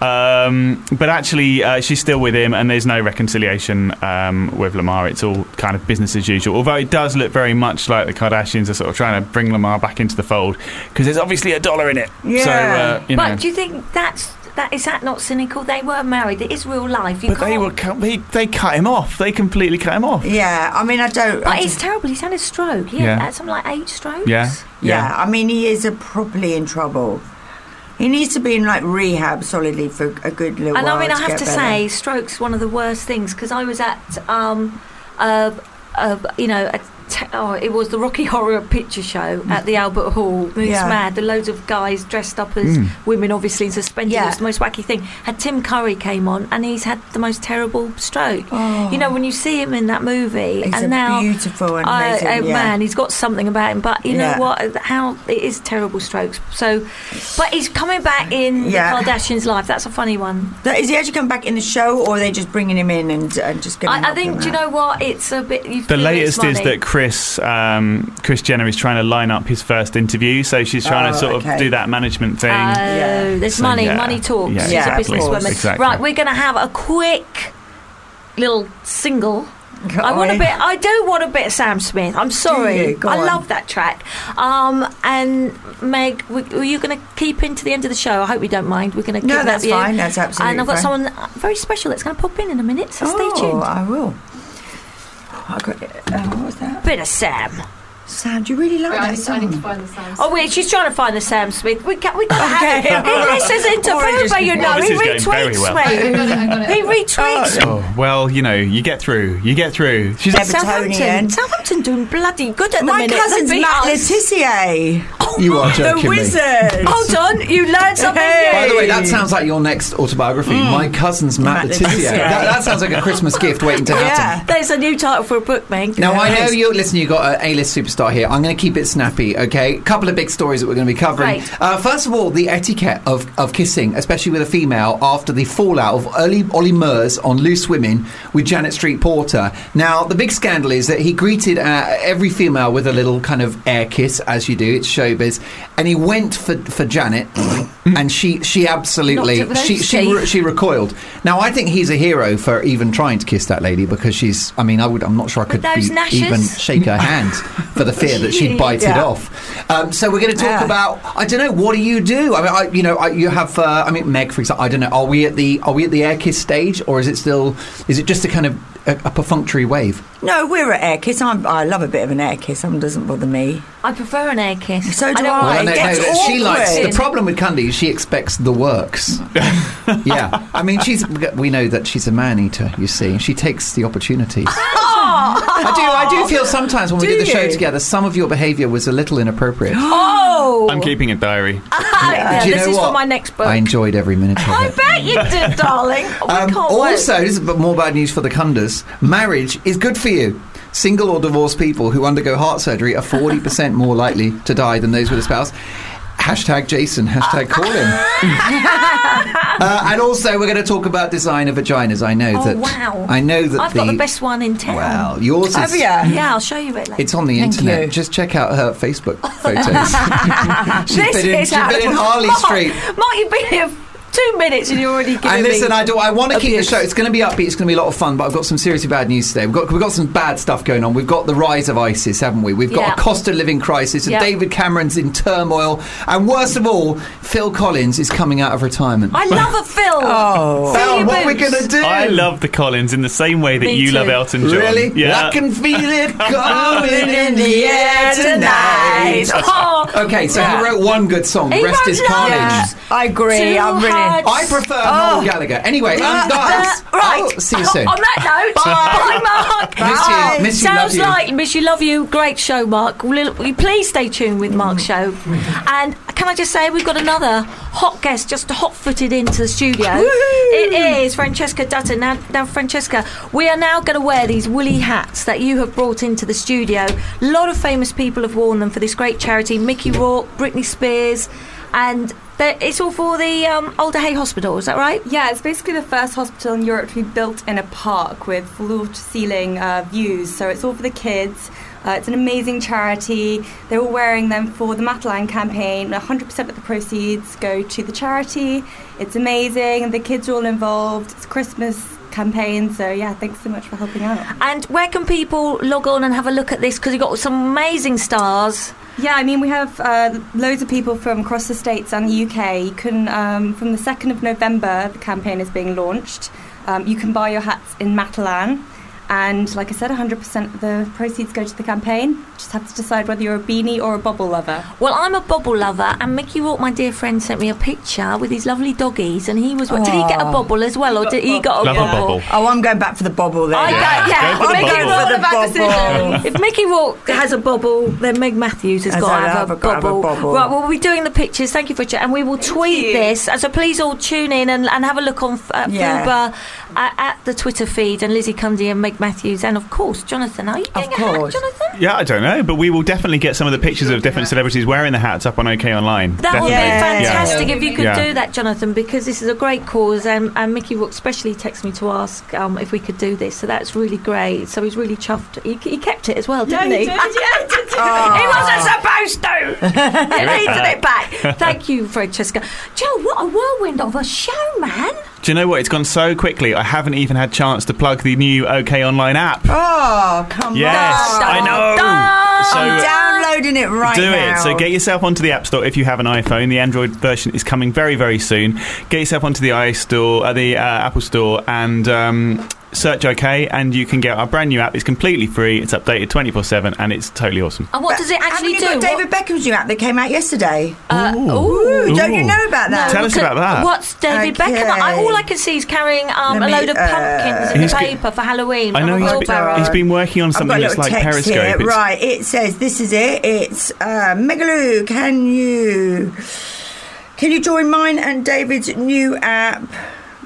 Speaker 4: um, but actually uh, she's still with him, and there's no reconciliation um, with Lamar. It's all kind of business as usual. Although it does look very much like the Kardashians are sort of trying to bring Lamar back into the fold because there's obviously a dollar in it. So,
Speaker 7: Yeah.
Speaker 4: uh, you know.
Speaker 3: But do you think that's that? Is that not cynical? They were married. It is real life. You
Speaker 4: but
Speaker 3: can't.
Speaker 4: they were cu- they they cut him off. They completely cut him off.
Speaker 7: yeah. I mean, I don't. I
Speaker 3: but it's
Speaker 7: just-
Speaker 3: terrible. He's had a stroke. He
Speaker 4: Yeah.
Speaker 3: had had something like eight strokes.
Speaker 4: Yeah.
Speaker 7: Yeah, I mean, he is a properly in trouble. He needs to be in like rehab solidly for a good little
Speaker 3: And
Speaker 7: while.
Speaker 3: I mean, I have
Speaker 7: get
Speaker 3: to
Speaker 7: better.
Speaker 3: say, stroke's one of the worst things because I was at, um, uh, uh, you know, a te- oh, it was the Rocky Horror Picture Show at the Albert Hall. It's
Speaker 7: Yeah.
Speaker 3: mad. The loads of guys dressed up as
Speaker 4: Hmm.
Speaker 3: women, obviously, and suspended.
Speaker 7: Yeah.
Speaker 3: It's the most wacky thing. Had Tim Curry came on, and he's had the most terrible stroke. You know, when you see him in that movie,
Speaker 7: Oh. He's
Speaker 3: and
Speaker 7: a
Speaker 3: now
Speaker 7: beautiful and
Speaker 3: I-
Speaker 7: amazing,
Speaker 3: oh,
Speaker 7: yeah.
Speaker 3: man, he's got something about him. But you
Speaker 7: Yeah.
Speaker 3: know what? How it is terrible strokes. So, but he's coming back in
Speaker 7: Yeah.
Speaker 3: the Kardashians' life. That's a funny one.
Speaker 7: But is he actually come back in the show, or are they just bringing him in and, and just going?
Speaker 3: I, I think, do you know what? It's a bit. You
Speaker 4: The
Speaker 3: feel it's
Speaker 4: latest is
Speaker 3: money.
Speaker 4: that Chris um, Chris Jenner is trying to line up his first interview, so she's trying to
Speaker 7: Oh,
Speaker 4: sort of
Speaker 7: okay.
Speaker 4: do that management thing.
Speaker 3: Oh,
Speaker 7: Yeah.
Speaker 3: there's
Speaker 4: So,
Speaker 3: money.
Speaker 4: yeah.
Speaker 3: Money talks.
Speaker 4: Yeah,
Speaker 3: She's
Speaker 7: exactly.
Speaker 3: a businesswoman.
Speaker 4: Exactly.
Speaker 3: Right, we're going to have a quick little single.
Speaker 7: Go
Speaker 3: I want a
Speaker 7: on.
Speaker 3: bit. I do want a bit of Sam Smith. I'm sorry.
Speaker 7: you? Go
Speaker 3: I
Speaker 7: on.
Speaker 3: love that track. Um, and Meg, w- were you going to keep into the end of the show? I hope you don't mind. We're going to.
Speaker 7: No, that's fine. That's absolutely
Speaker 3: And I've got
Speaker 7: fine.
Speaker 3: someone uh, very special that's going to pop in in a minute. So
Speaker 7: oh,
Speaker 3: stay tuned.
Speaker 7: I will. I got. Uh, what was that?
Speaker 3: Bit of Sam.
Speaker 7: Sound? You really like that song?
Speaker 3: Oh wait, she's trying to find the Sam Smith. We can't. We can't
Speaker 7: Okay.
Speaker 3: have it. He listens into
Speaker 7: Or I just-
Speaker 3: Fuba, you know.
Speaker 4: Well, this
Speaker 3: he
Speaker 4: is going very
Speaker 3: retweets
Speaker 4: well.
Speaker 3: me. he retweets.
Speaker 4: Oh, well, you know, you get through. You get through. She's
Speaker 7: Yeah,
Speaker 3: Southampton.
Speaker 7: Evertonian.
Speaker 3: Southampton doing bloody good at the
Speaker 7: My
Speaker 3: minute.
Speaker 7: cousin's
Speaker 3: They beat
Speaker 7: Matt
Speaker 3: us.
Speaker 7: Letitia,
Speaker 8: You are joking
Speaker 7: the
Speaker 8: me.
Speaker 7: wizard.
Speaker 3: Hold on, you learned something
Speaker 8: By the
Speaker 3: new.
Speaker 8: way, that sounds like your next autobiography. My cousin's Matt
Speaker 7: Matt
Speaker 8: Letizia.
Speaker 7: Letizia.
Speaker 8: That, that sounds like a Christmas gift waiting to happen.
Speaker 7: yeah.
Speaker 3: There's a new title for a book, Meg.
Speaker 8: Now I know
Speaker 7: Yes.
Speaker 8: you. Listen, you got an Uh, A-list superstar here. I'm going to keep it snappy, okay? A couple of big stories that we're going to be covering.
Speaker 3: Great.
Speaker 8: Uh, first of all, the etiquette of, of kissing, especially with a female, after the fallout of early Ollie Murs on Loose Women with Janet Street Porter. Now the big scandal is that he greeted uh, every female with a little kind of air kiss, as you do. It's showbiz, and he went for for Janet, and she she absolutely
Speaker 3: Knocked it with
Speaker 8: she
Speaker 3: those
Speaker 8: she
Speaker 3: teeth.
Speaker 8: re- she recoiled. Now I think he's a hero for even trying to kiss that lady because she's. I mean, I would. I'm not sure I could
Speaker 3: those
Speaker 8: be,
Speaker 3: gnashes?
Speaker 8: even shake her hand for the fear
Speaker 3: <laughs>
Speaker 8: that she'd bite it
Speaker 7: Yeah.
Speaker 8: off. Um, so we're going to talk
Speaker 7: Yeah.
Speaker 8: about. I don't know. What do you do? I mean, I, you know, I, you have. Uh, I mean, Meg, for example. I don't know. Are we at the Are we at the air kiss stage, or is it still? Is it just a kind of a, a perfunctory wave?
Speaker 7: No, we're at air kiss. I'm, I love a bit of an air kiss. It doesn't bother me.
Speaker 3: I prefer an air kiss.
Speaker 7: So do
Speaker 3: don't
Speaker 7: I.
Speaker 3: want-
Speaker 7: Well,
Speaker 8: I
Speaker 7: it
Speaker 8: don't know
Speaker 7: gets
Speaker 8: that she likes the
Speaker 7: awkward.
Speaker 8: problem with Cundy. is She expects the works. yeah, I mean,
Speaker 7: <laughs>
Speaker 8: she's. We know that she's a man eater. You see, she takes the opportunities. I do. I
Speaker 2: do feel sometimes when we
Speaker 7: Do
Speaker 2: did the show
Speaker 7: you?
Speaker 2: together, some of your behaviour was a little inappropriate.
Speaker 4: <laughs>
Speaker 3: Oh,
Speaker 9: I'm keeping a diary.
Speaker 3: yeah,
Speaker 2: Do you
Speaker 3: this
Speaker 2: know
Speaker 3: is
Speaker 2: what?
Speaker 3: for my next book.
Speaker 2: I enjoyed every minute of
Speaker 3: I
Speaker 2: it.
Speaker 3: bet you
Speaker 2: <laughs>
Speaker 3: did, darling. Oh, I
Speaker 2: Um,
Speaker 3: can't
Speaker 2: also,
Speaker 3: wait.
Speaker 2: this is a bit more bad news for the Cunders. Marriage is good for you. Single or divorced people who undergo heart surgery are 40% more likely to die than those with a spouse. Hashtag Jason, hashtag call
Speaker 3: <laughs>
Speaker 2: him. uh, and also, we're going to talk about designer vaginas. I know
Speaker 3: Oh,
Speaker 2: that.
Speaker 3: wow.
Speaker 2: I know that
Speaker 3: I've
Speaker 2: the,
Speaker 3: got the best one in town. Uh,
Speaker 2: Wow, yours is.
Speaker 7: Have ya?
Speaker 3: Yeah, I'll show you it later.
Speaker 2: It's on the
Speaker 7: Thank
Speaker 2: internet.
Speaker 7: you.
Speaker 2: Just check out
Speaker 3: <laughs>
Speaker 2: her Facebook photos. <laughs> she's
Speaker 3: this
Speaker 2: been in,
Speaker 3: is
Speaker 2: she's been in
Speaker 3: how-
Speaker 2: Harley
Speaker 3: Mark,
Speaker 2: Street.
Speaker 3: Mark, you've been here two minutes and you're already giving
Speaker 2: And listen,
Speaker 3: me.
Speaker 2: I do. I want to keep the
Speaker 3: abuse.
Speaker 2: show. It's going to be upbeat. It's going to be a lot of fun. But I've got some seriously bad news today. We've got we've got some bad stuff going on. We've got the rise of ISIS, haven't we? We've got
Speaker 3: Yeah.
Speaker 2: a cost of living crisis, and
Speaker 3: Yeah.
Speaker 2: David Cameron's in turmoil, and worst of all, Phil Collins is coming out of retirement. <laughs>
Speaker 3: I love a film. Fill
Speaker 7: Oh.
Speaker 2: Phil,
Speaker 3: your
Speaker 2: what are we
Speaker 3: boots.
Speaker 2: going to do?
Speaker 9: I love the Collins in the same way that
Speaker 3: Me
Speaker 9: you
Speaker 3: too.
Speaker 9: love Elton John.
Speaker 2: Really?
Speaker 9: Yeah.
Speaker 2: I can
Speaker 3: <laughs>
Speaker 2: feel it coming in the air tonight.
Speaker 3: Oh,
Speaker 2: Okay, so
Speaker 3: yeah.
Speaker 2: he wrote one good song.
Speaker 3: He
Speaker 2: the rest
Speaker 3: wrote
Speaker 2: is
Speaker 3: loads.
Speaker 2: carnage.
Speaker 3: Yeah.
Speaker 7: I agree.
Speaker 3: Two
Speaker 7: I'm
Speaker 3: hard-
Speaker 7: really. Oh.
Speaker 2: I prefer Noel Gallagher. Anyway, um,
Speaker 7: Uh,
Speaker 2: guys,
Speaker 3: Oh. Uh, right.
Speaker 2: I'll see you soon.
Speaker 3: On that note, bye, Mark.
Speaker 2: Miss you.
Speaker 3: Bye.
Speaker 2: Miss you, love
Speaker 3: Sounds
Speaker 2: you.
Speaker 3: like Miss You Love You. Great show, Mark. Will will you please stay tuned with Mark's show? And can I just say, we've got another hot guest just hot footed into the studio. It is Francesca Dutton. Now, now, Francesca, we are now going to wear these woolly hats that you have brought into the studio. A lot of famous people have worn them for this great charity Mickey Rourke, Britney Spears, and. they're- It's all for the um, Older Hay Hospital, is that right?
Speaker 10: Yeah, it's basically the first hospital in Europe to be built in a park with floor to ceiling uh, views. So it's all for the kids. Uh, it's an amazing charity. They're all wearing them for the Matalan campaign. 100% of the proceeds go to the charity. It's amazing. The kids are all involved. It's a Christmas campaign. So yeah, thanks so much for helping out.
Speaker 3: And where can people log on and have a look at this? Because you've got some amazing stars.
Speaker 10: Yeah, I mean, we have uh, loads of people from across the States and the UK. You can, um, from the 2nd of November, the campaign is being launched. Um, you can buy your hats in Matalan. And like I said, 100% of the proceeds go to the campaign. Just have to decide whether you're a beanie or a bobble lover.
Speaker 3: Well, I'm a bobble lover, and Mickey Rourke, my dear friend, sent me a picture with his lovely doggies, and he was. Did he get a bobble as well, or did he got a
Speaker 9: Love a bobble.
Speaker 7: Oh, I'm going back for the bobble then.
Speaker 3: I
Speaker 9: Yeah,
Speaker 3: got, yeah.
Speaker 9: go for the
Speaker 3: Mickey
Speaker 9: bobble.
Speaker 3: Rourke-
Speaker 7: For the bobble.
Speaker 3: If Mickey Rourke has a bobble, then Meg Matthews has
Speaker 7: Has
Speaker 3: got to
Speaker 7: to
Speaker 3: have,
Speaker 7: have
Speaker 3: a,
Speaker 7: a- have a
Speaker 3: bobble.
Speaker 7: bobble.
Speaker 3: Right, well, we'll be doing the pictures. Thank you for chat, and we will tweet
Speaker 10: you.
Speaker 3: this. And So please all tune in and, and have a look on f- at
Speaker 7: Yeah.
Speaker 3: Fuba, at, at the Twitter feed, and Lizzie Cundy and Meg Matthews, and of course Jonathan. Are you getting
Speaker 7: course.
Speaker 3: a hat, Jonathan?
Speaker 9: Yeah, I don't know, but we will definitely get some of the pictures of different celebrities wearing the hats up on OK Online.
Speaker 3: That would be
Speaker 9: Definitely.
Speaker 7: Yeah.
Speaker 3: fantastic if you could
Speaker 9: Yeah.
Speaker 3: do that, Jonathan, because this is a great cause. And, and Mickey Rook especially texted me to ask um, if we could do this. So that's really great. So he's really chuffed. He, he kept it as well, didn't he?
Speaker 10: yeah, did,
Speaker 3: He wasn't supposed to. he needed it back. Thank you, Francesca. Joe, what a whirlwind of a show, man!
Speaker 9: Do you know what? It's gone so quickly. I haven't even had chance to plug the new OK Online app.
Speaker 7: Oh, come
Speaker 9: Yes,
Speaker 7: on.
Speaker 9: I know. So
Speaker 7: I'm downloading it right
Speaker 9: do
Speaker 7: now.
Speaker 9: it. So get yourself onto the App Store if you have an iPhone. The Android version is coming very, very soon. Get yourself onto the i Store, uh, the uh, Apple Store, and. Um, Search OK, and you can get our brand new app. It's completely free. It's updated twenty four seven, and it's totally awesome.
Speaker 3: And what does it actually
Speaker 7: Haven't you
Speaker 3: do?
Speaker 7: got
Speaker 3: What-
Speaker 7: David Beckham's new app that came out yesterday?
Speaker 3: uh, ooh.
Speaker 7: Ooh, don't you
Speaker 9: Ooh.
Speaker 7: know about that?
Speaker 9: Tell us
Speaker 3: Look
Speaker 9: about
Speaker 3: at-
Speaker 9: that.
Speaker 3: What's David
Speaker 7: Okay.
Speaker 3: Beckham? I, all I can see is carrying um,
Speaker 7: Let
Speaker 3: a
Speaker 7: me,
Speaker 3: load of
Speaker 7: uh,
Speaker 3: pumpkins in
Speaker 9: He's
Speaker 3: the
Speaker 9: g-
Speaker 3: paper for Halloween.
Speaker 9: I know
Speaker 3: from a
Speaker 9: he's
Speaker 7: Oh,
Speaker 9: been,
Speaker 7: Well
Speaker 3: wheelbarrow.
Speaker 9: he's been working on
Speaker 7: I've
Speaker 9: something
Speaker 7: got a
Speaker 9: that's
Speaker 7: little
Speaker 9: like
Speaker 7: text
Speaker 9: Periscope.
Speaker 7: here.
Speaker 9: It's-
Speaker 7: Right, it says this is it. It's uh, Megaloo. Can you can you join mine and David's new app?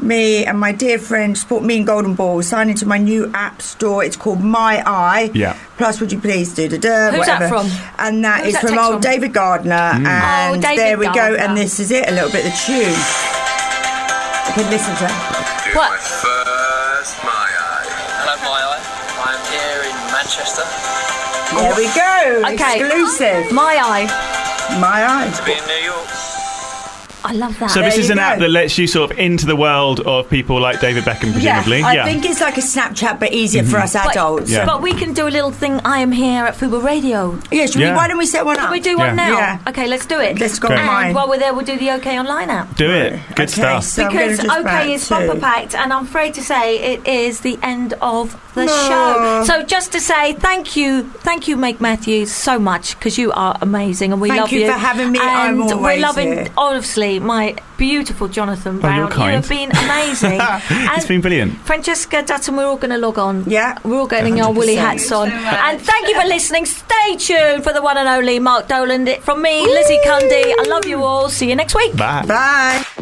Speaker 7: Me and my dear friend support me and Golden Ball. Sign into my new app store. It's called My Eye.
Speaker 9: Yeah.
Speaker 7: Plus, would you please do da da?
Speaker 3: Who's that
Speaker 7: whatever.
Speaker 3: from?
Speaker 7: And that
Speaker 3: Who's
Speaker 7: is
Speaker 3: that
Speaker 7: from
Speaker 3: text
Speaker 7: old
Speaker 3: from?
Speaker 7: David Gardner.
Speaker 9: Mm.
Speaker 7: And
Speaker 3: Oh, David
Speaker 7: there we
Speaker 3: Gardner.
Speaker 7: go. And this is it. A little bit of the tune. You can listen to it.
Speaker 3: What?
Speaker 11: First, my eye. Hello, my eye. I'm here in Manchester.
Speaker 7: There we go.
Speaker 3: Okay.
Speaker 7: Exclusive.
Speaker 3: My eye.
Speaker 7: My Eye.
Speaker 11: Be in New York.
Speaker 3: I love that.
Speaker 9: So this
Speaker 7: There
Speaker 9: is
Speaker 7: you
Speaker 9: an app
Speaker 7: go.
Speaker 9: that lets you sort of into the world of people like David Beckham, presumably.
Speaker 7: I think it's like a Snapchat, but easier for us
Speaker 3: but,
Speaker 7: adults.
Speaker 9: Yeah.
Speaker 3: but we can do a little thing. I am here at Fuba Radio.
Speaker 7: Yeah, should
Speaker 9: Yeah.
Speaker 7: we? Why don't we set one up?
Speaker 3: Can we do one
Speaker 9: Yeah.
Speaker 3: now?
Speaker 7: Yeah.
Speaker 3: Okay, let's do it.
Speaker 7: Let's go
Speaker 9: Great.
Speaker 7: on
Speaker 3: And
Speaker 7: mine.
Speaker 3: while we're there, we'll do the OK Online app.
Speaker 9: Do it. Good
Speaker 7: Okay,
Speaker 9: stuff.
Speaker 7: so I'm gonna
Speaker 3: Because
Speaker 7: just
Speaker 3: OK
Speaker 7: brand
Speaker 3: is bumper
Speaker 7: two.
Speaker 3: packed, and I'm afraid to say it is the end of the show. So just to say thank you, thank you, Meg Matthews, so much because you are amazing, and we
Speaker 7: Thank
Speaker 3: love you.
Speaker 7: you for having me.
Speaker 3: And
Speaker 7: I'm
Speaker 3: we're
Speaker 7: always
Speaker 3: loving,
Speaker 7: here.
Speaker 3: obviously, Honestly, my beautiful Jonathan
Speaker 9: Oh,
Speaker 3: Brown,
Speaker 9: you're
Speaker 3: you
Speaker 9: kind.
Speaker 3: have been
Speaker 7: <laughs>
Speaker 3: amazing.
Speaker 9: <laughs> it's been brilliant.
Speaker 3: Francesca Dutton, we're all going to log on. Yeah. We're all getting our
Speaker 9: 100%.
Speaker 3: woolly hats on. and thank you for listening. Stay tuned for the one and only Mark Doland. From me, Lizzie Cundy. I love you all. See you next week.
Speaker 9: Bye.
Speaker 3: Bye.